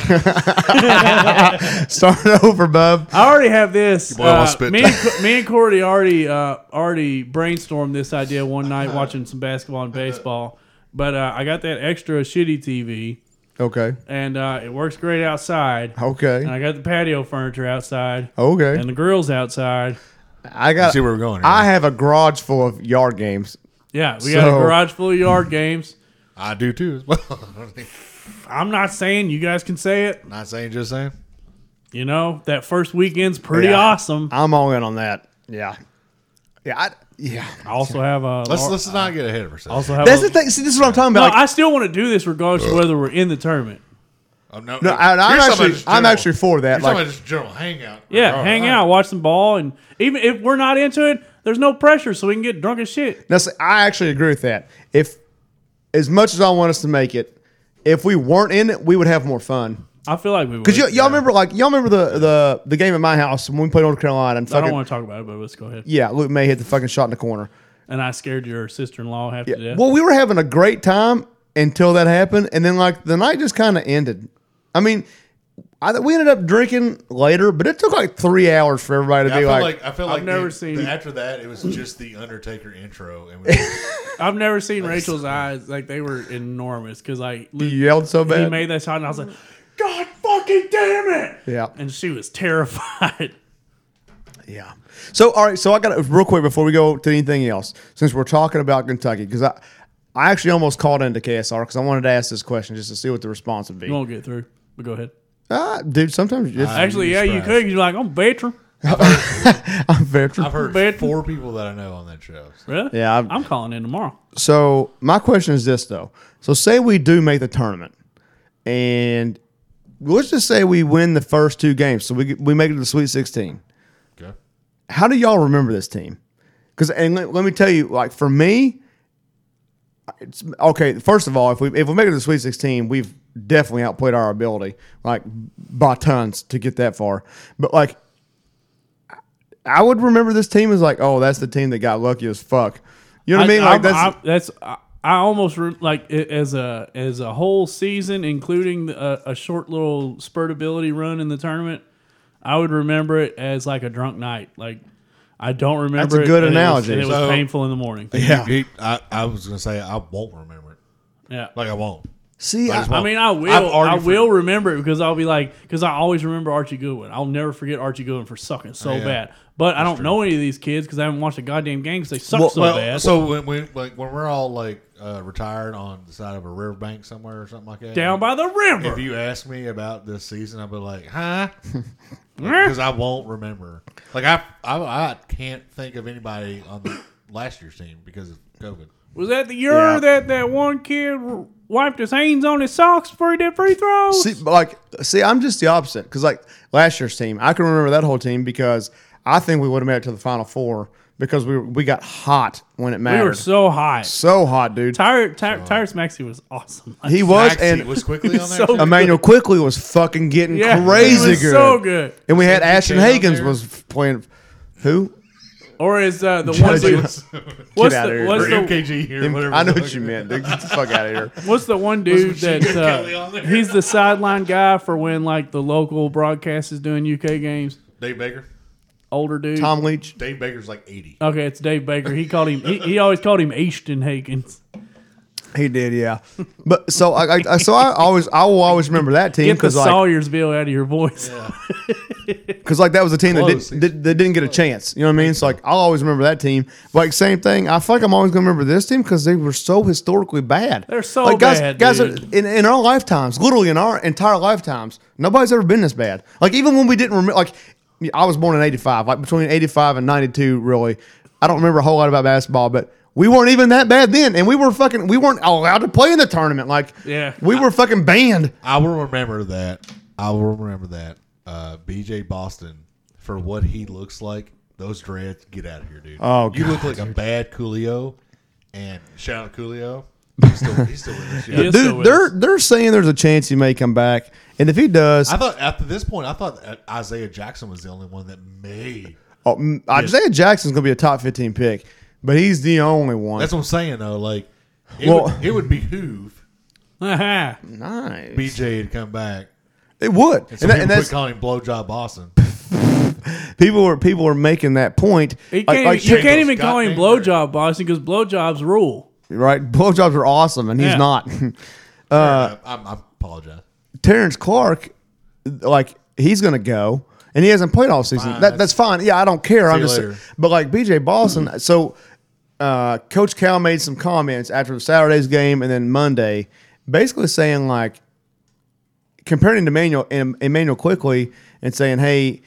Speaker 2: [LAUGHS] Start over, bub.
Speaker 1: I already have this.
Speaker 3: boy almost
Speaker 1: uh,
Speaker 3: spit.
Speaker 1: me, and, Co- me and Cordy already uh, already brainstormed this idea one night watching some basketball and baseball. But uh, I got that extra shitty TV,
Speaker 2: Okay.
Speaker 1: and uh, it works great outside. And
Speaker 2: Okay.
Speaker 1: I got the patio furniture outside,
Speaker 2: Okay.
Speaker 1: and the grill's outside. [LAUGHS]
Speaker 2: I [LAUGHS] got.
Speaker 3: See where we're going. Here.
Speaker 2: I have a garage full of yard games.
Speaker 1: Yeah, we got a
Speaker 2: So-
Speaker 1: garage full of yard games.
Speaker 3: I do too. as well. [LAUGHS]
Speaker 1: I'm not saying you guys can say it.
Speaker 3: Not saying, just saying.
Speaker 1: You know that first weekend's pretty
Speaker 2: Yeah.
Speaker 1: awesome.
Speaker 2: I'm all in on that. Yeah. Yeah. I, yeah.
Speaker 1: I also have a.
Speaker 3: Let's
Speaker 1: lar-
Speaker 3: let's not get ahead of ourselves.
Speaker 1: also have
Speaker 2: That's
Speaker 1: a-
Speaker 2: the thing. See, this is what I'm talking
Speaker 1: No,
Speaker 2: about. Like,
Speaker 1: I still want to do this regardless of whether we're in the tournament.
Speaker 3: Oh, no,
Speaker 2: no, I, I'm
Speaker 3: you're talking
Speaker 2: actually,
Speaker 3: about just
Speaker 2: I'm
Speaker 3: general-
Speaker 2: actually for that.
Speaker 3: You're talking
Speaker 2: Like,
Speaker 3: about just general hangout.
Speaker 1: Yeah,
Speaker 3: All
Speaker 1: hang
Speaker 3: right.
Speaker 1: out, watch some ball, and even if we're not into it, there's no pressure, so we can get drunk as shit.
Speaker 2: Now, see, I actually agree with that. If as much as I want us to make it, if we weren't in it, we would have more fun.
Speaker 1: I feel like we would.
Speaker 2: Cause y- y'all remember, like y'all remember the the the game at my house when we played North Carolina and
Speaker 1: I
Speaker 2: fucking
Speaker 1: don't want to talk about it, but let's go ahead.
Speaker 2: yeah, Luke May hit the fucking shot in the corner.
Speaker 1: And I scared your sister-in-law half to death.
Speaker 2: Well, we were having a great time until that happened, and then like the night just kind of ended. I mean, I, th- we ended up drinking later, but it took like three hours for everybody to
Speaker 3: I
Speaker 2: be
Speaker 3: feel
Speaker 2: like,
Speaker 3: like, I feel like
Speaker 1: never
Speaker 3: the-
Speaker 1: seen-
Speaker 3: the- after that
Speaker 2: [LAUGHS]
Speaker 3: it was just the Undertaker intro and we
Speaker 1: I've never seen Rachel's eyes like they were enormous because like
Speaker 2: you
Speaker 1: Luke,
Speaker 2: yelled so
Speaker 1: he
Speaker 2: bad.
Speaker 1: made that shot, and I was like, "God fucking damn it!"
Speaker 2: yeah,
Speaker 1: And she was terrified. [LAUGHS]
Speaker 2: Yeah. So all right. So I got to real quick before we go to anything else, since we're talking about Kentucky, because I, I actually almost called into KSR because I wanted to ask this question just to see what the response would
Speaker 1: You
Speaker 2: be.
Speaker 1: won't get through, but go ahead.
Speaker 2: Ah, dude, sometimes it's, [LAUGHS]
Speaker 1: Actually, yeah, you
Speaker 3: surprised.
Speaker 1: could. 'cause You're like, I'm a veteran.
Speaker 2: I'm very.
Speaker 3: I've heard
Speaker 1: Bet.
Speaker 3: four people that I know on that show.
Speaker 1: Really?
Speaker 2: Yeah,
Speaker 1: I'm,
Speaker 2: I'm-
Speaker 1: calling in tomorrow.
Speaker 2: So my question is this though. So say we do make the tournament, and let's just say we win the first two games. So we get- we make it to the Sweet Sixteen.
Speaker 3: Okay.
Speaker 2: how do y'all remember this team? Because and let, let me tell you, like for me, it's okay. First of all, if we if we make it to the Sweet Sixteen, we've definitely outplayed our ability, like by tons, to get that far. But like, I- I would remember this team as like, oh, that's the team that got lucky as fuck. You know what I, mean? Like
Speaker 1: I'm-
Speaker 2: that's
Speaker 1: I'm- that's I, I almost re- like a- as a as a whole season, including uh, a, a short little spurt ability run in the tournament. I would remember it as like a drunk night. Like I don't remember.
Speaker 2: a
Speaker 1: it,
Speaker 2: good
Speaker 1: and it was-
Speaker 2: analogy.
Speaker 1: and It was,
Speaker 3: So-
Speaker 1: painful in the morning.
Speaker 2: Yeah.
Speaker 3: He- I, I was gonna say I won't remember it.
Speaker 1: Yeah.
Speaker 3: Like I won't.
Speaker 2: see. I,
Speaker 3: just
Speaker 1: I mean, I will.
Speaker 3: I've already
Speaker 1: I will
Speaker 3: forgotten.
Speaker 1: remember it because I'll be like, because I always remember Archie Goodwin. I'll never forget Archie Goodwin for sucking so
Speaker 3: yeah.
Speaker 1: bad. But I don't know any of these kids because I haven't watched a goddamn game because they suck
Speaker 2: Well-
Speaker 1: so
Speaker 3: well,
Speaker 1: bad.
Speaker 3: so when we like when we're all like uh, retired on the side of a riverbank somewhere or something like that,
Speaker 1: Down by the
Speaker 3: If
Speaker 1: river.
Speaker 3: you ask me about this season, I'll be like,
Speaker 2: [LAUGHS]
Speaker 3: huh? Because I won't remember. Like I, I, I can't think of anybody on the last year's team because of COVID.
Speaker 1: Was that the year
Speaker 2: Yeah.
Speaker 1: that that one kid wiped his hands on his socks before he did free throws?
Speaker 2: See, but, like, see, I'm just the opposite because, like, last year's team, I can remember that whole team because I think we would have made it to the final four because we we got hot when it
Speaker 1: we
Speaker 2: mattered.
Speaker 1: were
Speaker 2: so,
Speaker 1: so high.
Speaker 2: hot, dude.
Speaker 1: Tyre, Tyre, Tyrese Maxey was awesome.
Speaker 2: he was,
Speaker 3: Maxey
Speaker 2: and
Speaker 3: was quickly
Speaker 2: [LAUGHS]
Speaker 3: on
Speaker 1: So-
Speaker 3: there. too?
Speaker 2: Emmanuel quickly was fucking getting
Speaker 1: Yeah, he
Speaker 2: crazy
Speaker 1: was
Speaker 2: good.
Speaker 1: so good.
Speaker 2: And we had Ashton
Speaker 3: came on
Speaker 2: Hagens
Speaker 3: there.
Speaker 2: was f- playing. Who?
Speaker 1: Or is uh, the one dude?
Speaker 3: [LAUGHS]
Speaker 2: Judges.
Speaker 1: What's
Speaker 2: outta
Speaker 1: the,
Speaker 2: here.
Speaker 1: what's
Speaker 3: Or
Speaker 1: the
Speaker 3: MKG here, whatever.
Speaker 2: I know
Speaker 3: the
Speaker 2: what you
Speaker 3: fuck.
Speaker 2: meant, dude. Get the fuck out of here.
Speaker 1: What's the one dude that
Speaker 3: Machine Gun Kelly on
Speaker 1: uh,
Speaker 3: there?
Speaker 1: he's the sideline guy for when like the local broadcast is doing UK games?
Speaker 3: Dave Baker.
Speaker 1: Older dude.
Speaker 2: Tom Leach.
Speaker 3: Dave Baker's like eighty.
Speaker 1: Okay, it's Dave Baker. He called him. He, he always called him Ashton Hagens.
Speaker 2: He did, yeah. But so I, I I- so I always I will always remember that team
Speaker 1: Get the
Speaker 2: because like
Speaker 1: Sawyer'sville out of your voice. [LAUGHS]
Speaker 2: Because like that was a team
Speaker 3: Close.
Speaker 2: that didn't, that didn't get a chance. You know what I mean? It's like I'll always remember that team. But, like same thing. I feel like I'm always gonna remember this team because they were so historically bad.
Speaker 1: They're so
Speaker 2: like, guys,
Speaker 1: bad,
Speaker 2: guys.
Speaker 1: dude.
Speaker 2: In, in our lifetimes, literally in our entire lifetimes, nobody's ever been this bad. Like even when we didn't remember, like I was born in '85. Like between '85 and '92, really, I don't remember a whole lot about basketball, but. We weren't even that bad then, and we were fucking. We weren't allowed to play in the tournament. Like,
Speaker 1: Yeah.
Speaker 2: we were fucking banned.
Speaker 3: I will remember that. I will remember that. Uh, BJ Boston for what he looks like. Those dreads, get out of here, dude.
Speaker 2: Oh,
Speaker 3: you look like a bad Coolio. And shout
Speaker 2: [LAUGHS]
Speaker 3: out Coolio. He's still, he's still with us. yeah.
Speaker 1: Yes, there
Speaker 2: Dude,
Speaker 1: was.
Speaker 2: they're they're saying there's a chance he may come back, and if he does,
Speaker 3: I thought after this point, I thought that Isaiah Jackson was the only one that may.
Speaker 2: Oh, mm, Isaiah Jackson's going to be a top 15 pick, but he's the only one.
Speaker 3: That's what I'm saying though. Like, it,
Speaker 2: Well-
Speaker 3: would, it would behoove
Speaker 1: Aha.
Speaker 2: nice.
Speaker 3: BJ to come back.
Speaker 2: It would. And,
Speaker 3: So
Speaker 2: that-
Speaker 3: people
Speaker 2: and
Speaker 3: quit
Speaker 2: that's
Speaker 3: calling him blowjob Boston.
Speaker 2: people were people were making that point.
Speaker 1: He
Speaker 2: Like-
Speaker 1: can't,
Speaker 2: like,
Speaker 1: you can't
Speaker 3: Jacob's
Speaker 1: even call him
Speaker 3: goddamn
Speaker 1: blowjob Boston because blowjobs rule.
Speaker 2: right? Blowjobs are awesome, and he's
Speaker 1: Yeah.
Speaker 2: not.
Speaker 3: Uh, I, I apologize.
Speaker 2: Terrence Clark, like he's going to go, and he hasn't played all season.
Speaker 3: Fine,
Speaker 2: That, that's fine. Yeah, I don't care. I'm
Speaker 3: you
Speaker 2: just.
Speaker 3: later. Mm-hmm.
Speaker 2: But like BJ Boston, so uh, Coach Cal made some comments after the Saturday's game and then Monday, basically saying like comparing to Emmanuel and Emmanuel quickly and saying, hey,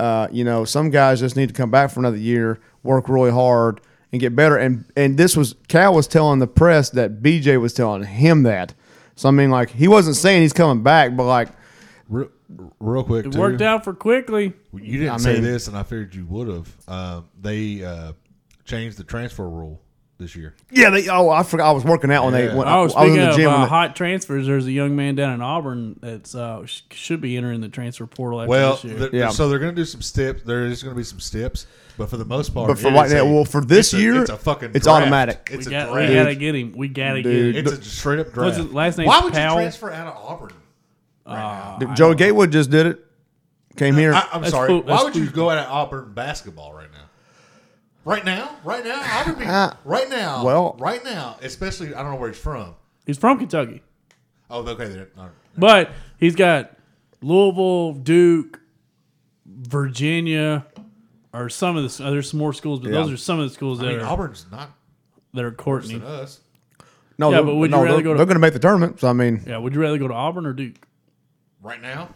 Speaker 2: uh, you know, some guys just need to come back for another year, work really hard, and get better. And and this was Cal was telling the press that BJ was telling him that. So I mean, like he wasn't saying he's coming back, but like
Speaker 3: Real, real quick,
Speaker 1: It
Speaker 3: too.
Speaker 1: worked out for quickly.
Speaker 3: You didn't
Speaker 2: I
Speaker 3: say
Speaker 2: mean-
Speaker 3: this, and I figured you would have. Um, they uh, changed the transfer rule this year.
Speaker 2: yeah, they, oh I forgot I was working out when they
Speaker 3: Yeah.
Speaker 2: when
Speaker 1: Oh,
Speaker 2: I, I was in
Speaker 1: speaking
Speaker 2: the
Speaker 1: of
Speaker 2: gym. when
Speaker 1: uh,
Speaker 2: they-
Speaker 1: hot transfers, there's a young man down in Auburn that's uh, sh- should be entering the transfer portal after
Speaker 3: Well,
Speaker 1: this year.
Speaker 3: th-
Speaker 2: Yeah.
Speaker 3: so they're going to do some steps. There is going to be some steps, but for the most part,
Speaker 2: But for
Speaker 3: it
Speaker 2: right
Speaker 3: is
Speaker 2: now-
Speaker 3: a-
Speaker 2: well, for this
Speaker 3: it's a-
Speaker 2: year,
Speaker 3: it's a fucking.
Speaker 2: it's
Speaker 3: draft.
Speaker 2: automatic.
Speaker 3: It's
Speaker 1: we,
Speaker 3: a
Speaker 1: got,
Speaker 3: draft.
Speaker 1: we gotta get him. We gotta
Speaker 2: Dude.
Speaker 1: get him.
Speaker 3: It's a straight up
Speaker 1: What's
Speaker 3: draft.
Speaker 1: his last name?
Speaker 3: Why would
Speaker 1: Powell?
Speaker 3: you transfer out of Auburn?
Speaker 2: Joe Gatewood just did it, came here.
Speaker 3: I, I'm
Speaker 1: That's
Speaker 3: sorry.
Speaker 1: cool.
Speaker 3: Why
Speaker 1: That's
Speaker 3: would you go out of Auburn basketball right now? Right now, right now, Auburn.
Speaker 2: [LAUGHS]
Speaker 3: Be, right now,
Speaker 2: Uh, well-
Speaker 3: right now, especially I don't know where he's from.
Speaker 1: He's from Kentucky,
Speaker 3: Oh, okay. they're- all right.
Speaker 1: but he's got Louisville, Duke, Virginia, or some of the s- uh, there's some more schools, but
Speaker 2: Yeah.
Speaker 1: those are some of the schools that
Speaker 3: I mean,
Speaker 1: are
Speaker 3: Auburn's not
Speaker 1: that are courtney.
Speaker 3: than us.
Speaker 2: no,
Speaker 1: yeah,
Speaker 2: they're-
Speaker 1: but would you
Speaker 2: no,
Speaker 1: rather
Speaker 2: they're,
Speaker 1: go to-
Speaker 2: they're going to make the tournament. So I mean,
Speaker 1: Yeah, would you rather go to Auburn or Duke
Speaker 3: right now.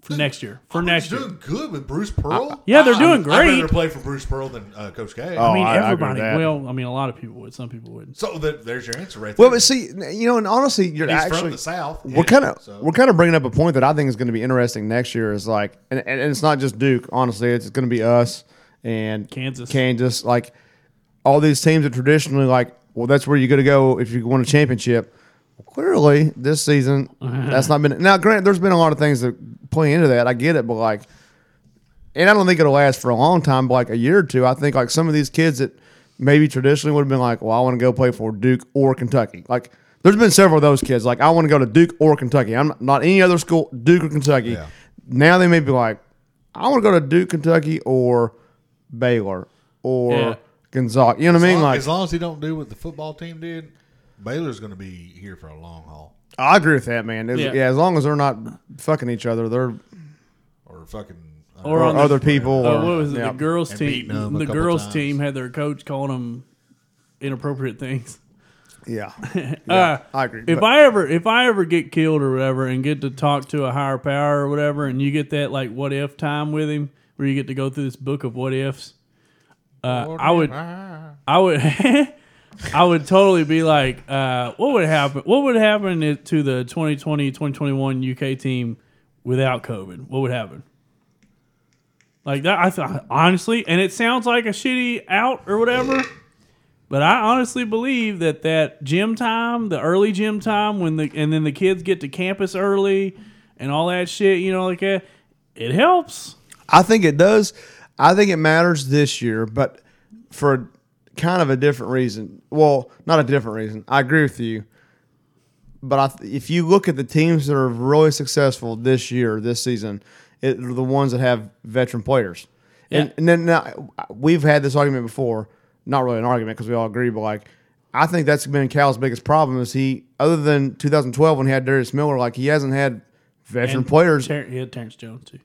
Speaker 1: for next year? For next year,
Speaker 3: doing good with Bruce Pearl.
Speaker 1: yeah, they're
Speaker 3: I-
Speaker 1: doing
Speaker 3: I'd rather
Speaker 1: great.
Speaker 3: play for Bruce Pearl than uh, Coach K.
Speaker 1: I mean
Speaker 2: Oh, I- I agree with
Speaker 1: everybody.
Speaker 2: that.
Speaker 1: well, I mean a lot of people would. Some people wouldn't.
Speaker 3: So that, there's your answer right
Speaker 2: well,
Speaker 3: there.
Speaker 2: but see, you know, and honestly, you're
Speaker 3: He's
Speaker 2: actually
Speaker 3: from the South.
Speaker 2: we're kind of
Speaker 3: of
Speaker 2: we're kind of bringing up a point that I think is going to be interesting next year. Is like, and, and and it's not just Duke. Honestly, it's going to be us and
Speaker 1: Kansas.
Speaker 2: Kansas, like all these teams that traditionally like well, that's where you got to go if you want a championship. Clearly, this season,
Speaker 1: Uh-huh.
Speaker 2: that's not been. Now, Grant, there's been a lot of things that play into that. I get it, but like, and I don't think it'll last for a long time, but like a year or two. I think like some of these kids that maybe traditionally would have been like, well, I want to go play for Duke or Kentucky. Like, there's been several of those kids. Like, I want to go to Duke or Kentucky. I'm not, not any other school, Duke or Kentucky.
Speaker 3: Yeah.
Speaker 2: Now they may be like, I want to go to Duke, Kentucky, or Baylor or
Speaker 1: Yeah.
Speaker 2: Gonzaga. You know what I mean?
Speaker 3: Long-
Speaker 2: Like,
Speaker 3: as long as he don't do what the football team did, Baylor's going to be here for a long haul
Speaker 2: I agree with that, man. As-
Speaker 1: Yeah.
Speaker 2: yeah. as long as they're not fucking each other, they're
Speaker 3: or fucking uh, I
Speaker 1: Or
Speaker 2: or
Speaker 1: on the-
Speaker 2: other people.
Speaker 1: Oh,
Speaker 2: or-
Speaker 1: what was it?
Speaker 2: yeah.
Speaker 1: The girls
Speaker 3: And
Speaker 1: team.
Speaker 3: beating 'em a
Speaker 1: The
Speaker 3: couple
Speaker 1: girls
Speaker 3: times.
Speaker 1: team had their coach calling them inappropriate things.
Speaker 2: Yeah,
Speaker 1: [LAUGHS] Uh,
Speaker 2: I agree.
Speaker 1: if
Speaker 2: But-
Speaker 1: I ever if I ever get killed or whatever and get to talk to a higher power or whatever, and you get that like what if time with him where you get to go through this book of what ifs, uh, I would I would [LAUGHS] I would totally be like, uh, what would happen? What would happen i- to the 2020 2021 UK team without COVID? What would happen? Like that, I thought honestly, and it sounds like a shitty out or whatever. But I honestly believe that that gym time, the early gym time, when the and then the kids get to campus early and all that shit, you know, like that, it helps.
Speaker 2: I think it does. I think it matters this year, but for kind of a different reason. Well, not a different reason. I agree with you. But I th- if you look at the teams that are really successful this year, this season, it, are the ones that have veteran players. And,
Speaker 1: Yeah.
Speaker 2: and then now, we've had this argument before. Not really an argument because we all agree, but like I think that's been Cal's biggest problem is he, other than 2012 when he had Darius Miller, like he hasn't had veteran players
Speaker 1: Ter- yeah, Terrence Jones too.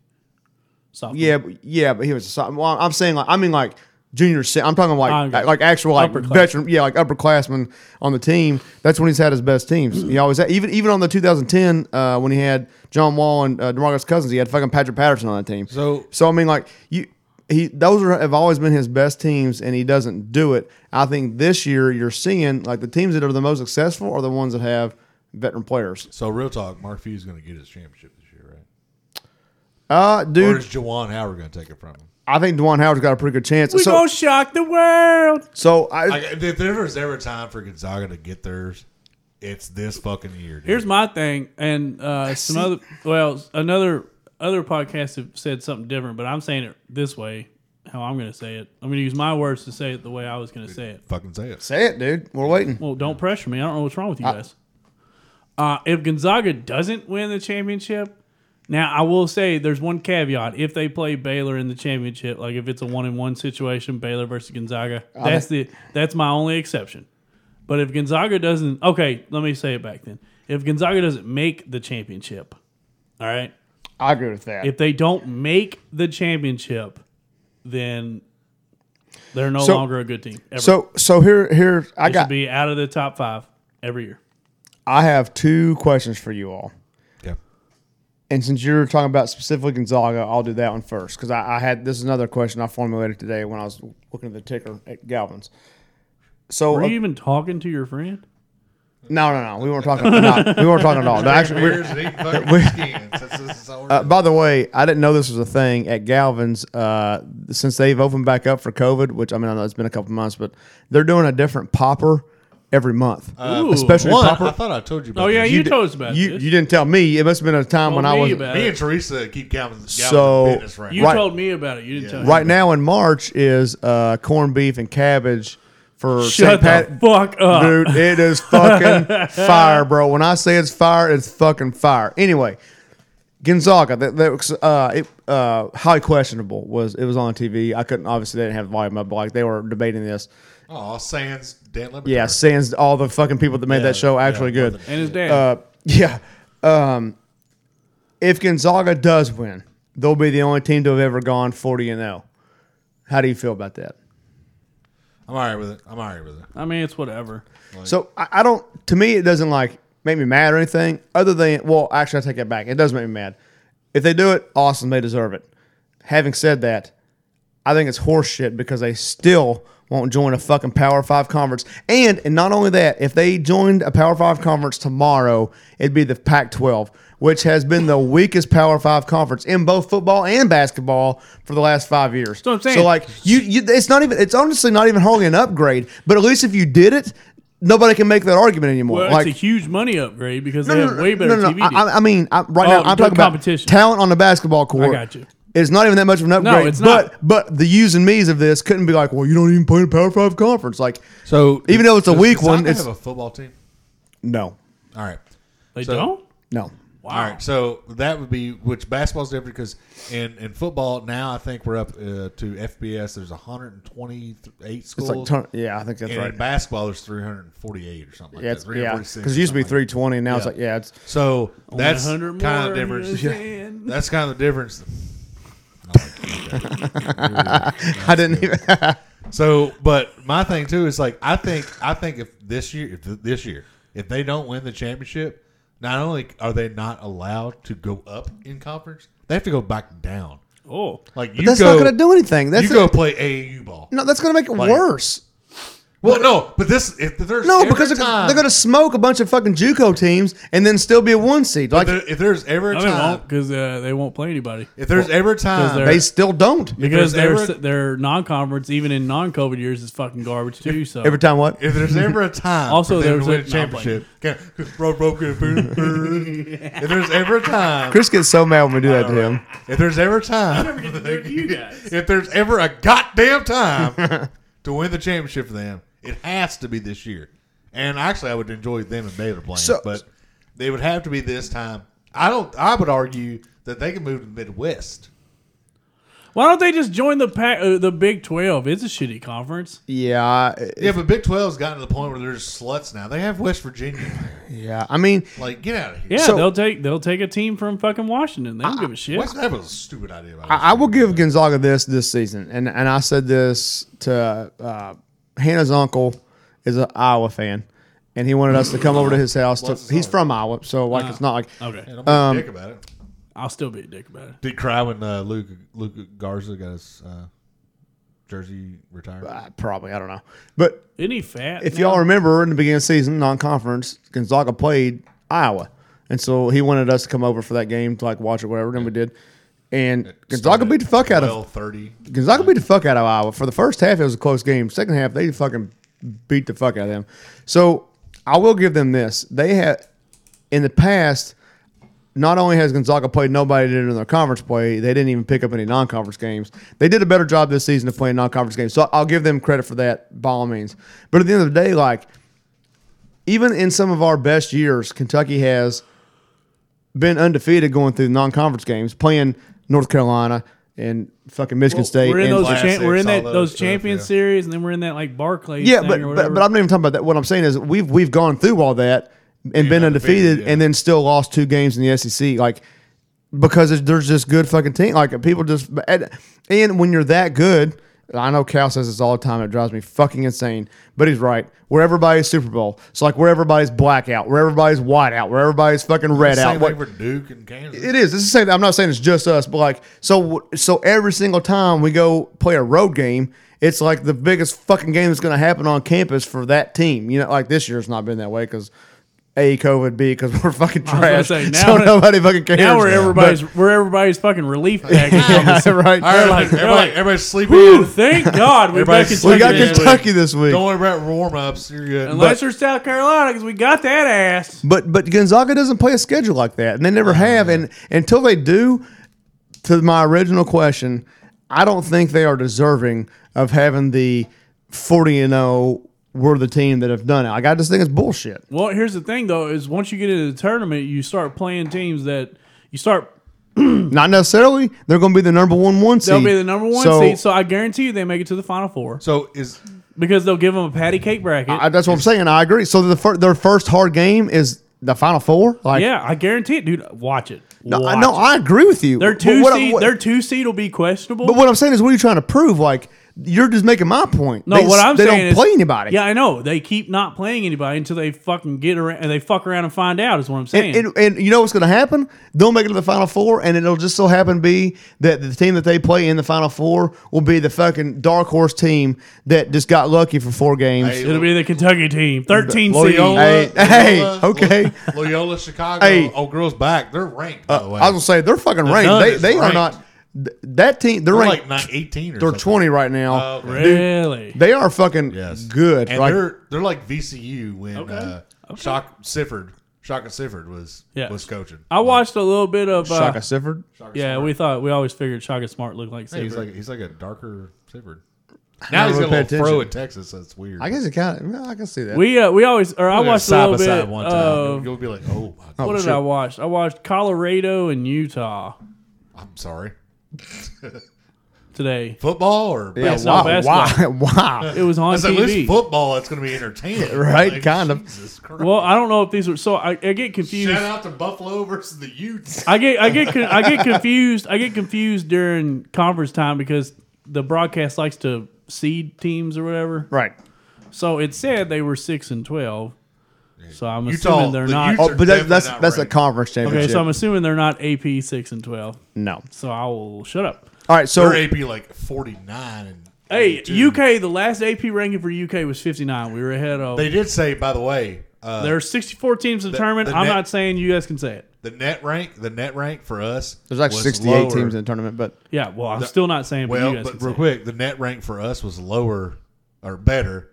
Speaker 1: Sophomore.
Speaker 2: yeah, but, yeah, but he was a sophomore. Well, I'm saying like I mean like junior. se- I'm talking
Speaker 1: I
Speaker 2: like
Speaker 1: got you.
Speaker 2: like actual like
Speaker 1: Upperclassmen.
Speaker 2: veteran. Yeah, like upperclassmen on the team. That's when he's had his best teams. He always had, even even on the 2010 uh, when he had John Wall and uh, Demarcus Cousins. He had fucking Patrick Patterson on that team.
Speaker 3: So-
Speaker 2: so I mean like you. He, those are, have always been his best teams, and he doesn't do it. I think this year you're seeing like the teams that are the most successful are the ones that have veteran players.
Speaker 3: So real talk, Mark Few's going to get his championship this year, right?
Speaker 2: Uh,
Speaker 3: Or
Speaker 2: dude,
Speaker 3: is Jawan Howard going to take it from him?
Speaker 2: I think Dwan Howard's got a pretty good chance.
Speaker 1: We
Speaker 2: so,
Speaker 1: gonna shock the world.
Speaker 2: so I,
Speaker 3: Like, if there was ever a time for Gonzaga to get theirs, it's this fucking year. Dude.
Speaker 1: Here's my thing, and uh, some other well, another other podcasts have said something different, but I'm saying it this way. How I'm gonna say it. I'm gonna use my words to say it the way I was gonna say it.
Speaker 3: fucking say it.
Speaker 2: Say it, dude. We're waiting.
Speaker 1: Well, don't pressure me. I don't know what's wrong with you guys. Uh, if Gonzaga doesn't win the championship, now I will say there's one caveat. If they play Baylor in the championship, like if it's a one in one situation, Baylor versus Gonzaga, that's the that's my only exception. But if Gonzaga doesn't, okay, let me say it back then. If Gonzaga doesn't make the championship, all right,
Speaker 2: I agree with that.
Speaker 1: if they don't make the championship, then they're no
Speaker 2: So-
Speaker 1: longer a good team. Ever.
Speaker 2: so so here here I
Speaker 1: they should
Speaker 2: got
Speaker 1: be out of the top five every year.
Speaker 2: I have two questions for you all.
Speaker 3: Yeah.
Speaker 2: And since you're talking about specifically Gonzaga, I'll do that one first because I, I had this is another question I formulated today when I was looking at the ticker at Galvin's. So
Speaker 1: Were
Speaker 2: uh,
Speaker 1: you even talking to your friend?
Speaker 2: no no no we weren't talking no, we weren't talking at all. No, actually, we're-
Speaker 3: Bears
Speaker 2: [LAUGHS]
Speaker 3: and eating fucking skins. That's- that's all we're
Speaker 2: Uh, by the way, I didn't know this was a thing at Galvin's. Uh, since they've opened back up for COVID, which I mean, I know it's been a couple months, but they're doing a different popper every month,
Speaker 1: Ooh.
Speaker 2: Uh, especially
Speaker 3: One,
Speaker 2: popper.
Speaker 3: I thought I told you. About
Speaker 1: Oh yeah,
Speaker 3: this.
Speaker 1: you,
Speaker 2: di-
Speaker 1: told us about
Speaker 2: you,
Speaker 1: this.
Speaker 2: You didn't tell me. It must have been a time when
Speaker 1: Told
Speaker 2: I
Speaker 1: me
Speaker 2: was
Speaker 1: about
Speaker 3: Me
Speaker 1: it.
Speaker 3: and Teresa keep Calvin's Calvin's
Speaker 2: So-
Speaker 3: fitness rank.
Speaker 1: You
Speaker 2: Right.
Speaker 1: told me about it. You didn't tell me.
Speaker 2: right now in March is uh, corned beef and cabbage for
Speaker 1: Shut
Speaker 2: St. Pat.
Speaker 1: the fuck up.
Speaker 2: Dude,
Speaker 1: [LAUGHS]
Speaker 2: it is fucking fire, bro. When I say it's fire, it's fucking fire. Anyway, Gonzaga, that, that was uh, it, uh, highly questionable. Was it was on TV? I couldn't obviously they didn't have the volume up, but like they were debating this.
Speaker 3: oh, Sands, Dan Libertor.
Speaker 2: Yeah, sans all the fucking people that made that show actually
Speaker 3: yeah,
Speaker 2: good.
Speaker 1: And his dad.
Speaker 2: Uh, yeah. Um, if Gonzaga does win, they'll be the only team to have ever gone 40 and 0. How do you feel about that?
Speaker 3: I'm all right with it. I'm all right with it.
Speaker 1: I mean, it's whatever.
Speaker 2: So I, I don't. To me, it doesn't like make me mad or anything. Other than, well, actually, I take that back. It does make me mad. If they do it, awesome. They deserve it. Having said that, I think it's horseshit because they still won't join a fucking Power Five conference. And and not only that, if they joined a Power Five conference tomorrow, it'd be the Pac-12, which has been the weakest Power Five conference in both football and basketball for the last five years.
Speaker 1: what I'm saying.
Speaker 2: So like you, you, it's not even. It's honestly not even hardly an upgrade. But at least if you did it. nobody can make that argument anymore.
Speaker 1: Well,
Speaker 2: like
Speaker 1: it's a huge money upgrade because they have way better
Speaker 2: no, no,
Speaker 1: TV.
Speaker 2: I,
Speaker 1: deals.
Speaker 2: I- I mean, I, right
Speaker 1: Oh,
Speaker 2: now
Speaker 1: you're
Speaker 2: I'm
Speaker 1: doing
Speaker 2: talking about
Speaker 1: competition.
Speaker 2: talent on the basketball court.
Speaker 1: got you.
Speaker 2: It's not even that much of an upgrade.
Speaker 1: it's
Speaker 2: but
Speaker 1: not.
Speaker 2: but the yous and me's of this couldn't be like, well, you don't even play in a Power Five conference. Like,
Speaker 3: So
Speaker 2: Even though it's a
Speaker 3: does
Speaker 2: weak
Speaker 3: Gonzaga
Speaker 2: one, it's-
Speaker 3: have a football team.
Speaker 2: no,
Speaker 3: All right,
Speaker 1: they
Speaker 3: so-
Speaker 1: don't.
Speaker 2: no.
Speaker 1: Wow.
Speaker 3: all right. So that would be which basketball's different because in in football now I think we're up uh, to FBS. There's 128
Speaker 2: It's
Speaker 3: schools.
Speaker 2: like, turn, yeah, I think that's
Speaker 3: and
Speaker 2: right.
Speaker 3: in basketball, there's 348 or something like
Speaker 2: Yeah,
Speaker 3: that.
Speaker 2: it's, yeah,
Speaker 3: 346
Speaker 2: because it used to be
Speaker 3: something like that.
Speaker 2: 320, and now it's
Speaker 3: Yeah.
Speaker 2: like, yeah, it's [LAUGHS]
Speaker 3: So that's kind
Speaker 1: 100
Speaker 3: of
Speaker 1: more
Speaker 3: the difference.
Speaker 1: years in.
Speaker 3: That's kind of the difference.
Speaker 2: I didn't even. [LAUGHS]
Speaker 3: So, but my thing too is like I think I think if this year if th- this year if they don't win the championship, not only are they not allowed to go up in conference, they have to go back down.
Speaker 1: Oh,
Speaker 3: Like you
Speaker 2: that's
Speaker 3: go,
Speaker 2: not going to do anything. That's
Speaker 3: you go play AAU ball.
Speaker 2: no, that's going to make it
Speaker 3: Like-
Speaker 2: worse.
Speaker 3: well, no, but this if there's
Speaker 2: No,
Speaker 3: every
Speaker 2: because they're,
Speaker 3: time,
Speaker 2: they're going to smoke a bunch of fucking JUCO teams and then still be a one seed. Like
Speaker 3: there- if there's ever a
Speaker 1: no, they
Speaker 3: time
Speaker 1: won't because uh, they won't play anybody
Speaker 3: if there's ever a time
Speaker 1: they're-
Speaker 2: they still don't.
Speaker 1: because
Speaker 3: there's
Speaker 1: their
Speaker 3: ever-
Speaker 1: s- their non-conference, even in non-COVID years, is fucking garbage too. So
Speaker 2: Every time what?
Speaker 3: If
Speaker 2: [LAUGHS]
Speaker 3: there's ever a time
Speaker 1: Also,
Speaker 3: for them
Speaker 1: there's
Speaker 3: to win
Speaker 1: a-
Speaker 3: a
Speaker 1: [LAUGHS]
Speaker 3: championship, can, bro, bro, can- if there's ever a time,
Speaker 2: Chris gets so mad when we do that to him.
Speaker 3: if there's ever a time, [LAUGHS]
Speaker 1: you guys.
Speaker 3: if there's ever a goddamn time to win the championship for them, it has to be this year. And actually, I would enjoy them and Baylor playing,
Speaker 2: So-
Speaker 3: but they would have to be this time. I don't. I would argue that they can move to the Midwest.
Speaker 1: Why don't they just join the pack, uh, the Big Twelve? It's a shitty conference.
Speaker 2: Yeah, I-
Speaker 3: Yeah, but Big 12's gotten to the point where they're just sluts now. They have West Virginia. in there.
Speaker 2: yeah. I mean,
Speaker 3: Like, get out of here.
Speaker 1: Yeah,
Speaker 2: So-
Speaker 1: they'll take they'll take a team from fucking Washington. They don't give a shit.
Speaker 3: West, that was a stupid idea. About
Speaker 2: I, I will give Gonzaga this this season, and and I said this to uh, Hannah's uncle is an Iowa fan, and he wanted us to come over to his house. To,
Speaker 3: What's his Ah.
Speaker 2: he's
Speaker 3: name?
Speaker 2: from Iowa, so like it's not like
Speaker 1: Okay,
Speaker 3: And
Speaker 2: Um,
Speaker 3: I'm a dick about it.
Speaker 1: I'll still be a dick about it.
Speaker 3: Did cry when uh, Luke Luke Garza got his uh, jersey retired.
Speaker 2: uh, probably I don't know, but
Speaker 1: Isn't he fat?
Speaker 2: if
Speaker 1: now?
Speaker 2: y'all remember in the beginning of the season, non-conference, Gonzaga played Iowa, and so he wanted us to come over for that game to like watch it, whatever. And we did, and Gonzaga beat the fuck out of
Speaker 3: thirty.
Speaker 2: Gonzaga beat the fuck out of Iowa. For the first half, it was a close game. Second half, they fucking beat the fuck out of them. So I will give them this. They have, in the past, not only has Gonzaga played nobody that did in their conference play, they didn't even pick up any non conference games. They did a better job this season of playing non conference games. So I'll give them credit for that by all means. But at the end of the day, like, even in some of our best years, Kentucky has been undefeated going through non conference games, playing North Carolina and fucking Michigan State.
Speaker 1: we're in
Speaker 2: and
Speaker 1: those
Speaker 3: Classics,
Speaker 1: cha- we're in that
Speaker 3: all those
Speaker 1: those
Speaker 3: stuff,
Speaker 1: champion
Speaker 3: yeah.
Speaker 1: series, and then we're in that like Barclays.
Speaker 2: Yeah,
Speaker 1: thing
Speaker 2: but,
Speaker 1: or
Speaker 2: but
Speaker 1: whatever.
Speaker 2: but I'm not even talking about that. What I'm saying is we've we've gone through all that and been
Speaker 3: undefeated,
Speaker 2: undefeated,
Speaker 3: yeah.
Speaker 2: and then still lost two games in the SEC. Like because it- there's just good fucking team. Like people just and, and when you're that good, I know Cal says this all the time. It drives me fucking insane, but he's right. Where everybody's Super Bowl, it's like where everybody's blackout, where everybody's white out, where everybody's fucking red out.
Speaker 3: Same
Speaker 2: What-
Speaker 3: thing for Duke and Kansas.
Speaker 2: it is. It's the same. I'm not saying it's just us, but like so. So every single time we go play a road game, it's like the biggest fucking game that's going to happen on campus for that team. You know, like this year's not been that way because a COVID, b because
Speaker 1: [LAUGHS]
Speaker 2: we're fucking
Speaker 1: was gonna
Speaker 2: trash.
Speaker 1: say,
Speaker 2: so
Speaker 1: now-
Speaker 2: nobody fucking cares.
Speaker 1: now we're
Speaker 2: But-
Speaker 1: everybody's we're everybody's fucking relief
Speaker 2: [LAUGHS]
Speaker 1: package. on this.
Speaker 2: yeah,
Speaker 1: [LAUGHS] like-
Speaker 2: right.
Speaker 3: All right, everybody,
Speaker 1: they're
Speaker 3: everybody,
Speaker 1: like,
Speaker 3: everybody's sleeping.
Speaker 1: Woo,
Speaker 2: [LAUGHS]
Speaker 3: in.
Speaker 1: thank God we're back in
Speaker 3: Everybody's
Speaker 2: we got
Speaker 3: Yeah.
Speaker 2: Kentucky this week.
Speaker 3: Don't worry about warm ups. You're good.
Speaker 1: unless you're South Carolina because we got that ass.
Speaker 2: But but Gonzaga doesn't play a schedule like that, and they never
Speaker 1: Uh-huh.
Speaker 2: have. And until they do, to my original question, I don't think they are deserving of having the forty and zero. We're the team that have done it. Like I just think it's bullshit.
Speaker 1: Well, here's the thing though: is once you get into the tournament, you start playing teams that you start.
Speaker 2: Not necessarily. They're going to be the number one one seed.
Speaker 1: Hmm. They'll be the number one
Speaker 2: So,
Speaker 1: seed, so I guarantee you they make it to the final four
Speaker 3: so is
Speaker 1: because they'll give them a patty cake bracket.
Speaker 2: I, that's what I'm saying. I agree. So the fir- their first hard game is the final four. Like
Speaker 1: yeah, I guarantee it, dude. Watch it.
Speaker 2: no, I,
Speaker 1: Watch
Speaker 2: no,
Speaker 1: it.
Speaker 2: I agree with you.
Speaker 1: their
Speaker 2: But
Speaker 1: two
Speaker 2: what I-
Speaker 1: seed,
Speaker 2: what-
Speaker 1: their two seed will be questionable.
Speaker 2: but what I'm saying is, what are you trying to prove? Like you're just making my point.
Speaker 1: No,
Speaker 2: They
Speaker 1: what
Speaker 2: s-
Speaker 1: I'm
Speaker 2: they
Speaker 1: saying
Speaker 2: don't
Speaker 1: is,
Speaker 2: play anybody.
Speaker 1: Yeah, I know they keep not playing anybody until they fucking get around and they fuck around and find out. Is what I'm saying.
Speaker 2: And, and you know what's going to happen? They'll make it to the Final Four, and it'll just so happen be that the team that they play in the Final Four will be the fucking dark horse team that just got lucky for four games.
Speaker 3: Hey,
Speaker 1: It'll be the Kentucky team, 13 seed.
Speaker 3: Loyola?
Speaker 2: Hey,
Speaker 3: Loyola-
Speaker 2: hey,
Speaker 3: Loyola-
Speaker 2: okay.
Speaker 3: Loyola, Chicago.
Speaker 2: Hey.
Speaker 3: Oh, girls back. They're ranked. By the way,
Speaker 2: Uh, I was gonna say they're fucking ranked.
Speaker 3: none
Speaker 2: They
Speaker 3: is
Speaker 2: they are
Speaker 3: ranked.
Speaker 2: not. Th- that team, they're
Speaker 3: They're
Speaker 2: ranked,
Speaker 3: like nine, 18 or
Speaker 2: they're
Speaker 3: something.
Speaker 2: 20 right now.
Speaker 3: Oh, okay.
Speaker 1: Really?
Speaker 2: They are fucking
Speaker 3: Yes.
Speaker 2: good.
Speaker 3: And
Speaker 2: like,
Speaker 3: they're they're like VCU when
Speaker 1: Okay.
Speaker 3: uh,
Speaker 1: Okay.
Speaker 3: Shock Sifford, Shaka Sifford was
Speaker 1: Yeah.
Speaker 3: was coaching.
Speaker 1: I watched a little bit of. Uh,
Speaker 2: Shaka Sifford.
Speaker 3: Shaka
Speaker 1: yeah,
Speaker 3: Sifford.
Speaker 1: we thought we always figured Shaka Smart looked like.
Speaker 3: Hey, he's
Speaker 1: Sievert.
Speaker 3: like he's like a darker Sifford. Now he's
Speaker 2: really
Speaker 3: got a little
Speaker 2: pay attention.
Speaker 3: fro in Texas. That's weird.
Speaker 2: I guess it kind of, well, I can see that.
Speaker 1: we uh, we always or I
Speaker 3: They're
Speaker 1: watched a
Speaker 3: side
Speaker 1: little
Speaker 3: by side
Speaker 1: bit
Speaker 3: one time.
Speaker 1: of
Speaker 3: You'll be like, oh, my God.
Speaker 1: what did
Speaker 2: shit.
Speaker 1: I watch? I watched Colorado and Utah
Speaker 3: I'm sorry.
Speaker 1: today.
Speaker 3: Football or
Speaker 2: yeah,
Speaker 1: it's not
Speaker 2: wow, wow, [LAUGHS] wow.
Speaker 1: It was on
Speaker 3: It's like, at least
Speaker 1: TV.
Speaker 3: football, it's going to be [LAUGHS] entertaining,
Speaker 2: Right,
Speaker 3: Like,
Speaker 2: kind of.
Speaker 3: Jesus Christ.
Speaker 1: well, I don't know if these were so. I, I get confused.
Speaker 3: Shout out to Buffalo versus the Utes.
Speaker 1: I get I get con- I get confused. I get confused during conference time because the broadcast likes to seed teams or whatever.
Speaker 2: right.
Speaker 1: So it said they were six and twelve. So I'm
Speaker 3: Utah-
Speaker 1: assuming they're
Speaker 3: the
Speaker 1: not.
Speaker 3: Utah-
Speaker 2: Oh, but that,
Speaker 3: definitely
Speaker 2: that's
Speaker 3: not
Speaker 2: that's a
Speaker 3: ranked.
Speaker 2: conference
Speaker 1: okay,
Speaker 2: championship.
Speaker 1: so I'm assuming they're not AP six and twelve.
Speaker 2: no.
Speaker 1: So I will shut up.
Speaker 2: All right, so
Speaker 3: Their AP like 49. And
Speaker 1: Hey,
Speaker 3: 42.
Speaker 1: UK. The last AP ranking for UK was 59. We were ahead of.
Speaker 3: They did say, by the way, uh,
Speaker 1: there are 64 teams determined.
Speaker 3: the
Speaker 1: I'm
Speaker 3: net-
Speaker 1: not saying you guys can say it.
Speaker 3: the net rank, the net rank for us.
Speaker 2: there's like
Speaker 3: was
Speaker 2: 68
Speaker 3: lower.
Speaker 2: teams in the tournament, but
Speaker 1: Yeah. Well, I'm still not saying. but you
Speaker 3: Well,
Speaker 1: guys
Speaker 3: but
Speaker 1: can
Speaker 3: real
Speaker 1: say it.
Speaker 3: quick, the net rank for us was lower or better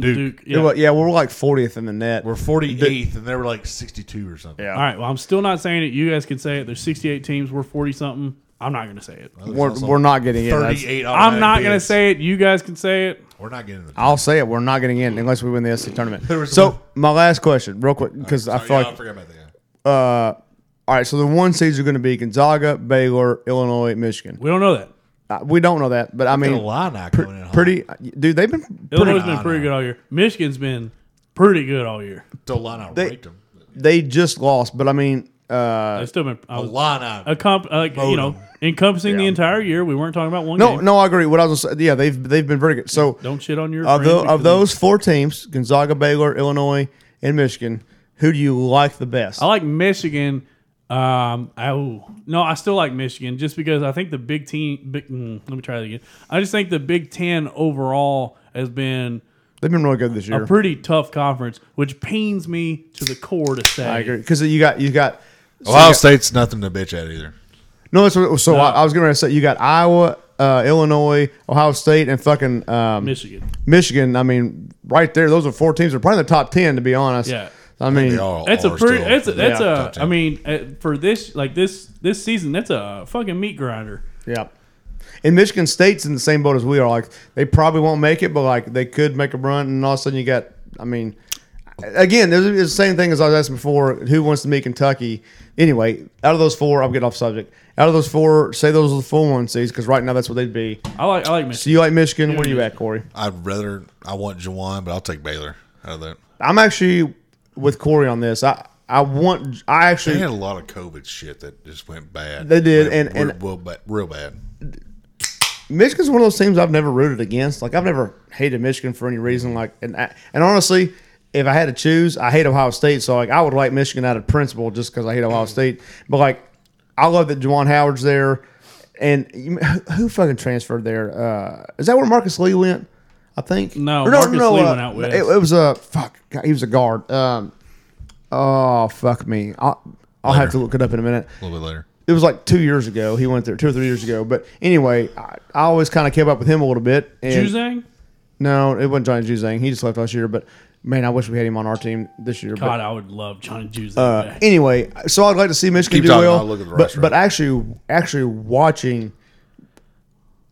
Speaker 1: Then
Speaker 3: Duke.
Speaker 1: Duke.
Speaker 2: yeah,
Speaker 1: yeah.
Speaker 2: yeah we're like 40th in the net.
Speaker 3: We're 48th, and they were like 62 or something.
Speaker 2: Yeah.
Speaker 1: All right. Well, I'm still not saying it. You guys can say it. There's 68 teams. We're 40 something. I'm not going to say it.
Speaker 3: There's
Speaker 2: we're,
Speaker 3: also
Speaker 2: we're not getting in. That's-
Speaker 3: 38.
Speaker 1: I'm not going to
Speaker 3: bids.
Speaker 1: say it. You guys can say it.
Speaker 3: We're not getting the.
Speaker 2: I'll say it. We're not getting in unless we win the SC tournament.
Speaker 3: There was one-
Speaker 2: So my last question, real quick, because I feel
Speaker 3: Sorry,
Speaker 2: like
Speaker 3: yeah, I forgot about that.
Speaker 2: uh, all right. So the one seeds are going to be Gonzaga, Baylor, Illinois, Michigan.
Speaker 1: We don't know that.
Speaker 2: Uh, we don't know that, but I
Speaker 3: I mean,
Speaker 2: mean,
Speaker 3: Illini
Speaker 2: pr-
Speaker 3: going in hot.
Speaker 2: pretty dude. They've been pretty.
Speaker 1: Illinois has been pretty good all year. Michigan's been pretty good all year.
Speaker 3: Illini raped them.
Speaker 2: They just lost, but I mean, uh,
Speaker 1: They've still been. I was,
Speaker 3: Illini.
Speaker 1: a comp, like, you know, encompassing the entire year. We weren't talking about one
Speaker 2: no,
Speaker 1: game.
Speaker 2: no, I agree. What I was gonna say, yeah, they've they've been very good. So
Speaker 1: Don't shit on your.
Speaker 2: of,
Speaker 1: friends
Speaker 2: tho-
Speaker 1: because
Speaker 2: of those four teams, Gonzaga, Baylor, Illinois, and Michigan, who do you like the best?
Speaker 1: I like Michigan. Um, I, ooh. no, I still like Michigan just because I think the Big Ten. Big, mm, let me try that again. I just think the Big Ten overall has been
Speaker 2: They've been really good this year.
Speaker 1: a pretty tough conference, which pains me to the core to say.
Speaker 2: I agree because you got you got. so you
Speaker 3: Ohio
Speaker 2: got-
Speaker 3: State's nothing to bitch at either.
Speaker 2: No, that's what, so I, I was going to say you got Iowa, uh, Illinois, Ohio State, and fucking um,
Speaker 1: Michigan.
Speaker 2: Michigan. I mean, right there, those are four teams. They're probably in the top ten, to be honest.
Speaker 1: Yeah.
Speaker 2: I mean,
Speaker 3: They all
Speaker 1: That's
Speaker 3: are
Speaker 1: a pretty.
Speaker 3: still
Speaker 1: That's a. That's
Speaker 2: Yeah.
Speaker 3: top
Speaker 1: a.
Speaker 3: ten.
Speaker 1: I mean, uh, for this like this this season, that's a fucking meat grinder.
Speaker 2: yeah. And Michigan State's in the same boat as we are. Like they probably won't make it, but like they could make a run, and all of a sudden you got. I mean, again, there's it's the same thing as I was asking before. Who wants to meet Kentucky? Anyway, out of those four, I'm getting off subject. Out of those four, say those are the four one seeds because right now that's what they'd be.
Speaker 1: I like. I like Michigan.
Speaker 2: So you like Michigan? Where are you at, Corey?
Speaker 3: I'd rather I want Jawan, but I'll take Baylor out of that.
Speaker 2: I'm actually with Corey on this. I I want I
Speaker 3: They
Speaker 2: actually
Speaker 3: had a lot of COVID shit that just went bad.
Speaker 2: They did,
Speaker 3: Real-
Speaker 2: and- and-
Speaker 3: real, real bad, real bad.
Speaker 2: Michigan's one of those teams I've never rooted against. Like I've never hated Michigan for any reason. Like and I, and honestly, if I had to choose, I hate Ohio State. So like I would like Michigan out of principle just because I hate
Speaker 1: Mm.
Speaker 2: Ohio State. But like I love that Juwan Howard's there, and you, who fucking transferred there? Uh, is that where Marcus Lee went? I think
Speaker 1: No,
Speaker 2: Or
Speaker 1: Marcus Lee
Speaker 2: uh,
Speaker 1: went out west.
Speaker 2: It, it was a fuck. God, He was a guard. Um, oh fuck me. I'll, I'll have to look it up in a minute.
Speaker 3: A little bit later.
Speaker 2: it was like two years ago. He went there two or three years ago. But anyway, I, I always kind of kept up with him a little bit. And
Speaker 1: Juzang.
Speaker 2: no, it wasn't Johnny Juzang. He just left last year. But man, I wish we had him on our team this year.
Speaker 1: God, I would love Johnny Juzang.
Speaker 2: But
Speaker 1: back.
Speaker 2: anyway, so I'd like to see Michigan
Speaker 3: Keep
Speaker 2: do
Speaker 3: talking,
Speaker 2: well.
Speaker 3: I'll look at the
Speaker 2: but
Speaker 3: roster.
Speaker 2: but actually actually watching.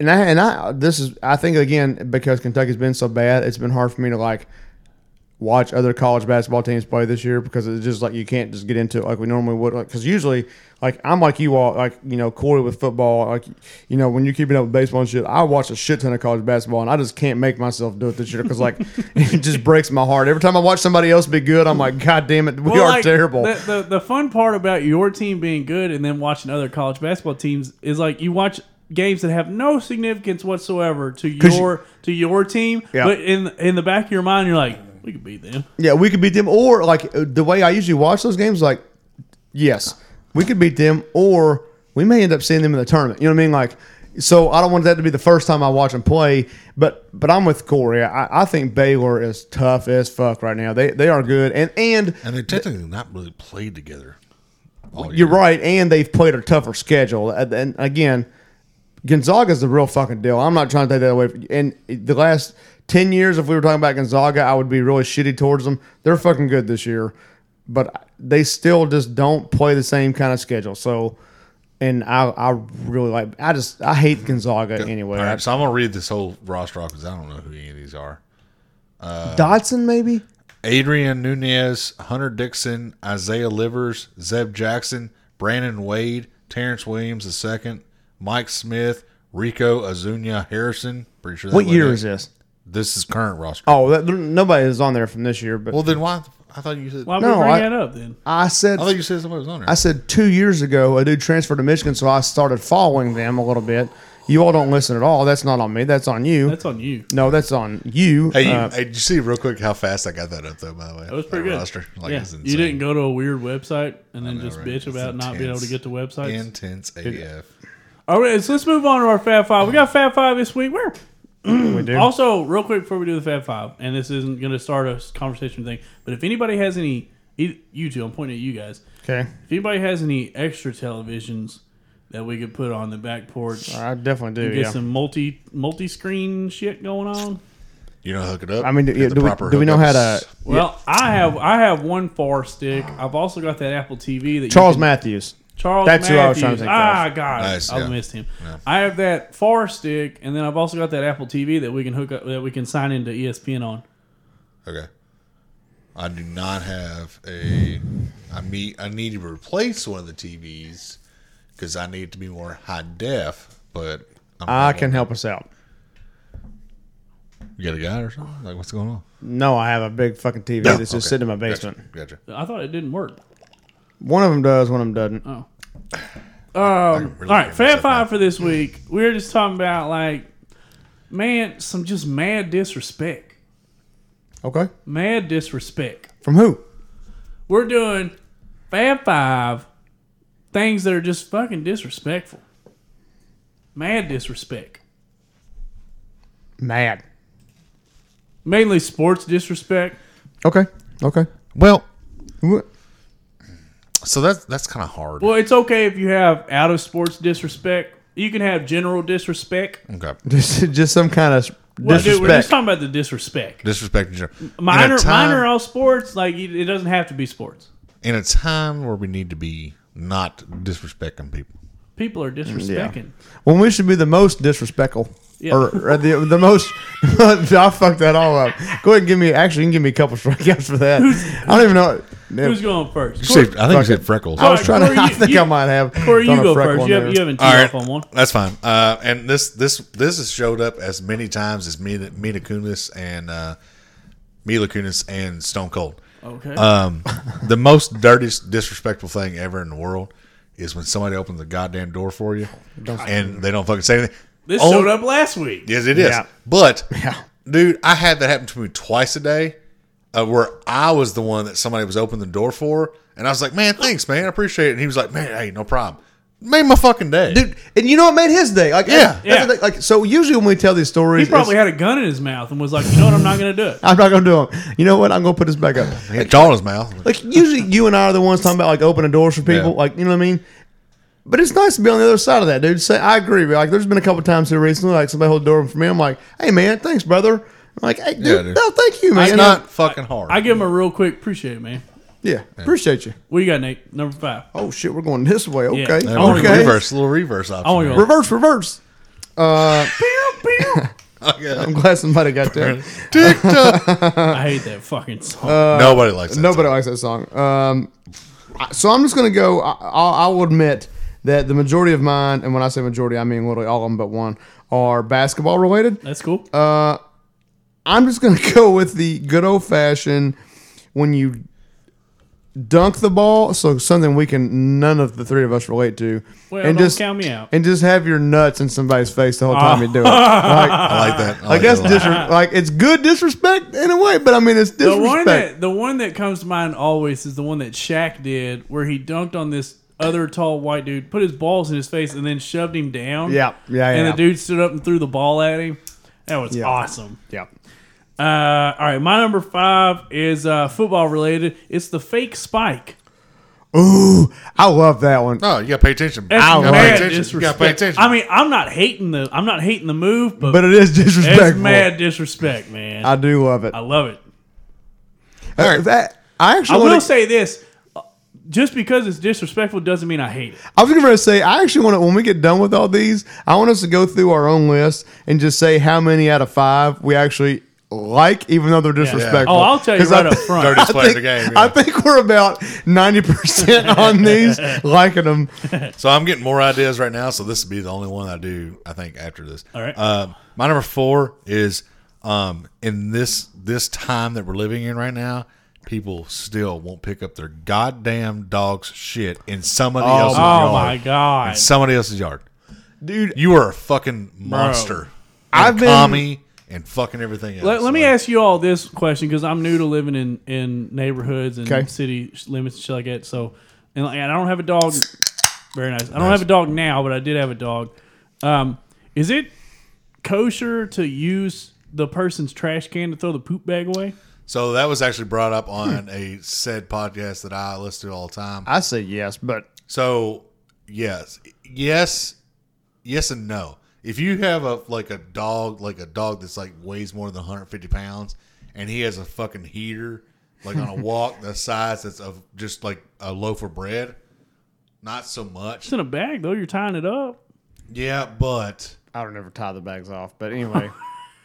Speaker 2: And I, and I this is I think again because Kentucky's been so bad, it's been hard for me to like watch other college basketball teams play this year because it's just like you can't just get into it like we normally would. Because usually, like I'm like you all, like you know Corey with football, like you know when you're keeping up with baseball and shit. I watch a shit ton of college basketball and I just can't make myself do it this year because like [LAUGHS] it just breaks my heart every time I watch somebody else be good. I'm like, God damn it, we
Speaker 1: Well,
Speaker 2: are
Speaker 1: like,
Speaker 2: terrible.
Speaker 1: The, the, the fun part about your team being good and then watching other college basketball teams is like you watch games that have no significance whatsoever to
Speaker 2: 'Cause you-
Speaker 1: your to your team,
Speaker 2: Yeah.
Speaker 1: but in in the back of your mind you're like, we could beat them.
Speaker 2: Yeah, we could beat them. Or like uh, the way I usually watch those games, like yes, we could beat them, or we may end up seeing them in the tournament. You know what I mean? Like, so I don't want that to be the first time I watch them play. But but I'm with Corey. I, I think Baylor is tough as fuck right now. They they are good, and and
Speaker 3: And they technically not really played together. all
Speaker 2: you're
Speaker 3: year.
Speaker 2: right, and they've played a tougher schedule. And and again, Gonzaga's the real fucking deal. I'm not trying to take that away. From, and the last ten years, if we were talking about Gonzaga, I would be really shitty towards them. They're fucking good this year, but they still just don't play the same kind of schedule. So, and I, I really like. I just I hate Gonzaga anyway.
Speaker 3: All right, so I'm gonna read this whole roster off because I don't know who any of these are.
Speaker 2: Dotson maybe.
Speaker 3: Adrian Nunez, Hunter Dixon, Isaiah Livers, Zeb Jackson, Brandon Wade, Terrence Williams II, Mike Smith, Rico Azunia Harrison. Pretty sure. that
Speaker 2: What
Speaker 3: was
Speaker 2: year
Speaker 3: it.
Speaker 2: is this?
Speaker 3: This is current roster.
Speaker 2: Oh, that, there- nobody is on there from this year. But
Speaker 3: Well, then why? I thought you said.
Speaker 1: Why would
Speaker 2: No,
Speaker 1: we bring
Speaker 2: I-
Speaker 1: that up then?
Speaker 2: I said
Speaker 3: I thought you said somebody was on there.
Speaker 2: I said two years ago, a dude transferred to Michigan, so I started following them a little bit. You all don't listen at all. That's not on me. That's on you.
Speaker 1: That's on you.
Speaker 2: no, that's on you.
Speaker 3: hey, you,
Speaker 2: Uh,
Speaker 3: hey, did you see real quick how fast I got that up though? By the way,
Speaker 1: That was pretty good.
Speaker 3: Roster, like,
Speaker 1: yeah.
Speaker 3: it's
Speaker 1: You didn't
Speaker 3: insane.
Speaker 1: go to a weird website and then just
Speaker 3: right?
Speaker 1: bitch
Speaker 3: It's
Speaker 1: about not being able to
Speaker 3: intense.
Speaker 1: get to websites.
Speaker 3: Intense AF.
Speaker 1: All right, so let's move on to our Fab Five. We got Fab Five this week. Where
Speaker 2: we do.
Speaker 1: also real quick before we do the Fab Five, and this isn't going to start a conversation thing, but if anybody has any, e- you two, I'm pointing at you guys.
Speaker 2: okay.
Speaker 1: If anybody has any extra televisions that we could put on the back porch,
Speaker 2: I definitely do.
Speaker 1: get
Speaker 2: Yeah.
Speaker 1: some multi multi screen shit going on.
Speaker 3: You know, how to hook it up.
Speaker 2: I mean, do,
Speaker 3: Get
Speaker 2: yeah,
Speaker 3: the
Speaker 2: do we,
Speaker 3: proper
Speaker 2: do we know how
Speaker 3: hookups.
Speaker 2: to.
Speaker 1: Well, I have I have one far stick. I've also got that Apple TV that
Speaker 2: Charles
Speaker 1: you can-
Speaker 2: Matthews.
Speaker 1: Charles
Speaker 2: That's who
Speaker 1: Matthews.
Speaker 2: I was trying to think
Speaker 1: Ah, God,
Speaker 3: Nice,
Speaker 1: I
Speaker 3: yeah.
Speaker 1: missed him.
Speaker 3: Yeah.
Speaker 1: I have that far stick, and then I've also got that Apple TV that we can hook up that we can sign into E ESPN on.
Speaker 3: Okay. I do not have a. I meet. I need to replace one of the TVs because I need it to be more high def. But I'm
Speaker 2: I can help us out.
Speaker 3: You got a guy or something? Like what's going on?
Speaker 2: No, I have a big fucking TV
Speaker 3: No,
Speaker 2: that's
Speaker 3: okay.
Speaker 2: just sitting in my basement.
Speaker 3: Gotcha.
Speaker 1: I thought it didn't work.
Speaker 2: One of them does, one of them doesn't.
Speaker 1: Oh.
Speaker 3: can
Speaker 1: Um, all
Speaker 3: really
Speaker 1: right,
Speaker 3: hear
Speaker 1: Fab
Speaker 3: myself now.
Speaker 1: Five for this week. We were just talking about like, man, some just mad disrespect,
Speaker 2: Okay.
Speaker 1: mad disrespect.
Speaker 2: From who?
Speaker 1: We're doing Fab Five things that are just fucking disrespectful, mad disrespect.
Speaker 2: Mad.
Speaker 1: Mainly sports disrespect.
Speaker 2: Okay. Okay. [LAUGHS]
Speaker 3: Well,
Speaker 2: Wh-
Speaker 3: so that's that's kind of hard.
Speaker 1: Well, it's okay if you have out of sports disrespect. You can have general disrespect.
Speaker 3: Okay.
Speaker 2: Just, just some kind of
Speaker 1: Well,
Speaker 2: disrespect.
Speaker 1: dude, we're just talking about the disrespect.
Speaker 3: Disrespect in general. in
Speaker 1: Minor,
Speaker 3: a time,
Speaker 1: minor, all sports. Like you- it doesn't have to be sports.
Speaker 3: in a time where we need to be not disrespecting people.
Speaker 1: People are disrespecting.
Speaker 2: When we should be the most disrespectful.
Speaker 1: Yeah.
Speaker 2: Or, or the, the most. [LAUGHS] I fucked that all up. Go ahead and give me. Actually, you can give me a couple strikeouts for that. I don't even know.
Speaker 1: Who's going first?
Speaker 3: You said- I think you
Speaker 2: Fuck
Speaker 3: said
Speaker 2: it.
Speaker 3: freckles.
Speaker 2: I was
Speaker 1: Sorry,
Speaker 2: trying to.
Speaker 1: Corey,
Speaker 2: I
Speaker 1: you-
Speaker 2: think
Speaker 1: you-
Speaker 2: I might have.
Speaker 1: Corey, you
Speaker 2: done a
Speaker 1: go
Speaker 2: freckle
Speaker 1: first.
Speaker 2: in
Speaker 1: You, have,
Speaker 2: there.
Speaker 1: you haven't teed
Speaker 3: All
Speaker 1: off
Speaker 3: right,
Speaker 1: on one.
Speaker 3: that's fine. Uh, and this this this has showed up as many times as Mina, Mina Kunis and uh, Mila Kunis and Stone Cold.
Speaker 1: Okay.
Speaker 3: Um, the most dirtiest, disrespectful thing ever in the world is when somebody opens the goddamn door for you and they don't fucking say anything.
Speaker 1: this
Speaker 3: Oh,
Speaker 1: showed up last week.
Speaker 3: Yes, it is.
Speaker 2: Yeah.
Speaker 3: But, dude, I had that happen to me twice a day, uh, where I was the one that somebody was opening the door for, and I was like, "Man, thanks, man, I appreciate it." And he was like, "Man, hey, no problem." Made my fucking day,
Speaker 2: Dude, and you know what made his day? Like,
Speaker 3: Yeah.
Speaker 2: that's the
Speaker 1: Yeah.
Speaker 2: thing, Like, so usually when we tell these stories,
Speaker 1: He probably
Speaker 2: it's-
Speaker 1: had a gun in his mouth and was like, "You know what? I'm not going to do it."
Speaker 2: I'm not gonna do them. You know what? I'm gonna put this back up.
Speaker 3: He had a jaw in his mouth.
Speaker 2: Like, usually you and I are the ones talking about like opening doors for people.
Speaker 3: Yeah.
Speaker 2: Like, you know what I mean? But it's nice to be on the other side of that, dude. Say, I agree. But like, there's been a couple times here recently, like somebody hold the door for me. I'm like, hey man, thanks, brother. I'm like, hey, dude,
Speaker 3: Yeah, dude.
Speaker 2: no, thank you, man.
Speaker 3: It's not fucking hard.
Speaker 1: I give him a real quick. Appreciate it, man.
Speaker 2: Yeah, appreciate you.
Speaker 1: What you got, Nate? Number five.
Speaker 2: Oh shit, we're going this way. Okay,
Speaker 1: Yeah.
Speaker 3: Yeah,
Speaker 1: I wanna
Speaker 3: we'll
Speaker 1: go-
Speaker 2: okay.
Speaker 3: Reverse, a little reverse option.
Speaker 1: wanna go-
Speaker 3: there.
Speaker 2: reverse, reverse.
Speaker 3: Okay.
Speaker 2: I'm glad somebody got there.
Speaker 1: I hate that fucking song.
Speaker 3: Nobody likes that.
Speaker 2: Nobody likes that song. Um, I- so I'm just gonna go. I, I'll, I'll admit that the majority of mine, and when I say majority, I mean literally all of them but one, are basketball related.
Speaker 1: That's cool.
Speaker 2: I'm just gonna [LAUGHS] go with the good old fashioned when you dunk the ball. So something we can none of the three of us relate to.
Speaker 1: well, don't count me out. Oh.
Speaker 2: and just have your nuts in somebody's face the whole time you do it. Like,
Speaker 3: I like that. I
Speaker 2: like
Speaker 3: like [LAUGHS]
Speaker 2: that's
Speaker 3: that a lot.
Speaker 2: disre- like it's good disrespect in a way, but I mean it's
Speaker 1: The
Speaker 2: disrespect.
Speaker 1: one that the one that comes to mind always is the one that Shaq did, where he dunked on this other tall white dude, put his balls in his face, and then shoved him down.
Speaker 2: Yeah, yeah,
Speaker 1: And
Speaker 2: yeah.
Speaker 1: the dude stood up and threw the ball at him. That was awesome.
Speaker 2: yeah.
Speaker 1: Uh, all right, my number five is uh, football related. It's the fake spike.
Speaker 2: Ooh, I love that one.
Speaker 3: No, you got to pay attention.
Speaker 1: That's
Speaker 3: you got
Speaker 1: mad
Speaker 3: to pay attention. You got to
Speaker 1: disrespect.
Speaker 3: pay attention.
Speaker 1: I mean, I'm not hating the I'm not hating the move, but,
Speaker 2: But it is disrespectful.
Speaker 1: it's mad disrespect, man.
Speaker 2: I
Speaker 1: I,
Speaker 2: do love it.
Speaker 1: love it.
Speaker 2: Uh,
Speaker 3: right.
Speaker 2: that- I
Speaker 1: I
Speaker 2: actually
Speaker 1: will
Speaker 2: wanna,
Speaker 1: say this: uh, just because it's disrespectful doesn't mean I hate it.
Speaker 2: I was going to say I actually want to when we get done with all these, I want us to go through our own list and just say how many out of 5 we actually like even though they're disrespectful.
Speaker 1: Oh, I'll tell you
Speaker 2: [LAUGHS] 'Cause I
Speaker 1: right up
Speaker 2: think-
Speaker 1: front.
Speaker 3: Dirtiest play
Speaker 2: I
Speaker 3: of the
Speaker 2: think,
Speaker 3: game.
Speaker 2: I
Speaker 3: yeah.
Speaker 2: think we're about 90% on
Speaker 1: [LAUGHS]
Speaker 2: these liking them.
Speaker 3: So I'm getting more ideas right now. So this would be the only one I do. I think after this.
Speaker 1: All right.
Speaker 3: Um, my number four is um, in this this time that we're living in right now. People still won't pick up their goddamn dog's shit in somebody else's yard.
Speaker 1: Oh my
Speaker 3: In
Speaker 1: god!
Speaker 3: somebody else's yard.
Speaker 2: Dude,
Speaker 3: You are a fucking monster.
Speaker 2: I've
Speaker 3: I've
Speaker 2: been-
Speaker 3: been commie and fucking everything else.
Speaker 1: Let, let me
Speaker 3: Like,
Speaker 1: ask you all this question because I'm new to living in, in neighborhoods and
Speaker 2: Okay.
Speaker 1: city sh- limits and shit like that. So, and, like, I don't have a dog. Very nice. I don't have a dog now, but I did have a dog. Um, is it kosher to use the person's trash can to throw the poop bag away?
Speaker 3: So that was actually brought
Speaker 1: [CLEARS THROAT]
Speaker 3: up on a said podcast that I listen to all the time.
Speaker 2: I say yes, but
Speaker 3: So yes, yes, yes, and no. If you have a like a dog, like a dog that's like weighs more than 150 pounds, and he has a fucking heater,
Speaker 2: [LAUGHS]
Speaker 3: like on a walk the size that's of just like a loaf of bread, not so much.
Speaker 1: It's in a bag though. You're tying it up.
Speaker 3: Yeah, but
Speaker 2: I don't ever tie the bags off. But anyway,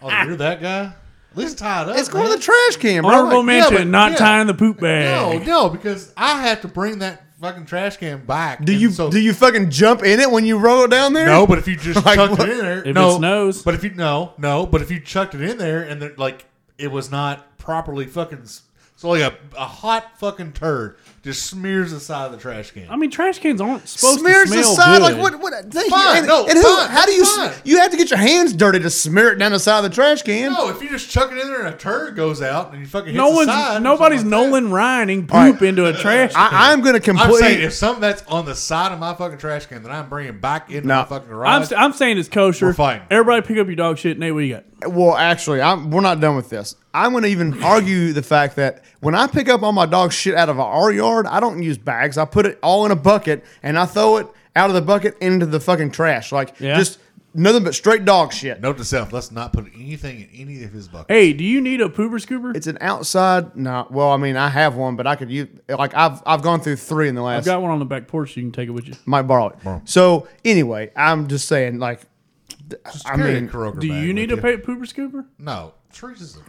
Speaker 3: oh, you're that guy. At least tie it
Speaker 2: [LAUGHS]
Speaker 3: up.
Speaker 2: it's going to
Speaker 3: man.
Speaker 2: the trash can, bro.
Speaker 1: Honorable
Speaker 2: Like,
Speaker 1: mention:
Speaker 3: but-
Speaker 1: not
Speaker 3: yeah.
Speaker 1: tying the poop
Speaker 3: No,
Speaker 1: bag.
Speaker 3: no, because I have to bring that fucking trash can back.
Speaker 2: do
Speaker 3: and
Speaker 2: you
Speaker 3: so-
Speaker 2: do you fucking jump in it when you roll it down there?
Speaker 3: No, but if you just
Speaker 2: [LAUGHS] Like,
Speaker 3: chucked
Speaker 2: what-
Speaker 3: it in there,
Speaker 1: If
Speaker 3: no,
Speaker 1: it snows.
Speaker 3: But if you no, no, but if you chucked it in there and then like it was not properly fucking, s- so like a, a hot fucking turd just smears the side of the trash can.
Speaker 1: I mean, trash cans aren't supposed
Speaker 2: Smears
Speaker 1: to smell
Speaker 2: the side like
Speaker 1: good.
Speaker 2: what? What? Thank you.
Speaker 3: Fine,
Speaker 2: And,
Speaker 3: no,
Speaker 2: and who?
Speaker 3: fine,
Speaker 2: how do you?
Speaker 3: fine.
Speaker 2: s You have to get your hands dirty to smear it down the side of the trash can.
Speaker 3: no, if you just chuck it in there and a turd goes out and you fucking hits
Speaker 1: No
Speaker 3: the
Speaker 1: one's,
Speaker 3: side or
Speaker 1: nobody's
Speaker 3: something like
Speaker 1: Nolan
Speaker 3: that.
Speaker 1: Ryaning poop
Speaker 2: right.
Speaker 1: into a trash. can.
Speaker 2: I, I'm going to
Speaker 3: I'm saying
Speaker 2: completely.
Speaker 3: if something that's on the side of my fucking trash can that I'm bringing back into
Speaker 2: No.
Speaker 3: my fucking
Speaker 1: I'm,
Speaker 3: garage,
Speaker 1: st- I'm saying it's kosher.
Speaker 3: We're fine.
Speaker 1: Everybody pick up your dog shit. Nate, what you got?
Speaker 2: Well, actually, I'm, we're not done with this. I'm going to even argue the fact that when I pick up all my dog shit out of our yard, I don't use bags. I put it all in a bucket and I throw it out of the bucket into the fucking trash. Like
Speaker 1: Yeah.
Speaker 2: just nothing but straight dog shit.
Speaker 3: note to self: let's not put anything in any of his buckets.
Speaker 1: Hey, do you need a pooper scooper?
Speaker 2: It's an outside. No, well, I mean, I have one, but I could use like I've I've gone through three in the
Speaker 1: I've
Speaker 2: last.
Speaker 1: got one on the back porch. You can take it with you.
Speaker 2: might borrow it. So anyway, I'm just saying like. th- I
Speaker 3: Carry a
Speaker 2: mean,
Speaker 3: Kroger
Speaker 1: Do
Speaker 3: bag
Speaker 1: you
Speaker 3: with
Speaker 1: need a pa- pooper scooper?
Speaker 3: No, Teresa's a,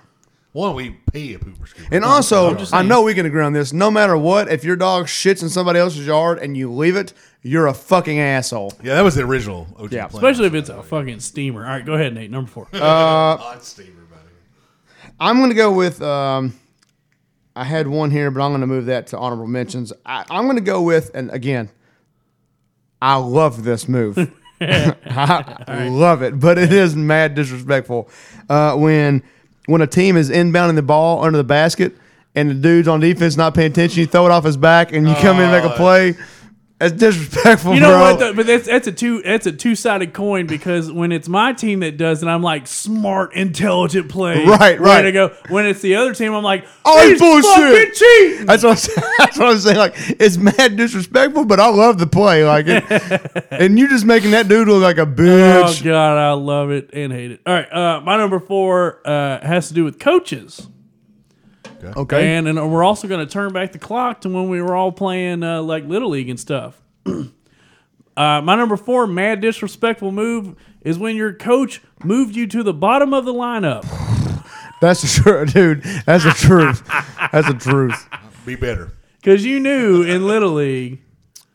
Speaker 3: one. We pay a pooper scooper.
Speaker 2: and also, I know we can agree on this. No matter what, if your dog shits in somebody else's yard and you leave it, you're a fucking asshole.
Speaker 3: yeah, that was the original OG
Speaker 2: Yeah.
Speaker 3: yeah,
Speaker 1: Especially if it's a fucking steamer. All right, go ahead, Nate. Number four.
Speaker 2: Uh,
Speaker 3: odd steamer, buddy.
Speaker 2: I'm going to go with. Um, I had one here, but I'm going to move that to honorable mentions. I, I'm going to go with, and again, I love this move.
Speaker 1: [LAUGHS]
Speaker 2: [LAUGHS] I love it, but it is mad disrespectful uh, when when a team is inbounding the ball under the basket and the dude's on defense not paying attention. You throw it off his back and you come in and make a play. That's disrespectful,
Speaker 1: Oh. you know
Speaker 2: bro.
Speaker 1: what? Though, but that's that's a two that's a two sided coin because when it's my team that does it, I'm like smart, intelligent play.
Speaker 2: Right,
Speaker 1: way
Speaker 2: right.
Speaker 1: to go. When it's the other team, I'm like,
Speaker 2: Oh,
Speaker 1: oh, he's
Speaker 2: bullshit.
Speaker 1: fucking cheating.
Speaker 2: That's what I'm saying. [LAUGHS] That's what I'm saying. Like it's mad disrespectful, but I love the play. Like, it, and you just making that dude look like a
Speaker 1: Oh
Speaker 2: bitch.
Speaker 1: god, I love it and hate it. All right, uh, my number four uh, has to do with coaches.
Speaker 2: okay.
Speaker 1: And and we're also going to turn back the clock to when we were all playing uh, like little league and stuff. [CLEARS THROAT] uh, my number four mad disrespectful move is when your coach moved you to the bottom of the lineup.
Speaker 2: That's the truth, [LAUGHS] dude. That's the truth. That's the truth.
Speaker 3: Be better.
Speaker 1: Because you knew in Little League,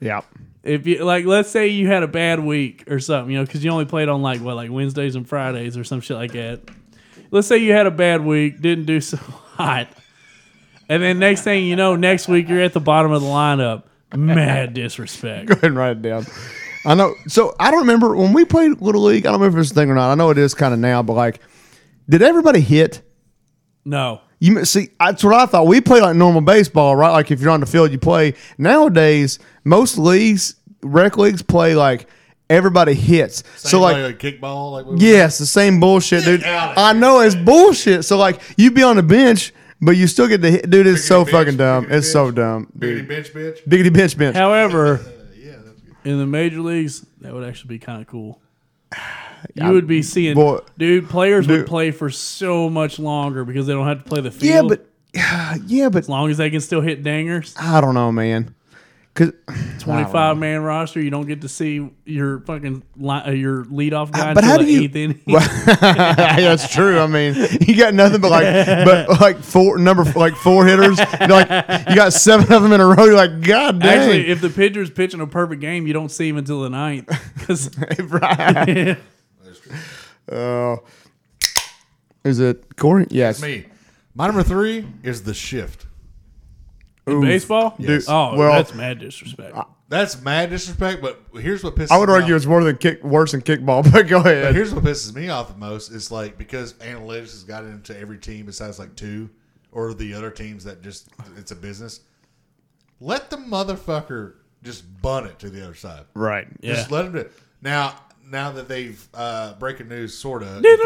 Speaker 2: Yeah.
Speaker 1: if you like, let's say you had a bad week or something, you know, because you only played on like what, like Wednesdays and Fridays or some shit like that. Let's say you had a bad week, didn't do [LAUGHS] so hot, and then next thing you know, next week you're at the bottom of the lineup. Mad disrespect.
Speaker 2: Go ahead and write it down. I know. So I don't remember when we played Little League. I don't remember if it's a thing or not. I know it is kind of now, but like, did everybody hit?
Speaker 1: No.
Speaker 2: You m- see, that's what I thought. We play like normal baseball, right? Like if you're on the field, you play. Nowadays, most leagues, rec leagues, play like everybody hits. so
Speaker 3: Same
Speaker 2: like,
Speaker 3: way, kickball, like we were-
Speaker 2: yes, the same bullshit, dude.
Speaker 3: outta
Speaker 2: I know it's bullshit. So like, you be on the bench. But you still get to hit, dude. It's
Speaker 3: Biggity
Speaker 2: so
Speaker 3: bitch,
Speaker 2: fucking dumb.
Speaker 3: biggity
Speaker 2: It's so
Speaker 3: bitch.
Speaker 2: dumb.
Speaker 3: Biggity
Speaker 2: Dude.
Speaker 3: bitch, bitch.
Speaker 2: Biggity bench bench.
Speaker 1: However,
Speaker 3: Yeah, that's good.
Speaker 1: in the major leagues, that would actually be kind of cool. You would be seeing,
Speaker 2: boy,
Speaker 1: dude. Players
Speaker 2: dude.
Speaker 1: would play for so much longer because they don't have to play the field.
Speaker 2: yeah, but [SIGHS] yeah, but
Speaker 1: as long as they can still hit dangers,
Speaker 2: I don't know, man. Cause [LAUGHS]
Speaker 1: twenty-five man roster, you don't get to see your fucking li- uh, your leadoff guy.
Speaker 2: but
Speaker 1: until
Speaker 2: how
Speaker 1: the
Speaker 2: do you-
Speaker 1: eighth inning.
Speaker 2: yeah, that's true. I mean, you got nothing but like, but like four number like four hitters. You're like you got seven of them in a row. You're like, God
Speaker 1: [LAUGHS]
Speaker 2: dang.
Speaker 1: Actually, if the pitcher's pitching a perfect game, you don't see him until the
Speaker 2: [LAUGHS]
Speaker 1: ninth. 'Cause-
Speaker 2: Right.
Speaker 3: That's true.
Speaker 2: Oh. is it Corey? Yes.
Speaker 3: Me. My number three is the shift.
Speaker 1: [LAUGHS] in baseball.
Speaker 2: Yes.
Speaker 1: Oh,
Speaker 2: Well- uh,
Speaker 1: that's mad disrespect.
Speaker 3: That's mad disrespect, but here's what pisses.
Speaker 2: I would
Speaker 3: me
Speaker 2: argue
Speaker 3: off.
Speaker 2: it's more than kick, worse than kickball. [LAUGHS] But go
Speaker 3: But
Speaker 2: ahead.
Speaker 3: here's what pisses me off the most is like because analytics has gotten into every team besides like two or the other teams that just it's a business. Let the motherfucker just bun it to the other side.
Speaker 2: Right.
Speaker 1: yeah.
Speaker 3: Just let him do it. Now, now that they've uh, breaking news, sort of. they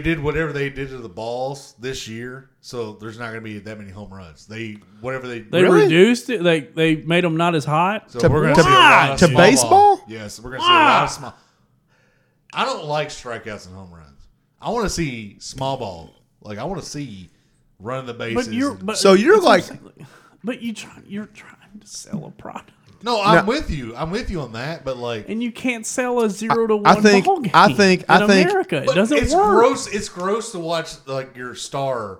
Speaker 3: did whatever they did to the balls this year, so there's not going to be that many home runs. They whatever they
Speaker 1: They
Speaker 2: Really?
Speaker 1: reduced it. Like they made them not as hot.
Speaker 3: So
Speaker 2: To-
Speaker 3: we're going
Speaker 2: to-
Speaker 3: to see a lot of
Speaker 2: to
Speaker 3: small ball.
Speaker 2: baseball?
Speaker 3: Yes, we're going to see a lot of small. I don't like strikeouts and home runs. I want to see small ball. Like I want to see running the bases.
Speaker 1: But you're
Speaker 3: and-
Speaker 1: but,
Speaker 2: So you're like,
Speaker 1: but you try, you're trying to sell a product,
Speaker 3: no, I'm
Speaker 2: No.
Speaker 3: with you. I'm with you on that. But like,
Speaker 1: and you can't sell a zero to one
Speaker 2: I think-
Speaker 1: ball game.
Speaker 2: I think- I
Speaker 1: in
Speaker 2: think-
Speaker 1: America it
Speaker 3: but
Speaker 1: doesn't
Speaker 3: it's
Speaker 1: work.
Speaker 3: gross. It's gross to watch like your star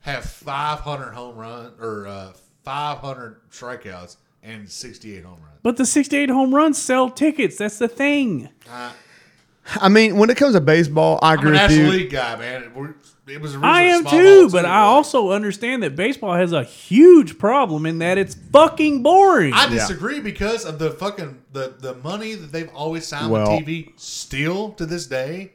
Speaker 3: have 500 home run or uh, 500 strikeouts and 68 home runs.
Speaker 1: But the sixty-eight home runs sell tickets. That's the thing.
Speaker 2: I mean, when it comes to baseball, I
Speaker 3: I'm a
Speaker 2: agree with
Speaker 3: National
Speaker 2: you.
Speaker 3: League guy, man. It, we're- it was
Speaker 1: I
Speaker 3: originally
Speaker 1: am
Speaker 3: small
Speaker 1: too,
Speaker 3: ball,
Speaker 1: but I
Speaker 3: like-
Speaker 1: also understand that baseball has a huge problem in that it's fucking boring.
Speaker 3: I disagree because of the fucking the, the money that they've always signed
Speaker 2: Well-
Speaker 3: with TV. Still to this day,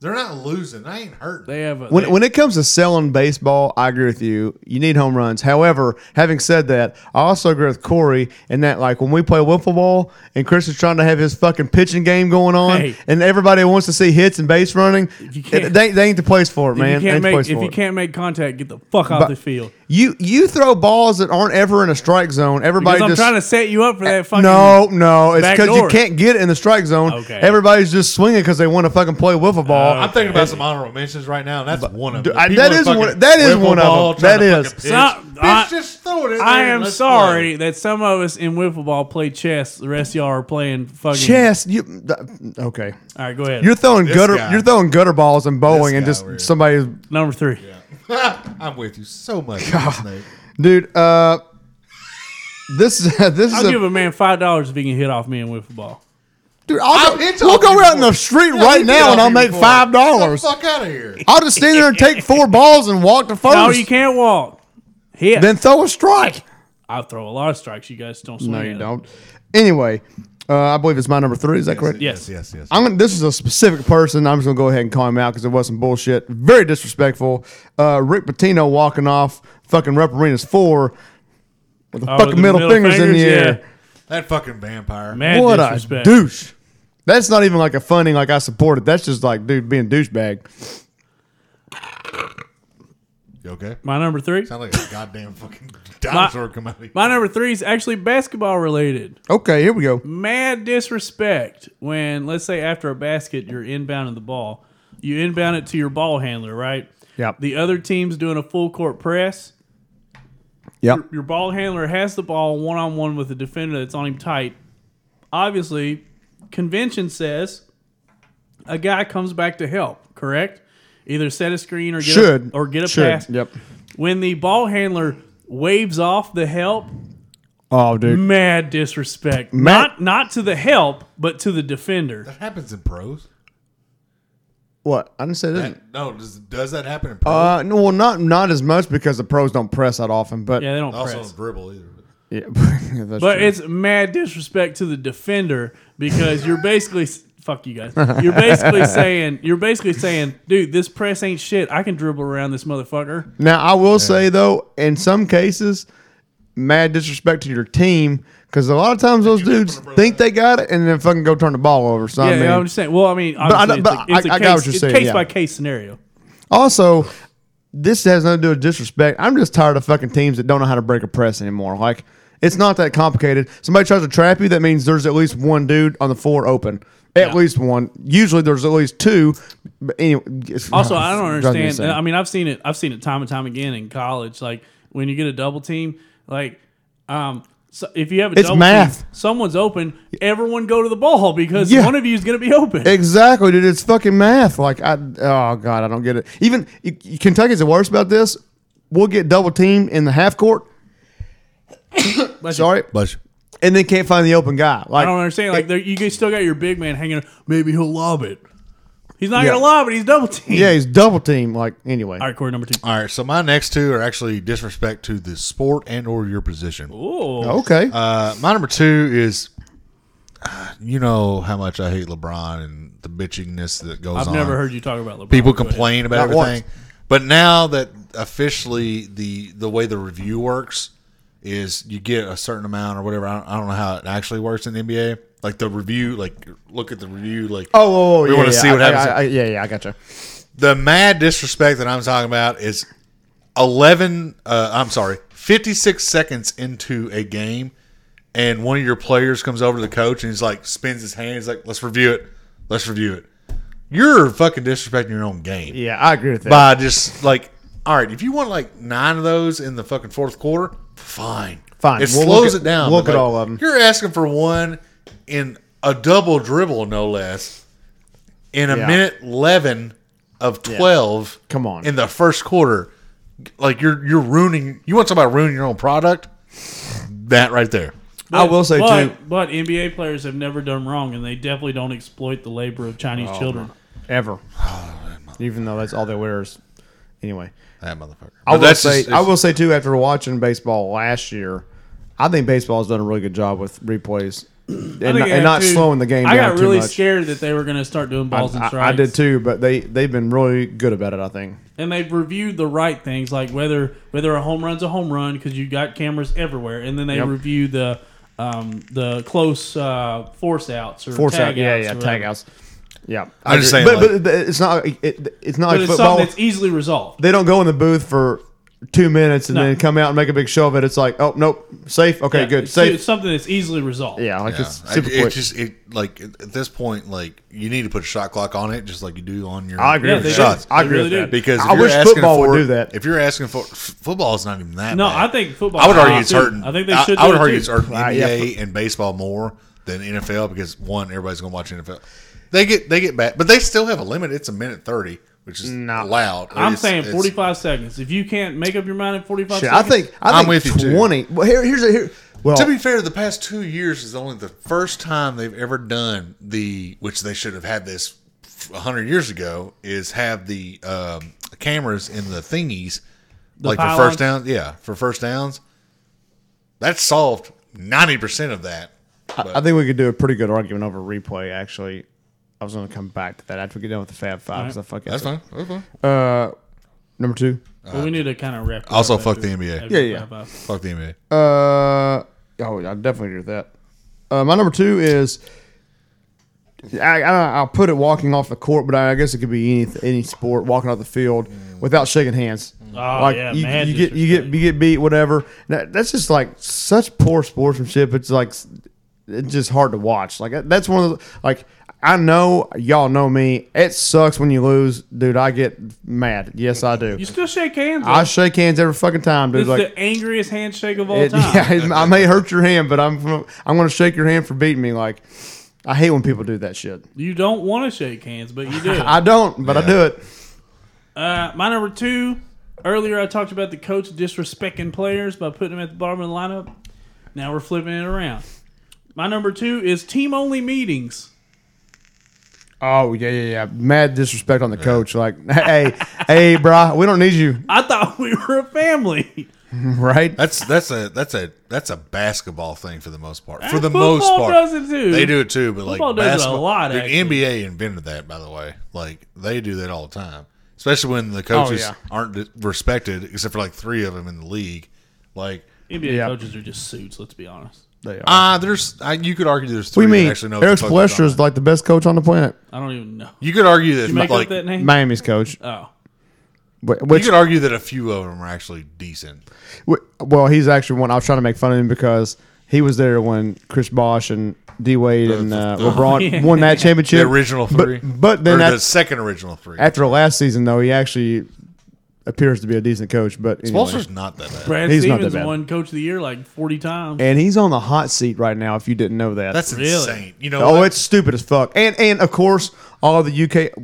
Speaker 3: they're not losing. They ain't hurting.
Speaker 1: they have a,
Speaker 2: When,
Speaker 1: they-
Speaker 2: when it comes to selling baseball, I agree with you. You need home runs. However, having said that, I also agree with Corey in that, like, when we play wiffle ball and Chris is trying to have his fucking pitching game going on
Speaker 1: Hey.
Speaker 2: and everybody wants to see hits and base running,
Speaker 1: you can't-
Speaker 2: it, they, they ain't the place for it,
Speaker 1: if
Speaker 2: man.
Speaker 1: you can't
Speaker 2: They ain't the
Speaker 1: make
Speaker 2: place
Speaker 1: if
Speaker 2: for
Speaker 1: you
Speaker 2: it.
Speaker 1: can't make contact, get the fuck off
Speaker 2: But-
Speaker 1: the field.
Speaker 2: You you throw balls that aren't ever in a strike zone. Everybody
Speaker 1: Because I'm
Speaker 2: just Eh,
Speaker 1: trying to set you up for that fucking
Speaker 2: no no. It's
Speaker 1: back
Speaker 2: because you
Speaker 1: door.
Speaker 2: can't get it in the strike zone.
Speaker 1: Okay.
Speaker 2: Everybody's just swinging because they want to fucking play wiffle ball.
Speaker 3: I'm thinking about some honorable mentions right now, and that's one of them.
Speaker 2: I-
Speaker 3: People
Speaker 2: that
Speaker 3: are
Speaker 2: is
Speaker 3: fucking
Speaker 2: one- that is
Speaker 3: wiffle
Speaker 2: one of
Speaker 3: ball,
Speaker 2: them.
Speaker 3: trying
Speaker 2: That
Speaker 3: to
Speaker 2: is.
Speaker 3: fucking pitch.
Speaker 1: Some-
Speaker 3: Bitch,
Speaker 1: I-
Speaker 3: just throw it in
Speaker 1: I
Speaker 3: there and
Speaker 1: am
Speaker 3: let's
Speaker 1: sorry
Speaker 3: play.
Speaker 1: that some of us in wiffle ball play chess. The rest of y'all are playing fucking.
Speaker 2: Chess, you th- okay?
Speaker 1: All right, go ahead.
Speaker 2: You're throwing gutter,
Speaker 3: guy.
Speaker 2: you're throwing gutter balls and bowling,
Speaker 3: This
Speaker 2: and
Speaker 3: guy
Speaker 2: just
Speaker 3: over here.
Speaker 2: somebody's
Speaker 1: Number three.
Speaker 3: [LAUGHS] I'm with you
Speaker 2: [LAUGHS]
Speaker 3: so much, Snake.
Speaker 2: dude. Uh, this [LAUGHS] this is
Speaker 1: I'll
Speaker 2: a
Speaker 1: give a man five dollars if he can hit off me in wiffle ball.
Speaker 2: dude. I'll,
Speaker 3: I'll
Speaker 2: go-
Speaker 3: hit
Speaker 2: we'll
Speaker 3: off
Speaker 2: go
Speaker 3: you
Speaker 2: out in
Speaker 3: before-
Speaker 2: the street
Speaker 3: Yeah,
Speaker 2: right
Speaker 3: you
Speaker 2: now,
Speaker 3: get
Speaker 2: and
Speaker 3: off
Speaker 2: I'll
Speaker 3: here
Speaker 2: make
Speaker 3: before.
Speaker 2: five
Speaker 3: Get
Speaker 2: dollars.
Speaker 3: the fuck out of here.
Speaker 2: I'll just stand there and take four balls and walk to first.
Speaker 1: No, you can't walk. Hit.
Speaker 2: Then throw a strike.
Speaker 1: I'll throw a lot of strikes. You guys don't swing.
Speaker 2: No, you
Speaker 1: at it.
Speaker 2: don't. Anyway, uh, I believe it's my number three. Is that correct?
Speaker 1: Yes.
Speaker 3: yes, yes.
Speaker 2: I'm gonna, this is a specific person. I'm just gonna go ahead and call him out because it wasn't bullshit. Very disrespectful. Uh, Rick Pitino walking off fucking Rep Arenas four with the
Speaker 1: Oh,
Speaker 2: fucking
Speaker 1: the
Speaker 2: middle,
Speaker 1: middle
Speaker 2: fingers, in the
Speaker 1: fingers,
Speaker 2: air.
Speaker 3: that fucking vampire.
Speaker 1: Mad
Speaker 2: What
Speaker 1: disrespect.
Speaker 2: a douche! That's not even like a funny like I support it. That's just like dude being douchebag.
Speaker 3: You okay?
Speaker 1: My number three.
Speaker 3: Sound like a goddamn fucking [LAUGHS] dinosaur come out of you.
Speaker 1: My number three is actually basketball related.
Speaker 2: Okay, here we go.
Speaker 1: Mad disrespect when, let's say, after a basket, you're inbounding the ball. You inbound it to your ball handler, right?
Speaker 2: Yep.
Speaker 1: The other team's doing a full court press.
Speaker 2: Yep.
Speaker 1: Your ball handler has the ball one on one with the defender that's on him tight. Obviously, convention says a guy comes back to help, correct? Either set a screen or get
Speaker 2: Should
Speaker 1: a, or get a
Speaker 2: Should.
Speaker 1: pass.
Speaker 2: Yep.
Speaker 1: When the ball handler waves off the help,
Speaker 2: Oh, dude.
Speaker 1: mad disrespect. not not to the help, but to the defender.
Speaker 3: That happens in pros.
Speaker 2: What? I didn't say that.
Speaker 3: That, no, does, does that happen in pros?
Speaker 2: Uh, no, well, not not as much because the pros don't press that often, but
Speaker 1: Yeah, they don't
Speaker 3: also
Speaker 1: press.
Speaker 3: in dribble either.
Speaker 2: [LAUGHS] yeah, [LAUGHS] that's
Speaker 1: But
Speaker 2: true.
Speaker 1: it's mad disrespect to the defender because you're basically fuck you guys. You're
Speaker 2: [LAUGHS]
Speaker 1: basically saying you're basically saying, dude, this press ain't shit. I can dribble around this motherfucker.
Speaker 2: Now, I will say though, in some cases, mad disrespect to your team because a lot of times those dudes think they got it and then fucking go turn the ball over. So
Speaker 1: Yeah,
Speaker 2: I mean,
Speaker 1: I'm just saying. Well, I mean,
Speaker 2: I
Speaker 1: obviously,
Speaker 2: know- but
Speaker 1: it's a, it's a
Speaker 2: I- I got
Speaker 1: case,
Speaker 2: what you're
Speaker 1: it's
Speaker 2: saying,
Speaker 1: case
Speaker 2: yeah.
Speaker 1: by case scenario.
Speaker 2: also, this has nothing to do with disrespect. I'm just tired of fucking teams that don't know how to break a press anymore. Like, it's not that complicated. Somebody tries to trap you, that means there's at least one dude on the floor open. At
Speaker 1: Yeah.
Speaker 2: least one. Usually there's at least two. But anyway, it's-
Speaker 1: Also, I don't
Speaker 2: it drives me
Speaker 1: understand.
Speaker 2: insane.
Speaker 1: I mean, I've seen it. I've seen it time and time again in college. Like when you get a double team, like um, so if you have a
Speaker 2: It's
Speaker 1: double
Speaker 2: math.
Speaker 1: team, someone's open. Everyone go to the ball because
Speaker 2: Yeah.
Speaker 1: one of you is going to be open.
Speaker 2: Exactly, dude. It's fucking math. Like I, oh god, I don't get it. Even y- y- Kentucky's the worst about this. We'll get double teamed in the
Speaker 1: [COUGHS]
Speaker 2: half court. Sorry,
Speaker 3: But
Speaker 2: and then can't find the open guy. Like
Speaker 1: I don't understand. Like there- you guys still got your big man hanging. Maybe he'll lob it. He's not
Speaker 2: Yeah.
Speaker 1: going to lob it. He's double teamed.
Speaker 2: yeah, he's double teamed. Like anyway,
Speaker 1: All right, Corey, number two.
Speaker 3: all right, so my next two are actually disrespect to the sport and or your position.
Speaker 1: Ooh.
Speaker 2: okay.
Speaker 3: Uh, my number two is, uh, you know how much I hate LeBron and the bitchingness that goes
Speaker 1: I've
Speaker 3: on.
Speaker 1: never heard you talk about LeBron.
Speaker 3: people
Speaker 1: Go ahead.
Speaker 3: complain about
Speaker 2: Not
Speaker 3: everything. But now that officially the the way the review works is you get a certain amount or whatever. I don't, I don't know how it actually works in the NBA. Like the review, like look at the review, like
Speaker 2: oh, whoa, whoa,
Speaker 3: we
Speaker 2: yeah,
Speaker 3: wanna
Speaker 2: yeah,
Speaker 3: see what
Speaker 2: I- I-
Speaker 3: happens.
Speaker 2: I- yeah, yeah, I gotcha.
Speaker 3: the mad disrespect that I'm talking about is 11 uh, I'm sorry 56 seconds into a game and one of your players comes over to the coach and he's like spins his hand he's like let's review it let's review it you're fucking disrespecting your own game
Speaker 2: Yeah, I agree with that.
Speaker 3: by just like all right if you want like nine of those in the fucking fourth quarter fine
Speaker 2: Fine.
Speaker 3: it
Speaker 2: We'll
Speaker 3: slows
Speaker 2: look at-
Speaker 3: it down
Speaker 2: look at
Speaker 3: but, like,
Speaker 2: all of 'em.
Speaker 3: you're asking for one in a double dribble no less in a
Speaker 2: Yeah.
Speaker 3: minute 11 of 12
Speaker 2: Come on.
Speaker 3: in the first quarter like you're you're ruining you want somebody ruining your own product that right there
Speaker 2: I will say
Speaker 1: but,
Speaker 2: too,
Speaker 1: but NBA players have never done wrong, and they definitely don't exploit the labor of Chinese
Speaker 2: Oh,
Speaker 1: children.
Speaker 2: ever, [SIGHS] even though that's all they wear is anyway.
Speaker 3: that motherfucker
Speaker 2: I
Speaker 3: But
Speaker 2: will
Speaker 3: that's
Speaker 2: say,
Speaker 3: just-
Speaker 2: I will say too. After watching baseball last year, I think baseball has done a really good job with replays and,
Speaker 1: [CLEARS THROAT] I think
Speaker 2: not-
Speaker 1: they have
Speaker 2: and not
Speaker 1: too-
Speaker 2: slowing the game
Speaker 1: I
Speaker 2: down
Speaker 1: got really
Speaker 2: too much.
Speaker 1: scared that they were going to start doing balls and
Speaker 2: I, I
Speaker 1: strikes.
Speaker 2: did too, but they they've been really good about it. I think.
Speaker 1: and they've reviewed the right things, like whether whether a home run's a home run because you got cameras everywhere, and then they
Speaker 2: Yep.
Speaker 1: review the um, the close uh, force outs or
Speaker 2: Force
Speaker 1: tag
Speaker 2: out, yeah,
Speaker 1: outs
Speaker 2: yeah,
Speaker 1: or
Speaker 2: tag
Speaker 1: whatever.
Speaker 2: outs. Yeah,
Speaker 3: I'm just
Speaker 2: agree.
Speaker 3: saying,
Speaker 2: but,
Speaker 3: like-
Speaker 2: but it's not it, it's not
Speaker 1: But
Speaker 2: like
Speaker 1: it's
Speaker 2: football.
Speaker 1: something that's easily resolved.
Speaker 2: they don't go in the booth for two minutes and
Speaker 1: No.
Speaker 2: then come out and make a big show of it. It's like, oh nope, safe. Okay,
Speaker 1: Yeah,
Speaker 2: good,
Speaker 1: it's,
Speaker 2: safe.
Speaker 1: it's something that's easily resolved.
Speaker 2: yeah, like
Speaker 3: Yeah.
Speaker 2: it's
Speaker 3: I-
Speaker 2: super
Speaker 3: it
Speaker 2: quick.
Speaker 3: just it like at at this point like you need to put a shot clock on it just like you do on your
Speaker 2: I agree
Speaker 1: Yeah,
Speaker 2: with
Speaker 1: they
Speaker 2: that.
Speaker 3: shots.
Speaker 1: do.
Speaker 2: I
Speaker 1: They
Speaker 2: agree
Speaker 1: really
Speaker 2: with
Speaker 1: do.
Speaker 2: that.
Speaker 3: Because if
Speaker 2: I
Speaker 3: you're
Speaker 2: wish
Speaker 3: asking
Speaker 2: football
Speaker 3: for,
Speaker 2: would do that.
Speaker 3: If you're asking for football is not even that.
Speaker 1: No,
Speaker 3: bad.
Speaker 1: I think football.
Speaker 3: I would argue
Speaker 1: should
Speaker 3: it's
Speaker 1: too.
Speaker 3: hurting.
Speaker 1: I think they
Speaker 3: I,
Speaker 1: should.
Speaker 3: I would
Speaker 1: do it
Speaker 3: argue
Speaker 1: too.
Speaker 3: it's hurting
Speaker 2: Ah, yeah.
Speaker 3: NBA and baseball more than NFL because one, everybody's going to watch NFL. They get they get back, but they still have a limit. It's a minute thirty, which is
Speaker 2: No.
Speaker 3: allowed.
Speaker 1: I'm
Speaker 3: It's-
Speaker 1: saying
Speaker 3: it's-
Speaker 1: 45 seconds. If you can't make up your mind in 45
Speaker 2: Shit, I
Speaker 1: seconds,
Speaker 2: think I think
Speaker 3: I'm with you, too.
Speaker 2: twenty. Well, here, here's a here. Well,
Speaker 3: To be fair, the past two years is only the first time they've ever done the, which they should have had this a hundred years ago, is have the um, cameras in the thingies, like for
Speaker 1: pylons?
Speaker 3: first downs. Yeah, for first downs. That solved ninety percent of that. But
Speaker 2: I think we could do a pretty good argument over replay. Actually, I was going to come back to that after we get done with the Fab Five. 'cause I fuck
Speaker 3: that's
Speaker 2: it.
Speaker 3: fine. That's fine.
Speaker 2: Uh, number two.
Speaker 1: Well, we need to kind of wrap. it
Speaker 3: Also,
Speaker 1: up
Speaker 3: fuck
Speaker 1: after-
Speaker 3: the NBA.
Speaker 1: after
Speaker 2: Yeah, yeah.
Speaker 1: wrap up.
Speaker 3: Fuck the NBA.
Speaker 2: Uh, oh, I definitely agree with that. Uh, my number two is. I, I, I'll put it walking off the court, but I, guess it could be any any sport walking off the field without shaking hands.
Speaker 1: Oh, yeah,
Speaker 2: you,
Speaker 1: mad
Speaker 2: you get you get
Speaker 1: disrespect.
Speaker 2: you get beat, whatever. That, that's just like such poor sportsmanship. It's like s- it's just hard to watch. Like that's one of the like I know y'all know me. It sucks when you lose, dude. I get mad. Yes, I do.
Speaker 1: You still shake hands.
Speaker 2: I
Speaker 1: though.
Speaker 2: shake hands every fucking time, dude.
Speaker 1: it's
Speaker 2: like
Speaker 1: the angriest handshake of all
Speaker 2: it- [LAUGHS]
Speaker 1: time.
Speaker 2: yeah, it- I may hurt your hand, but I'm gonna- I'm going to shake your hand for beating me. Like, I hate when people do that shit.
Speaker 1: You don't want to shake hands, but you do.
Speaker 2: [LAUGHS] I don't, but I
Speaker 3: Yeah.
Speaker 2: do it.
Speaker 1: uh, my number two. Earlier, I talked about the coach disrespecting players by putting them at the bottom of the lineup. Now we're flipping it around. My number two is team-only meetings.
Speaker 2: Oh yeah, yeah, yeah. Mad disrespect on the coach. Like, hey, hey, bro, we don't need you, [LAUGHS]
Speaker 1: I thought [LAUGHS] we were a family. [LAUGHS]
Speaker 2: right?
Speaker 3: That's that's a that's a that's a basketball thing for the most part. For
Speaker 1: And
Speaker 3: the most
Speaker 1: Eh, football
Speaker 3: part,
Speaker 1: does it too.
Speaker 3: They do it too, but like
Speaker 1: Football does it a
Speaker 3: basketball-
Speaker 1: lot,
Speaker 3: The
Speaker 1: actually.
Speaker 3: NBA invented that, by the way. Like they do that all the time, especially when the coaches
Speaker 1: Oh,
Speaker 2: yeah.
Speaker 3: aren't d- respected, except for like three of them in the league. Like
Speaker 1: NBA
Speaker 2: Yeah.
Speaker 1: coaches are just suits. Let's be honest.
Speaker 2: They are.
Speaker 1: Uh,
Speaker 3: ah, there's I, you could argue there's
Speaker 2: Uh, What do
Speaker 3: three.
Speaker 2: you mean?
Speaker 3: that actually know what the
Speaker 2: Eric
Speaker 3: fuck they're
Speaker 2: Spoelstra
Speaker 3: talking
Speaker 2: is like the best coach on the planet.
Speaker 1: I don't even know.
Speaker 3: about. You could argue that
Speaker 1: You make
Speaker 3: like
Speaker 1: up that name?
Speaker 2: Miami's coach.
Speaker 1: Oh,
Speaker 2: Wh-
Speaker 3: You
Speaker 2: Which,
Speaker 3: could argue that a few of them are actually decent.
Speaker 2: wh- well, he's actually one. I was trying to make fun of him because he was there when Chris Bosh and D Wade and uh, LeBron
Speaker 3: [LAUGHS]
Speaker 1: yeah.
Speaker 2: won that championship.
Speaker 3: The original three,
Speaker 2: But, but then
Speaker 3: or
Speaker 2: at,
Speaker 3: the second original three.
Speaker 2: after last season, though, he actually appears to be a decent coach. But anyway.
Speaker 3: Spolster's not that bad.
Speaker 1: Brad
Speaker 2: He's not that
Speaker 1: Stevens
Speaker 2: bad.
Speaker 1: won Coach of the Year like forty times.
Speaker 2: and he's on the hot seat right now. If you didn't know that,
Speaker 3: That's
Speaker 1: Really?
Speaker 3: insane. You know,
Speaker 2: oh,
Speaker 3: what?
Speaker 2: it's stupid as fuck. And and of course, all the UK.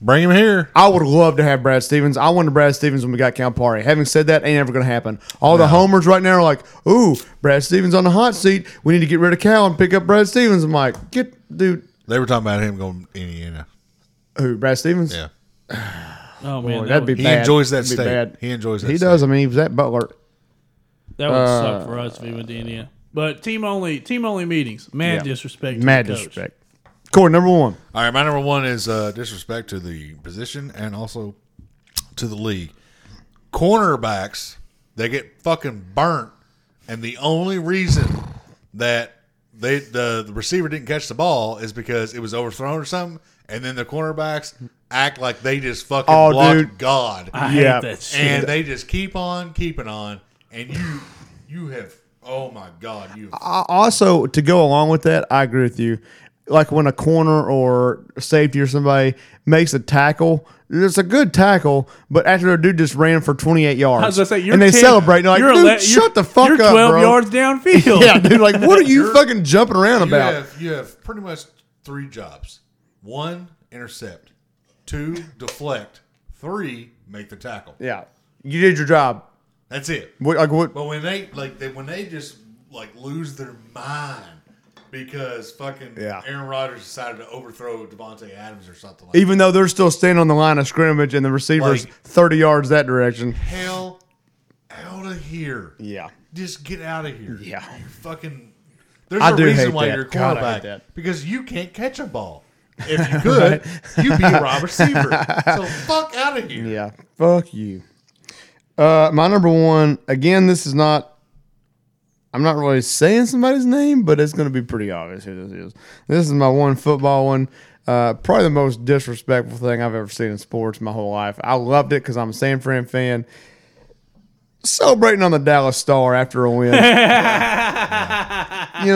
Speaker 3: bring him here.
Speaker 2: I would love to have Brad Stevens. I wanted Brad Stevens when we got Calipari. Having said that, ain't ever going to happen. All the homers right now are like, "Ooh, Brad Stevens on the hot seat. We need to get rid of Cal and pick up Brad Stevens." I'm like, "Get dude,
Speaker 3: They were talking about him going to Indiana.
Speaker 2: who Brad Stevens?
Speaker 3: Yeah,
Speaker 1: oh man,
Speaker 2: Boy,
Speaker 1: that
Speaker 2: that'd be
Speaker 1: would,
Speaker 3: he
Speaker 2: bad.
Speaker 3: enjoys that
Speaker 2: That'd be
Speaker 3: state.
Speaker 2: bad.
Speaker 3: He enjoys that.
Speaker 2: he
Speaker 3: state.
Speaker 2: does. I mean, he was at Butler.
Speaker 1: that would
Speaker 2: Uh,
Speaker 1: suck for us if he went to Indiana. But team only, team only meetings. Mad
Speaker 2: Yeah.
Speaker 1: disrespect. to
Speaker 2: Mad
Speaker 1: the coach.
Speaker 2: disrespect. Corey, number one.
Speaker 3: All right, my number one is uh, disrespect to the position and also to the league. Cornerbacks, they get fucking burnt, and the only reason that they the, the receiver didn't catch the ball is because it was overthrown or something, and then the cornerbacks act like they just fucking
Speaker 2: Oh,
Speaker 3: blocked
Speaker 2: dude.
Speaker 3: God,
Speaker 1: I
Speaker 2: Yeah.
Speaker 1: hate that shit.
Speaker 3: and they just keep on keeping on, and you you have oh my God, you have
Speaker 2: I- also to go along with that, I agree with you. Like when a corner or safety or somebody makes a tackle, it's a good tackle, but after a dude just ran for 28 yards
Speaker 1: I was gonna say, you're
Speaker 2: and they
Speaker 1: 10
Speaker 2: celebrate, they're like,
Speaker 1: you're
Speaker 2: dude,
Speaker 1: ele-
Speaker 2: shut the
Speaker 1: you're-
Speaker 2: fuck
Speaker 1: you're
Speaker 2: up,
Speaker 1: 12
Speaker 2: bro.
Speaker 1: yards downfield.
Speaker 2: [LAUGHS] Yeah, [LAUGHS] dude, like what are you fucking jumping around
Speaker 3: you
Speaker 2: about?
Speaker 3: have you have pretty much three jobs: one, intercept; two, deflect; three, make the tackle.
Speaker 2: Yeah, you did your job.
Speaker 3: That's it.
Speaker 2: What, like what?
Speaker 3: But when they like they when they just like lose their mind because fucking
Speaker 2: Yeah.
Speaker 3: Aaron Rodgers decided to overthrow Devontae Adams or something like
Speaker 2: Even though they're still standing on the line of scrimmage and the receivers
Speaker 3: Like-
Speaker 2: 30 yards that direction.
Speaker 3: that. hell out of here.
Speaker 2: Yeah.
Speaker 3: Just get out of here.
Speaker 2: Yeah.
Speaker 3: You fucking there's
Speaker 2: I
Speaker 3: a
Speaker 2: do hate
Speaker 3: reason why
Speaker 2: that.
Speaker 3: you're a
Speaker 2: God, I hate
Speaker 3: quarterback
Speaker 2: that.
Speaker 3: because you can't catch a ball. If
Speaker 2: [LAUGHS]
Speaker 3: you could, you'd be a raw receiver. So fuck out of here.
Speaker 2: Yeah. Fuck you. Uh, my number one, again, this is not, I'm not really saying somebody's name, but it's going to be pretty obvious who this is. This is my one football one. Uh, probably the most disrespectful thing I've ever seen in sports my whole life. I loved it because I'm a San Fran fan. Celebrating on the Dallas Star after a win. you know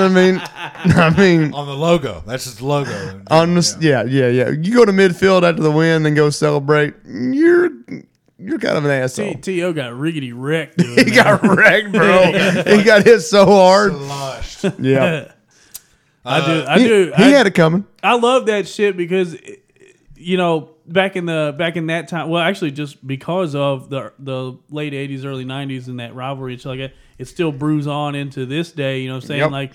Speaker 2: what I mean? [LAUGHS] I mean,
Speaker 3: On the logo. That's just the logo.
Speaker 2: on the, yeah. yeah, yeah, You go to midfield after the win, then go celebrate. You're you're kind of
Speaker 1: [LAUGHS]
Speaker 2: an asshole.
Speaker 1: T.O. got riggedy wrecked. Doing
Speaker 2: [LAUGHS] He got
Speaker 1: [LAUGHS]
Speaker 2: wrecked, bro. He got hit so hard. [LAUGHS]
Speaker 3: Sloshed.
Speaker 2: Yeah,
Speaker 1: I do. [LAUGHS] I
Speaker 2: [LAUGHS] he,
Speaker 1: do.
Speaker 2: he
Speaker 1: I,
Speaker 2: had it coming.
Speaker 1: I love that shit because, you know, back in the back in that time. Well, actually, just because of the the late '80s, early '90s, and that rivalry, it's like that, it still brews on into this day. You know, what I'm saying
Speaker 2: Yep.
Speaker 1: like,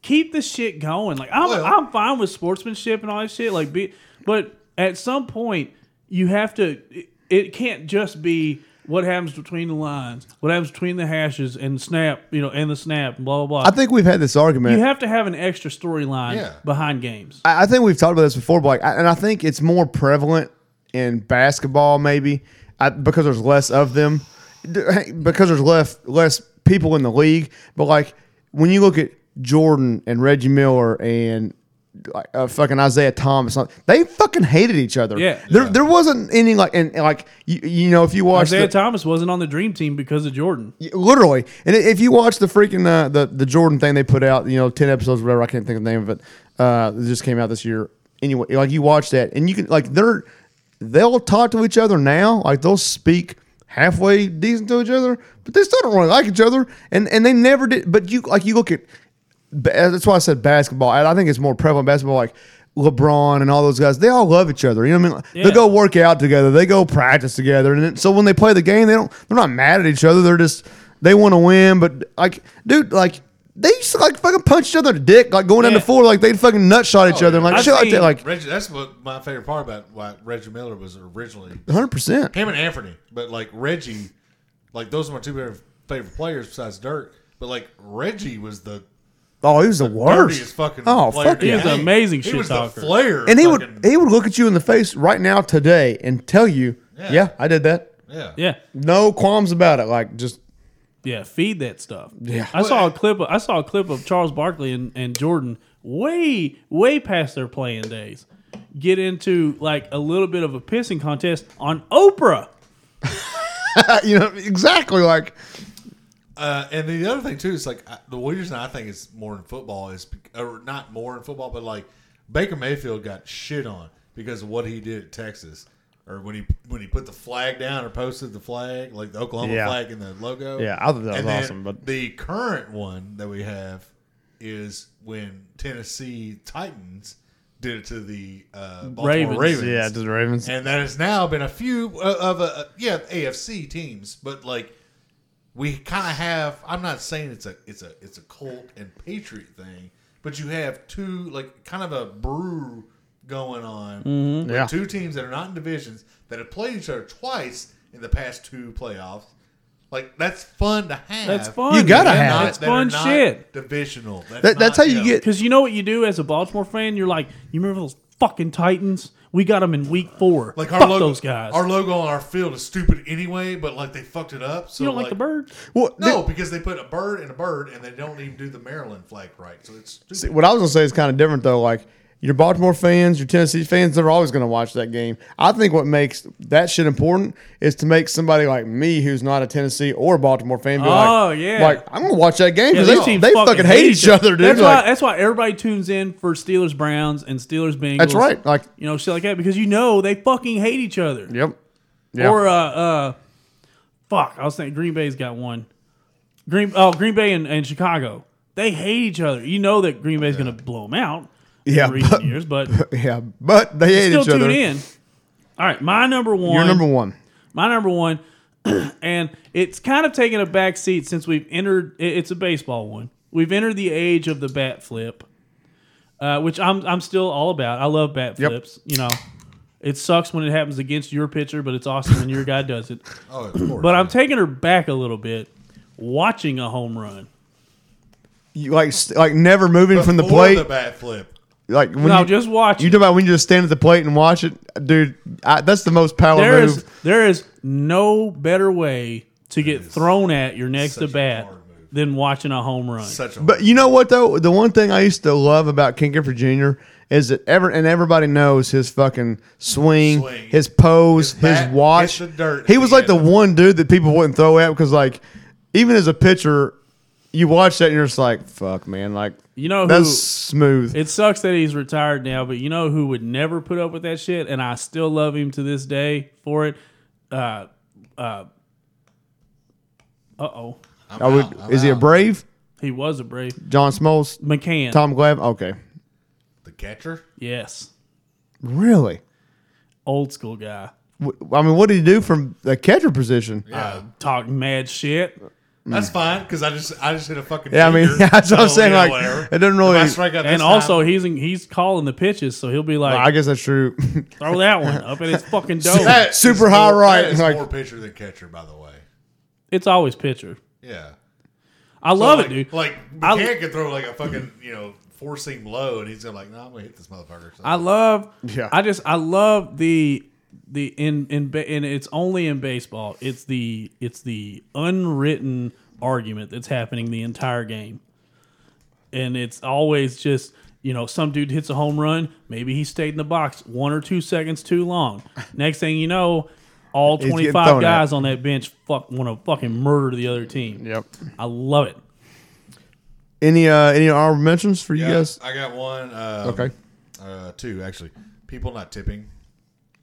Speaker 1: keep the shit going. Like, I'm
Speaker 3: Well-
Speaker 1: I'm fine with sportsmanship and all that shit. Like, be but at some point you have to. It, it can't just be. What happens between the lines? What happens between the hashes and snap? You know, and the snap, and blah blah blah.
Speaker 2: I think we've had this argument.
Speaker 1: you have to have an extra storyline
Speaker 3: Yeah.
Speaker 1: behind games.
Speaker 2: I, I think we've talked about this before, but like, I, and I think it's more prevalent in basketball, maybe I, because there's less of them, D- because there's less less people in the league. But like when you look at Jordan and Reggie Miller and like uh, fucking Isaiah Thomas, like, they fucking hated each other.
Speaker 1: Yeah.
Speaker 2: there there wasn't any like and and, like you, you know if you watch
Speaker 1: Isaiah
Speaker 2: the-
Speaker 1: Thomas wasn't on the dream team because of Jordan.
Speaker 2: literally. And i- if you watch the freaking uh, the the Jordan thing they put out, you know, ten episodes, or whatever. I can't think of the name of it. Uh, it just came out this year. Anyway, like you watch that, and you can like they're they'll talk to each other now. Like they'll speak halfway decent to each other, but they still don't really like each other. And and they never did. But you like you look at ba- that's why I said basketball. And I think it's more prevalent in basketball. Like LeBron and all those guys, they all love each other. You know what I mean? They
Speaker 1: Yeah.
Speaker 2: go work out together. They go practice together. And then, so when they play the game, they don't. They're not mad at each other. They're just they want to win. But like, dude, like they used to like fucking punch each other in the dick, like going down the
Speaker 1: Yeah.
Speaker 2: floor, like they'd fucking nut shot
Speaker 3: Oh,
Speaker 2: each other, and like
Speaker 1: I've
Speaker 2: shit like that,
Speaker 1: seen-
Speaker 2: like
Speaker 3: Reggie, that's what my favorite part about why Reggie Miller was originally
Speaker 2: hundred percent.
Speaker 3: him and Anthony, but like Reggie, like those are my two favorite- favorite players besides Dirk. But like Reggie was the
Speaker 2: Oh, he was the
Speaker 3: dirtiest
Speaker 2: worst.
Speaker 3: fucking.
Speaker 2: Oh,
Speaker 3: player
Speaker 2: fuck
Speaker 3: in
Speaker 2: yeah.
Speaker 3: the
Speaker 1: He was
Speaker 3: game.
Speaker 1: amazing
Speaker 3: He
Speaker 1: shit
Speaker 3: was
Speaker 1: talker.
Speaker 3: the flair,
Speaker 2: And he
Speaker 3: fucking-
Speaker 2: would he would look at you in the face right now today and tell you, yeah,
Speaker 3: Yeah.
Speaker 2: I did that.
Speaker 3: yeah,
Speaker 1: Yeah,
Speaker 2: No qualms about it. Like just [LAUGHS]
Speaker 1: yeah. Feed that stuff.
Speaker 2: Yeah.
Speaker 1: I saw a clip. Of, I saw a clip of Charles Barkley and, and Jordan way way past their playing days. Get into like a little bit of a pissing contest on Oprah.
Speaker 2: you know, exactly like
Speaker 3: Uh, and the other thing too is like I, the reason I think it's more in football is bec- or not more in football, but like Baker Mayfield got shit on because of what he did at Texas or when he when he put the flag down or posted the flag like the Oklahoma
Speaker 2: Yeah.
Speaker 3: flag and the logo.
Speaker 2: Yeah, I thought that was
Speaker 3: And then
Speaker 2: awesome, but-
Speaker 3: the current one that we have is when Tennessee Titans did it to the uh, Baltimore
Speaker 1: Ravens.
Speaker 3: Ravens.
Speaker 2: yeah, just Ravens.
Speaker 3: and that has now been a few uh, of a yeah AFC teams, but like we kind of have. I'm not saying it's a it's a it's a Colt and Patriot thing, but you have two like kind of a brew going on
Speaker 1: Mm-hmm.
Speaker 3: with
Speaker 2: Yeah.
Speaker 3: two teams that are not in divisions that have played each other twice in the past two playoffs. Like that's fun to have.
Speaker 1: That's fun.
Speaker 2: You gotta
Speaker 1: man.
Speaker 3: They're
Speaker 2: have
Speaker 3: not-
Speaker 2: it.
Speaker 1: That's
Speaker 3: that are
Speaker 1: fun
Speaker 3: not
Speaker 1: shit.
Speaker 3: Divisional. That's,
Speaker 2: That, that's how
Speaker 3: not,
Speaker 2: you
Speaker 3: know,
Speaker 2: get.
Speaker 1: Because you know what you do as a Baltimore fan? You're like, you remember those fucking Titans? We got them in week four.
Speaker 3: Like
Speaker 1: Fuck
Speaker 3: our logo,
Speaker 1: those guys.
Speaker 3: our logo on our field is stupid anyway, but like they fucked it up. So
Speaker 1: you don't like, the bird?
Speaker 2: Well,
Speaker 3: No, because they put a bird and a bird, and they don't even do the Maryland flag right. So it's
Speaker 2: See, what I was gonna say is kind of different though. Like your Baltimore fans, your Tennessee fans, they're always gonna watch that game. I think what makes that shit important is to make somebody like me, who's not a Tennessee or Baltimore fan, be
Speaker 1: Oh,
Speaker 2: like,
Speaker 1: yeah.
Speaker 2: like I'm gonna watch that game
Speaker 1: Yeah,
Speaker 2: because
Speaker 1: these
Speaker 2: they,
Speaker 1: teams
Speaker 2: they fucking hate each other, dude.
Speaker 1: That's, why,
Speaker 2: Like,
Speaker 1: that's why everybody tunes in for Steelers Browns and Steelers Bengals.
Speaker 2: that's right. Like,
Speaker 1: You know, shit like that because you know they fucking hate each other.
Speaker 2: yep. Yeah.
Speaker 1: Or uh, uh, fuck, I was thinking Green Bay's got one. Green oh Green Bay and, and Chicago, they hate each other. You know that Green Bay's going to blow them out.
Speaker 2: Yeah,
Speaker 1: in recent
Speaker 2: [LAUGHS] but-
Speaker 1: years, but
Speaker 2: yeah, but they hate
Speaker 1: still
Speaker 2: each other.
Speaker 1: tune in. All right, my number one.
Speaker 2: You're number one.
Speaker 1: My number one, [CLEARS THROAT] and it's kind of taken a back seat since we've entered. it- It's a baseball one. We've entered the age of the bat flip, uh, which I'm I'm still all about. I love bat
Speaker 2: Yep.
Speaker 1: flips. You know, it sucks when it happens against your pitcher, but it's awesome when your guy does it.
Speaker 3: oh, of course.
Speaker 1: But I'm taking her back a little bit, watching a home run.
Speaker 2: You like st- like never moving from the
Speaker 3: Before
Speaker 2: plate.
Speaker 3: the bat flip.
Speaker 2: like when
Speaker 1: No,
Speaker 2: you,
Speaker 1: just watch.
Speaker 2: you
Speaker 1: it.
Speaker 2: talk about when you just stand at the plate and watch it, dude. I, that's the most power
Speaker 1: There
Speaker 2: move.
Speaker 1: is there is no better way to get thrown at your next
Speaker 3: such a
Speaker 1: to bat
Speaker 3: hard move.
Speaker 1: than watching a home run.
Speaker 3: Such a
Speaker 2: But you know what though? The one thing I used to love about King Griffey Jr. is that ever and everybody knows his fucking swing,
Speaker 3: Swing.
Speaker 2: his pose,
Speaker 3: His
Speaker 2: his,
Speaker 3: bat
Speaker 2: watch.
Speaker 3: hit the dirt
Speaker 2: he
Speaker 3: at
Speaker 2: was
Speaker 3: the
Speaker 2: like the
Speaker 3: end.
Speaker 2: one dude that people wouldn't throw at because like even as a pitcher, you watch that and you're just like, fuck man, like
Speaker 1: You know
Speaker 2: that's
Speaker 1: who-
Speaker 2: smooth.
Speaker 1: It sucks that he's retired now, but you know who would never put up with that shit, and I still love him to this day for it. Uh, uh oh,
Speaker 2: I would. is he a brave?
Speaker 1: he was a brave
Speaker 2: John Smoltz,
Speaker 1: McCann.
Speaker 2: Tom Glab. Okay,
Speaker 3: the catcher.
Speaker 1: Yes,
Speaker 2: really.
Speaker 1: old school guy.
Speaker 2: Wh- I mean, what did he do from the catcher position?
Speaker 3: Yeah,
Speaker 1: Talk mad shit.
Speaker 3: uh, that's fine because I just I just hit a fucking.
Speaker 2: Mm. Yeah, I mean, [LAUGHS]
Speaker 3: finger,
Speaker 2: that's what I'm
Speaker 3: so,
Speaker 2: saying.
Speaker 3: you know,
Speaker 2: Like,
Speaker 3: Oh, whatever.
Speaker 2: it doesn't
Speaker 3: If
Speaker 2: really.
Speaker 3: I strike out this
Speaker 1: And
Speaker 3: time-
Speaker 1: also, he's he's calling the pitches, so he'll be like,
Speaker 2: I guess that's true. [LAUGHS]
Speaker 1: throw that one up in his fucking dome.
Speaker 3: That is
Speaker 2: super high
Speaker 3: more,
Speaker 2: right,
Speaker 3: That is
Speaker 2: like-
Speaker 3: more pitcher than catcher, by the way.
Speaker 1: It's always pitcher.
Speaker 3: Yeah,
Speaker 1: I love
Speaker 3: like,
Speaker 1: it, dude.
Speaker 3: Like
Speaker 1: I-
Speaker 3: McCann could throw like a fucking you know four seam low, and he's gonna like, no, I'm gonna hit this motherfucker. So,
Speaker 1: I love.
Speaker 2: Yeah.
Speaker 1: I just I love the the in in ba- and it's only in baseball. It's the it's the unwritten argument that's happening the entire game, and it's always just. You know, some dude hits a home run. Maybe he stayed in the box one or two seconds too
Speaker 2: [LAUGHS]
Speaker 1: long. Next thing you know, all
Speaker 2: getting
Speaker 1: twenty five
Speaker 2: thrown at.
Speaker 1: guys on that bench fuck want to fucking murder the other team.
Speaker 2: Yep.
Speaker 1: I love it.
Speaker 2: Any uh any honorable mentions for you
Speaker 3: yeah,
Speaker 2: guys?
Speaker 3: I got one. Um,
Speaker 2: Okay.
Speaker 3: uh, two actually. People not tipping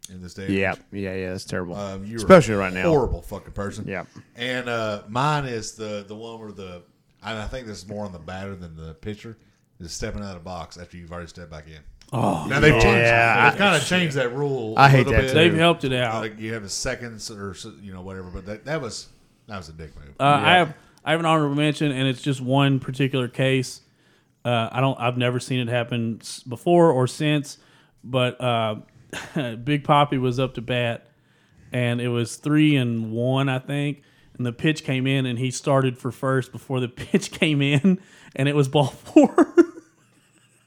Speaker 3: in this day. and age.
Speaker 2: yeah, yeah. That's terrible.
Speaker 3: Um, you were
Speaker 2: Especially
Speaker 3: a
Speaker 2: right now.
Speaker 3: Horrible fucking person.
Speaker 2: Yeah.
Speaker 3: And uh, mine is the the one where the and I think this is more on the batter than the pitcher is stepping out of the box after you've already stepped back in. Oh, now they've changed.
Speaker 2: Yeah,
Speaker 3: they've kind of changed that rule.
Speaker 2: I
Speaker 3: a
Speaker 2: hate
Speaker 3: little
Speaker 2: that
Speaker 3: bit.
Speaker 2: too.
Speaker 1: They've helped it out.
Speaker 3: Like you have a seconds or so- you know whatever, but that, that was that was a dick move.
Speaker 1: Uh, I have I have an honorable mention, and it's just one particular case. Uh, I don't. I've never seen it happen s- before or since. But uh, [LAUGHS] Big Poppy was up to bat, and it was three and one, I think. And the pitch came in, and he started for first before the [LAUGHS] pitch came in, and it was ball [LAUGHS] four.
Speaker 2: [LAUGHS]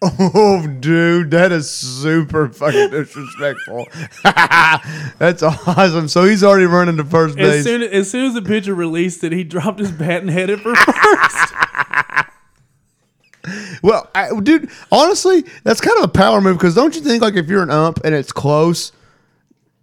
Speaker 2: Oh, dude, that is super fucking disrespectful. [LAUGHS] that's awesome. So he's already running to first
Speaker 1: as
Speaker 2: base.
Speaker 1: soon as soon as the pitcher released it, he dropped his bat and headed for [LAUGHS] first.
Speaker 2: well, I, dude, honestly, that's kind of a power move because don't you think like if you're an ump and it's close,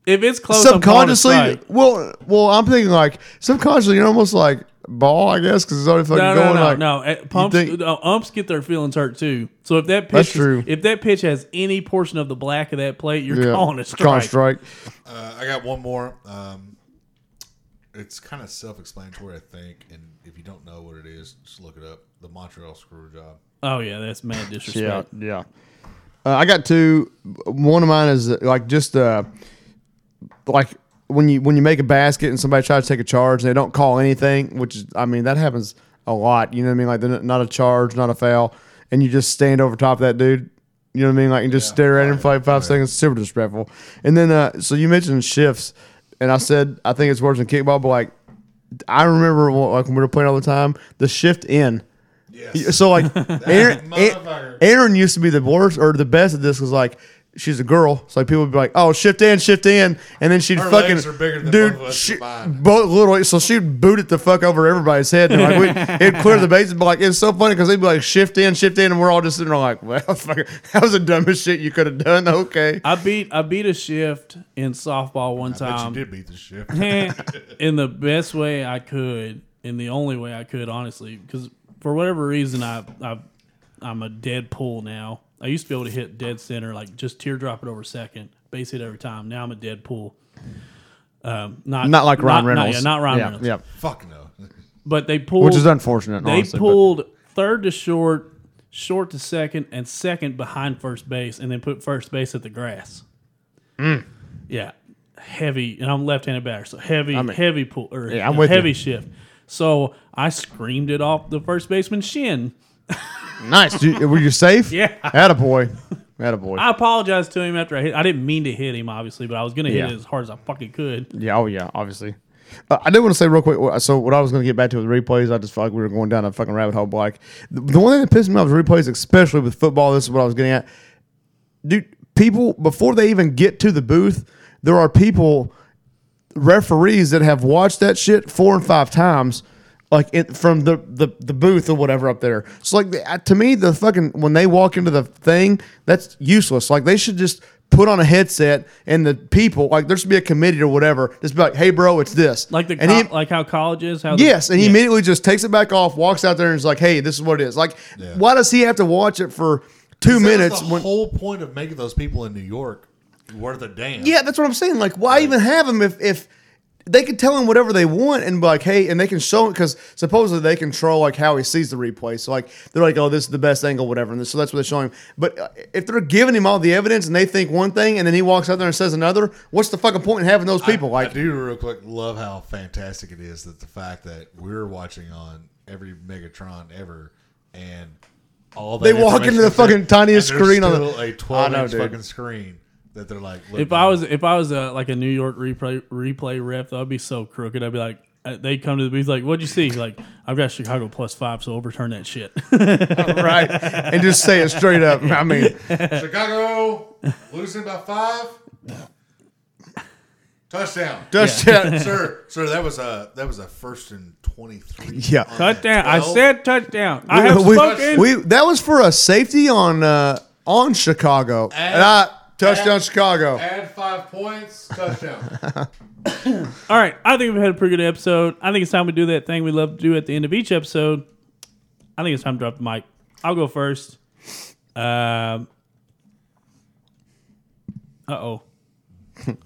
Speaker 1: if it's close, I'm calling it
Speaker 2: subconsciously,
Speaker 1: strike.
Speaker 2: well, well, I'm thinking like subconsciously, you're almost like ball, I guess, because it's already fucking
Speaker 1: No, no,
Speaker 2: going
Speaker 1: no,
Speaker 2: like
Speaker 1: no. Uh, Pumps,
Speaker 2: think-
Speaker 1: uh, umps get their feelings hurt too. So if that pitch,
Speaker 2: That's
Speaker 1: is-
Speaker 2: true.
Speaker 1: if that pitch has any portion of the black of that plate, you're
Speaker 2: yeah,
Speaker 1: calling a
Speaker 2: it's
Speaker 1: strike.
Speaker 2: calling strike.
Speaker 3: Uh, I got one more. Um, it's kind of self-explanatory, I think. And if you don't know what it is, just look it up. The Montreal screw job.
Speaker 1: Oh yeah, that's mad
Speaker 2: [LAUGHS] Yeah,
Speaker 1: disrespect.
Speaker 2: yeah. Uh, I got two. One of mine is uh, like just uh, like when you when you make a basket and somebody tries to take a charge and they don't call anything, which is I mean that happens a lot. You know what I mean? Like they're not- not a charge, not a foul, and you just stand over top of that dude. You know what I mean? Like and just stare at him for like five seconds. Super disrespectful. And then uh, so you mentioned shifts, and I said I think it's worse than kickball, but like I remember like when we were playing all the time, the shift in.
Speaker 3: Yes.
Speaker 2: So
Speaker 3: [LAUGHS]
Speaker 2: like Aaron,
Speaker 3: motherfucker.
Speaker 2: Aaron used to be the worst or the best at this because like she's a girl, so like people would be like, "Oh, shift in, shift in," and then she'd
Speaker 3: Her
Speaker 2: fucking
Speaker 3: legs are bigger than
Speaker 2: dude,
Speaker 3: both of us
Speaker 2: she-
Speaker 3: combined.
Speaker 2: both literally, so she'd boot it the fuck over everybody's head. And, like we, it'd clear the bases, but like it's so funny because they'd be like, "Shift in, shift in," and we're all just sitting there like, "Well, [LAUGHS] fucker, that was the dumbest shit you could have done." [LAUGHS] Okay,
Speaker 1: I beat I beat a shift in softball one
Speaker 3: But you
Speaker 1: time.
Speaker 3: did beat the ship.
Speaker 1: [LAUGHS] in the best way I could, in the only way I could, honestly, because for whatever reason I, I I'm a dead pull now. I used to be able to hit dead center, like just teardrop it over second, base hit every time. Now I'm a dead pull. Um, not
Speaker 2: not like Ryan
Speaker 1: not-
Speaker 2: Reynolds.
Speaker 1: yeah, not Ryan
Speaker 2: yeah,
Speaker 1: Reynolds.
Speaker 2: Yeah,
Speaker 3: Fuck no. [LAUGHS]
Speaker 1: But they pulled,
Speaker 2: which is unfortunate.
Speaker 1: They
Speaker 2: honestly, but-
Speaker 1: pulled third to short, short to second, and second behind first base, and then put first base at the grass.
Speaker 2: Mm.
Speaker 1: Yeah, heavy, and I'm left-handed batter, so heavy, heavy pull or
Speaker 2: Yeah, I'm
Speaker 1: uh,
Speaker 2: with
Speaker 1: heavy
Speaker 2: you.
Speaker 1: shift. So I screamed it off the first baseman's shin.
Speaker 2: nice. Dude, were you
Speaker 1: [LAUGHS]
Speaker 2: safe?
Speaker 1: Yeah.
Speaker 2: attaboy, attaboy.
Speaker 1: I apologized to him after I hit. I didn't mean to hit him, obviously, but I was going to
Speaker 2: Yeah.
Speaker 1: hit it as hard as I fucking could.
Speaker 2: Yeah. Oh, yeah. Obviously. Uh, I did want to say real quick. wh- So what I was going to get back to with replays, I just felt like we were going down a fucking rabbit hole. but, Like the, the one thing that pissed me off was replays, especially with football. This is what I was getting at, dude. People before they even get to the booth, there are people, referees that have watched that shit four and five times, like it, from the, the the booth or whatever up there. So like the, uh, to me, the fucking when they walk into the thing, that's useless. Like they should just put on a headset and the people like there should be a committee or whatever. Just be like, hey, bro, it's this.
Speaker 1: Like the
Speaker 2: and he-
Speaker 1: co- like how college is. How the-
Speaker 2: Yes, and he
Speaker 1: Yeah.
Speaker 2: immediately just takes it back off, walks out there, and is like, "Hey, this is what it is." Like, why does he have to watch it for two minutes?
Speaker 3: That's the
Speaker 2: When,
Speaker 3: whole point of making those people in New York worth a damn.
Speaker 2: yeah, that's what I'm saying. Like, why even have him if if they could tell him whatever they want and be like, "Hey," and they can show it because supposedly they control like how he sees the replay. So like they're like, "Oh, this is the best angle, whatever," and so that's what they're showing him. But uh, if they're giving him all the evidence and they think one thing and then he walks out there and says another, what's the fucking point in having those people?
Speaker 3: I [LAUGHS]
Speaker 2: like,
Speaker 3: do real quick love how fantastic it is that the fact that we're watching on every Megatron ever and all that
Speaker 2: They walk
Speaker 3: information
Speaker 2: into the
Speaker 3: is there,
Speaker 2: fucking tiniest
Speaker 3: and there's
Speaker 2: screen on the-
Speaker 3: still a twelve
Speaker 2: I know,
Speaker 3: inch
Speaker 2: dude.
Speaker 3: fucking screen that they're like
Speaker 1: If I was if I was a, like a New York replay replay ref, I'd be so crooked. I'd be like, uh, they come to the booth like, "What'd you see?" Like, I've got Chicago plus five, so overturn that shit. [LAUGHS]
Speaker 2: right? And just say it straight up. I mean.
Speaker 3: Chicago losing by five touchdown.
Speaker 2: Touchdown.
Speaker 3: [LAUGHS] sir, sir, that was a that was a first and twenty three.
Speaker 2: Yeah.
Speaker 1: touchdown! I said touchdown. I have
Speaker 2: we,
Speaker 1: spoken.
Speaker 2: we- that was for a safety on uh, on Chicago. and I touchdown
Speaker 3: and-
Speaker 2: Chicago.
Speaker 3: add five points, touchdown.
Speaker 1: All right, I think we've had a pretty good episode. I think it's time we do that thing we love to do at the end of each episode. I think it's time to drop the mic. I'll go first. Um. Uh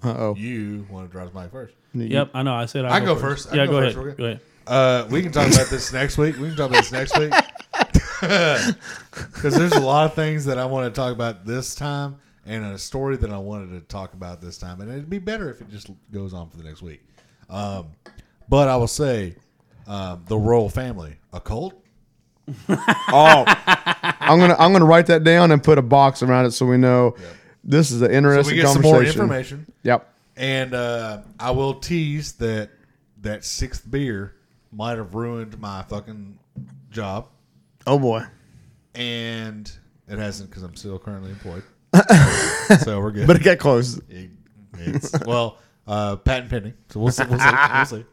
Speaker 1: oh.
Speaker 3: you want to drive the mic first.
Speaker 1: Yep, I know. I said I'll
Speaker 3: I go first. I
Speaker 1: Yeah,
Speaker 3: go
Speaker 1: go,
Speaker 3: first. We're
Speaker 1: ahead.
Speaker 3: good.
Speaker 1: Go ahead.
Speaker 3: Uh, we can talk about this next week. We can talk about this next week [LAUGHS] because there's a lot of things that I want to talk about this time, and a story that I wanted to talk about this time, and it'd be better if it just goes on for the next week. Um, but I will say, um, the royal family, a cult.
Speaker 2: [LAUGHS] Oh, I'm gonna I'm gonna write that down and put a box around it so we know this is an
Speaker 3: So we
Speaker 2: interesting
Speaker 3: get some more
Speaker 2: conversation.
Speaker 3: information,
Speaker 2: Yep.
Speaker 3: and uh, I will tease that that sixth beer might have ruined my fucking job.
Speaker 2: Oh boy.
Speaker 3: and it hasn't because I'm still currently employed. so we're good.
Speaker 2: But it got close.
Speaker 3: It- it's, well, uh, patent pending. So we'll see. We'll see. We'll see.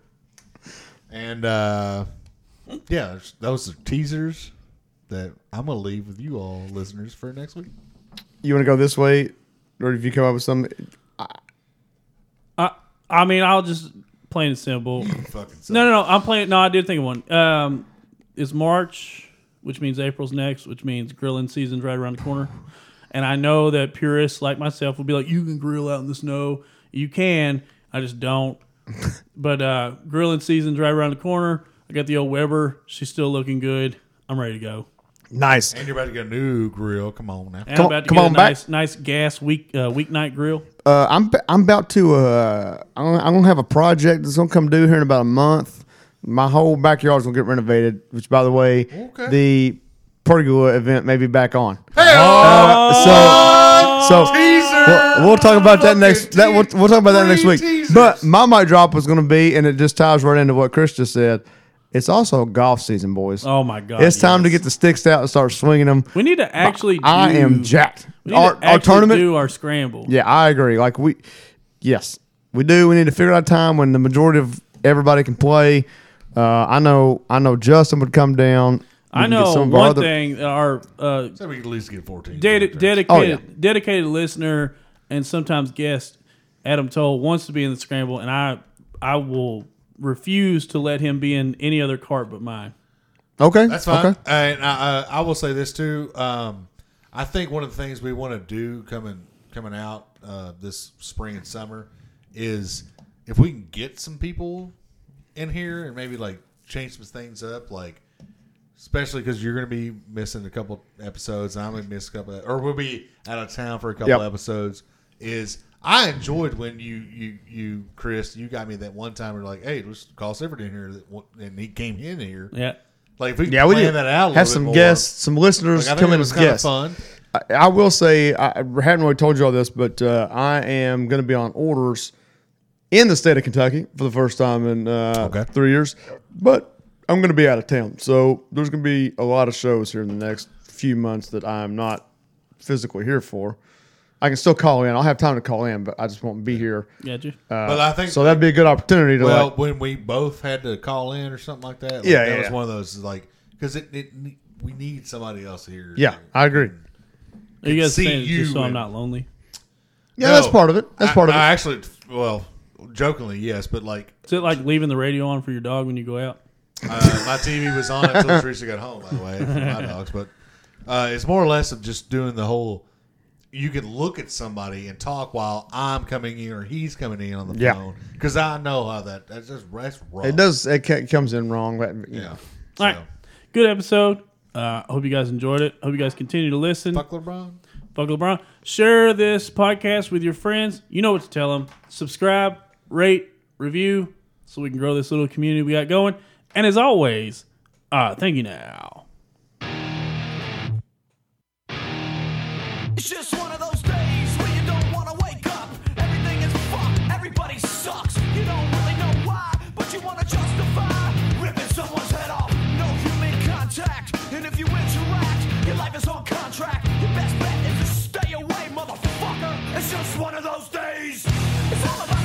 Speaker 3: And uh, yeah, there's- those are teasers that I'm gonna leave with you all listeners for next week.
Speaker 2: You want to go this way, or if you come up with some?
Speaker 1: I mean, I'll just plain and simple.
Speaker 3: Fucking suck.
Speaker 1: No, no, no. I'm playing. No, I did think of one. Um, it's March, which means April's next, which means grilling season's right around the corner. And I know that purists like myself will be like, "You can grill out in the snow. You can. I just
Speaker 2: [LAUGHS]
Speaker 1: don't." but uh, grilling season's right around the corner. I got the old Weber. She's still looking good. I'm ready to go.
Speaker 2: Nice.
Speaker 3: And you're about to get a new grill. Come on now.
Speaker 1: And
Speaker 2: Come
Speaker 1: I'm
Speaker 2: on-
Speaker 1: about to
Speaker 2: come
Speaker 1: get a
Speaker 2: on back.
Speaker 1: nice, nice gas week uh, weeknight grill.
Speaker 2: Uh, I'm I'm about to. Uh, I'm, gonna- I'm gonna have a project that's gonna come due here in about a month. My whole backyard's gonna get renovated. Which, by the way,
Speaker 3: Okay.
Speaker 2: the pergola event may be back on.
Speaker 3: Hey,
Speaker 1: Oh,
Speaker 2: Uh, so, so
Speaker 3: teaser.
Speaker 2: We'll, we'll talk about that
Speaker 3: Fucking
Speaker 2: next. That we'll,
Speaker 3: tease-
Speaker 2: we'll talk about that next
Speaker 3: free
Speaker 2: week.
Speaker 3: teasers.
Speaker 2: But my mic drop was going to be, and it just ties right into what Chris just said. It's also golf season, boys.
Speaker 1: Oh my god!
Speaker 2: it's time to
Speaker 1: yes.
Speaker 2: get the sticks out and start swinging them.
Speaker 1: We need to actually.
Speaker 2: I
Speaker 1: do-
Speaker 2: am jacked.
Speaker 1: We need
Speaker 2: Our,
Speaker 1: to
Speaker 2: our
Speaker 1: actually
Speaker 2: tournament.
Speaker 1: do our scramble.
Speaker 2: Yeah, I agree. Like we, yes, we do. We need to figure out a time when the majority of everybody can play. Uh, I know. I know. Justin would come down. We
Speaker 1: I
Speaker 2: can get
Speaker 1: know
Speaker 2: some of our
Speaker 1: one
Speaker 2: other-
Speaker 1: thing. that Our uh,
Speaker 3: so we can at least get 14.
Speaker 1: dedi- dedicated
Speaker 2: Oh, yeah.
Speaker 1: dedicated listener and sometimes guest Adam Toll wants to be in the scramble, and I I will refuse to let him be in any other cart but mine.
Speaker 2: Okay,
Speaker 3: That's fine. Uh,
Speaker 2: Okay.
Speaker 3: And I, I, I will say this too. Um, I think one of the things we want to do coming coming out uh, this spring and summer is if we can get some people in here and maybe like change some things up, like especially because you're going to be missing a couple episodes. And I'm going to miss a couple, or we'll be out of town for a couple
Speaker 2: Yep.
Speaker 3: episodes. Is I enjoyed when you you you Chris you got me that one time. You're like, hey, let's call Sifford in here, that one- and he came in here.
Speaker 1: Yeah.
Speaker 3: Like if we
Speaker 2: Yeah, we
Speaker 3: plan
Speaker 2: did.
Speaker 3: that out a little
Speaker 2: have
Speaker 3: bit
Speaker 2: some
Speaker 3: more,
Speaker 2: guests, some listeners
Speaker 3: Like, I think
Speaker 2: come
Speaker 3: it
Speaker 2: in
Speaker 3: was
Speaker 2: as
Speaker 3: kind of
Speaker 2: guests.
Speaker 3: fun.
Speaker 2: I, I will say I haven't really told you all this, but uh, I am going to be on orders in the state of Kentucky for the first time in uh,
Speaker 3: Okay.
Speaker 2: three years. But I'm going to be out of town, so there's going to be a lot of shows here in the next few months that I'm not physically here for. I can still call in. I'll have time to call in, but I just won't be here.
Speaker 1: Got you.
Speaker 3: but I think
Speaker 2: Uh, So that'd be a good opportunity to
Speaker 3: well
Speaker 2: like,
Speaker 3: when we both had to call in or something like that. Like,
Speaker 2: Yeah,
Speaker 3: that
Speaker 2: yeah,
Speaker 3: was
Speaker 2: yeah.
Speaker 3: one of those like because it, it we need somebody else here.
Speaker 2: yeah, I agree.
Speaker 1: Are you guys
Speaker 3: see
Speaker 1: saying
Speaker 3: you
Speaker 1: just so I'm
Speaker 3: and-
Speaker 1: not lonely?
Speaker 2: Yeah,
Speaker 3: No,
Speaker 2: that's part of it. That's
Speaker 3: I-
Speaker 2: part of
Speaker 3: I
Speaker 2: it.
Speaker 3: actually, well, jokingly, yes, but like
Speaker 1: Is it like leaving the radio on for your dog when you go out?
Speaker 3: uh, my TV was on
Speaker 2: [LAUGHS]
Speaker 3: until Teresa got home. By the way, for my dogs, but uh, it's more or less of just doing the whole. You can look at somebody and talk while I'm coming in or he's coming in on the
Speaker 2: Yeah.
Speaker 3: phone because I know how that that's just that's wrong.
Speaker 2: it does. It ca- comes in wrong. but, you know.
Speaker 1: All
Speaker 3: Yeah.
Speaker 1: right.
Speaker 3: So,
Speaker 1: Good episode. Uh, hope you guys enjoyed it. Hope you guys continue to listen.
Speaker 3: Fuck LeBron.
Speaker 1: Fuck LeBron. Share this podcast with your friends. You know what to tell them. Subscribe, rate, review, so we can grow this little community we got going. And as always, uh, thank you now.
Speaker 4: It's just one of those days when you don't wanna wake up. Everything is fucked, everybody sucks. You don't really know why, but you wanna justify ripping someone's head off. No human contact, and if you interact, your life is on contract. Your best bet is to stay away, motherfucker. It's just one of those days. It's all about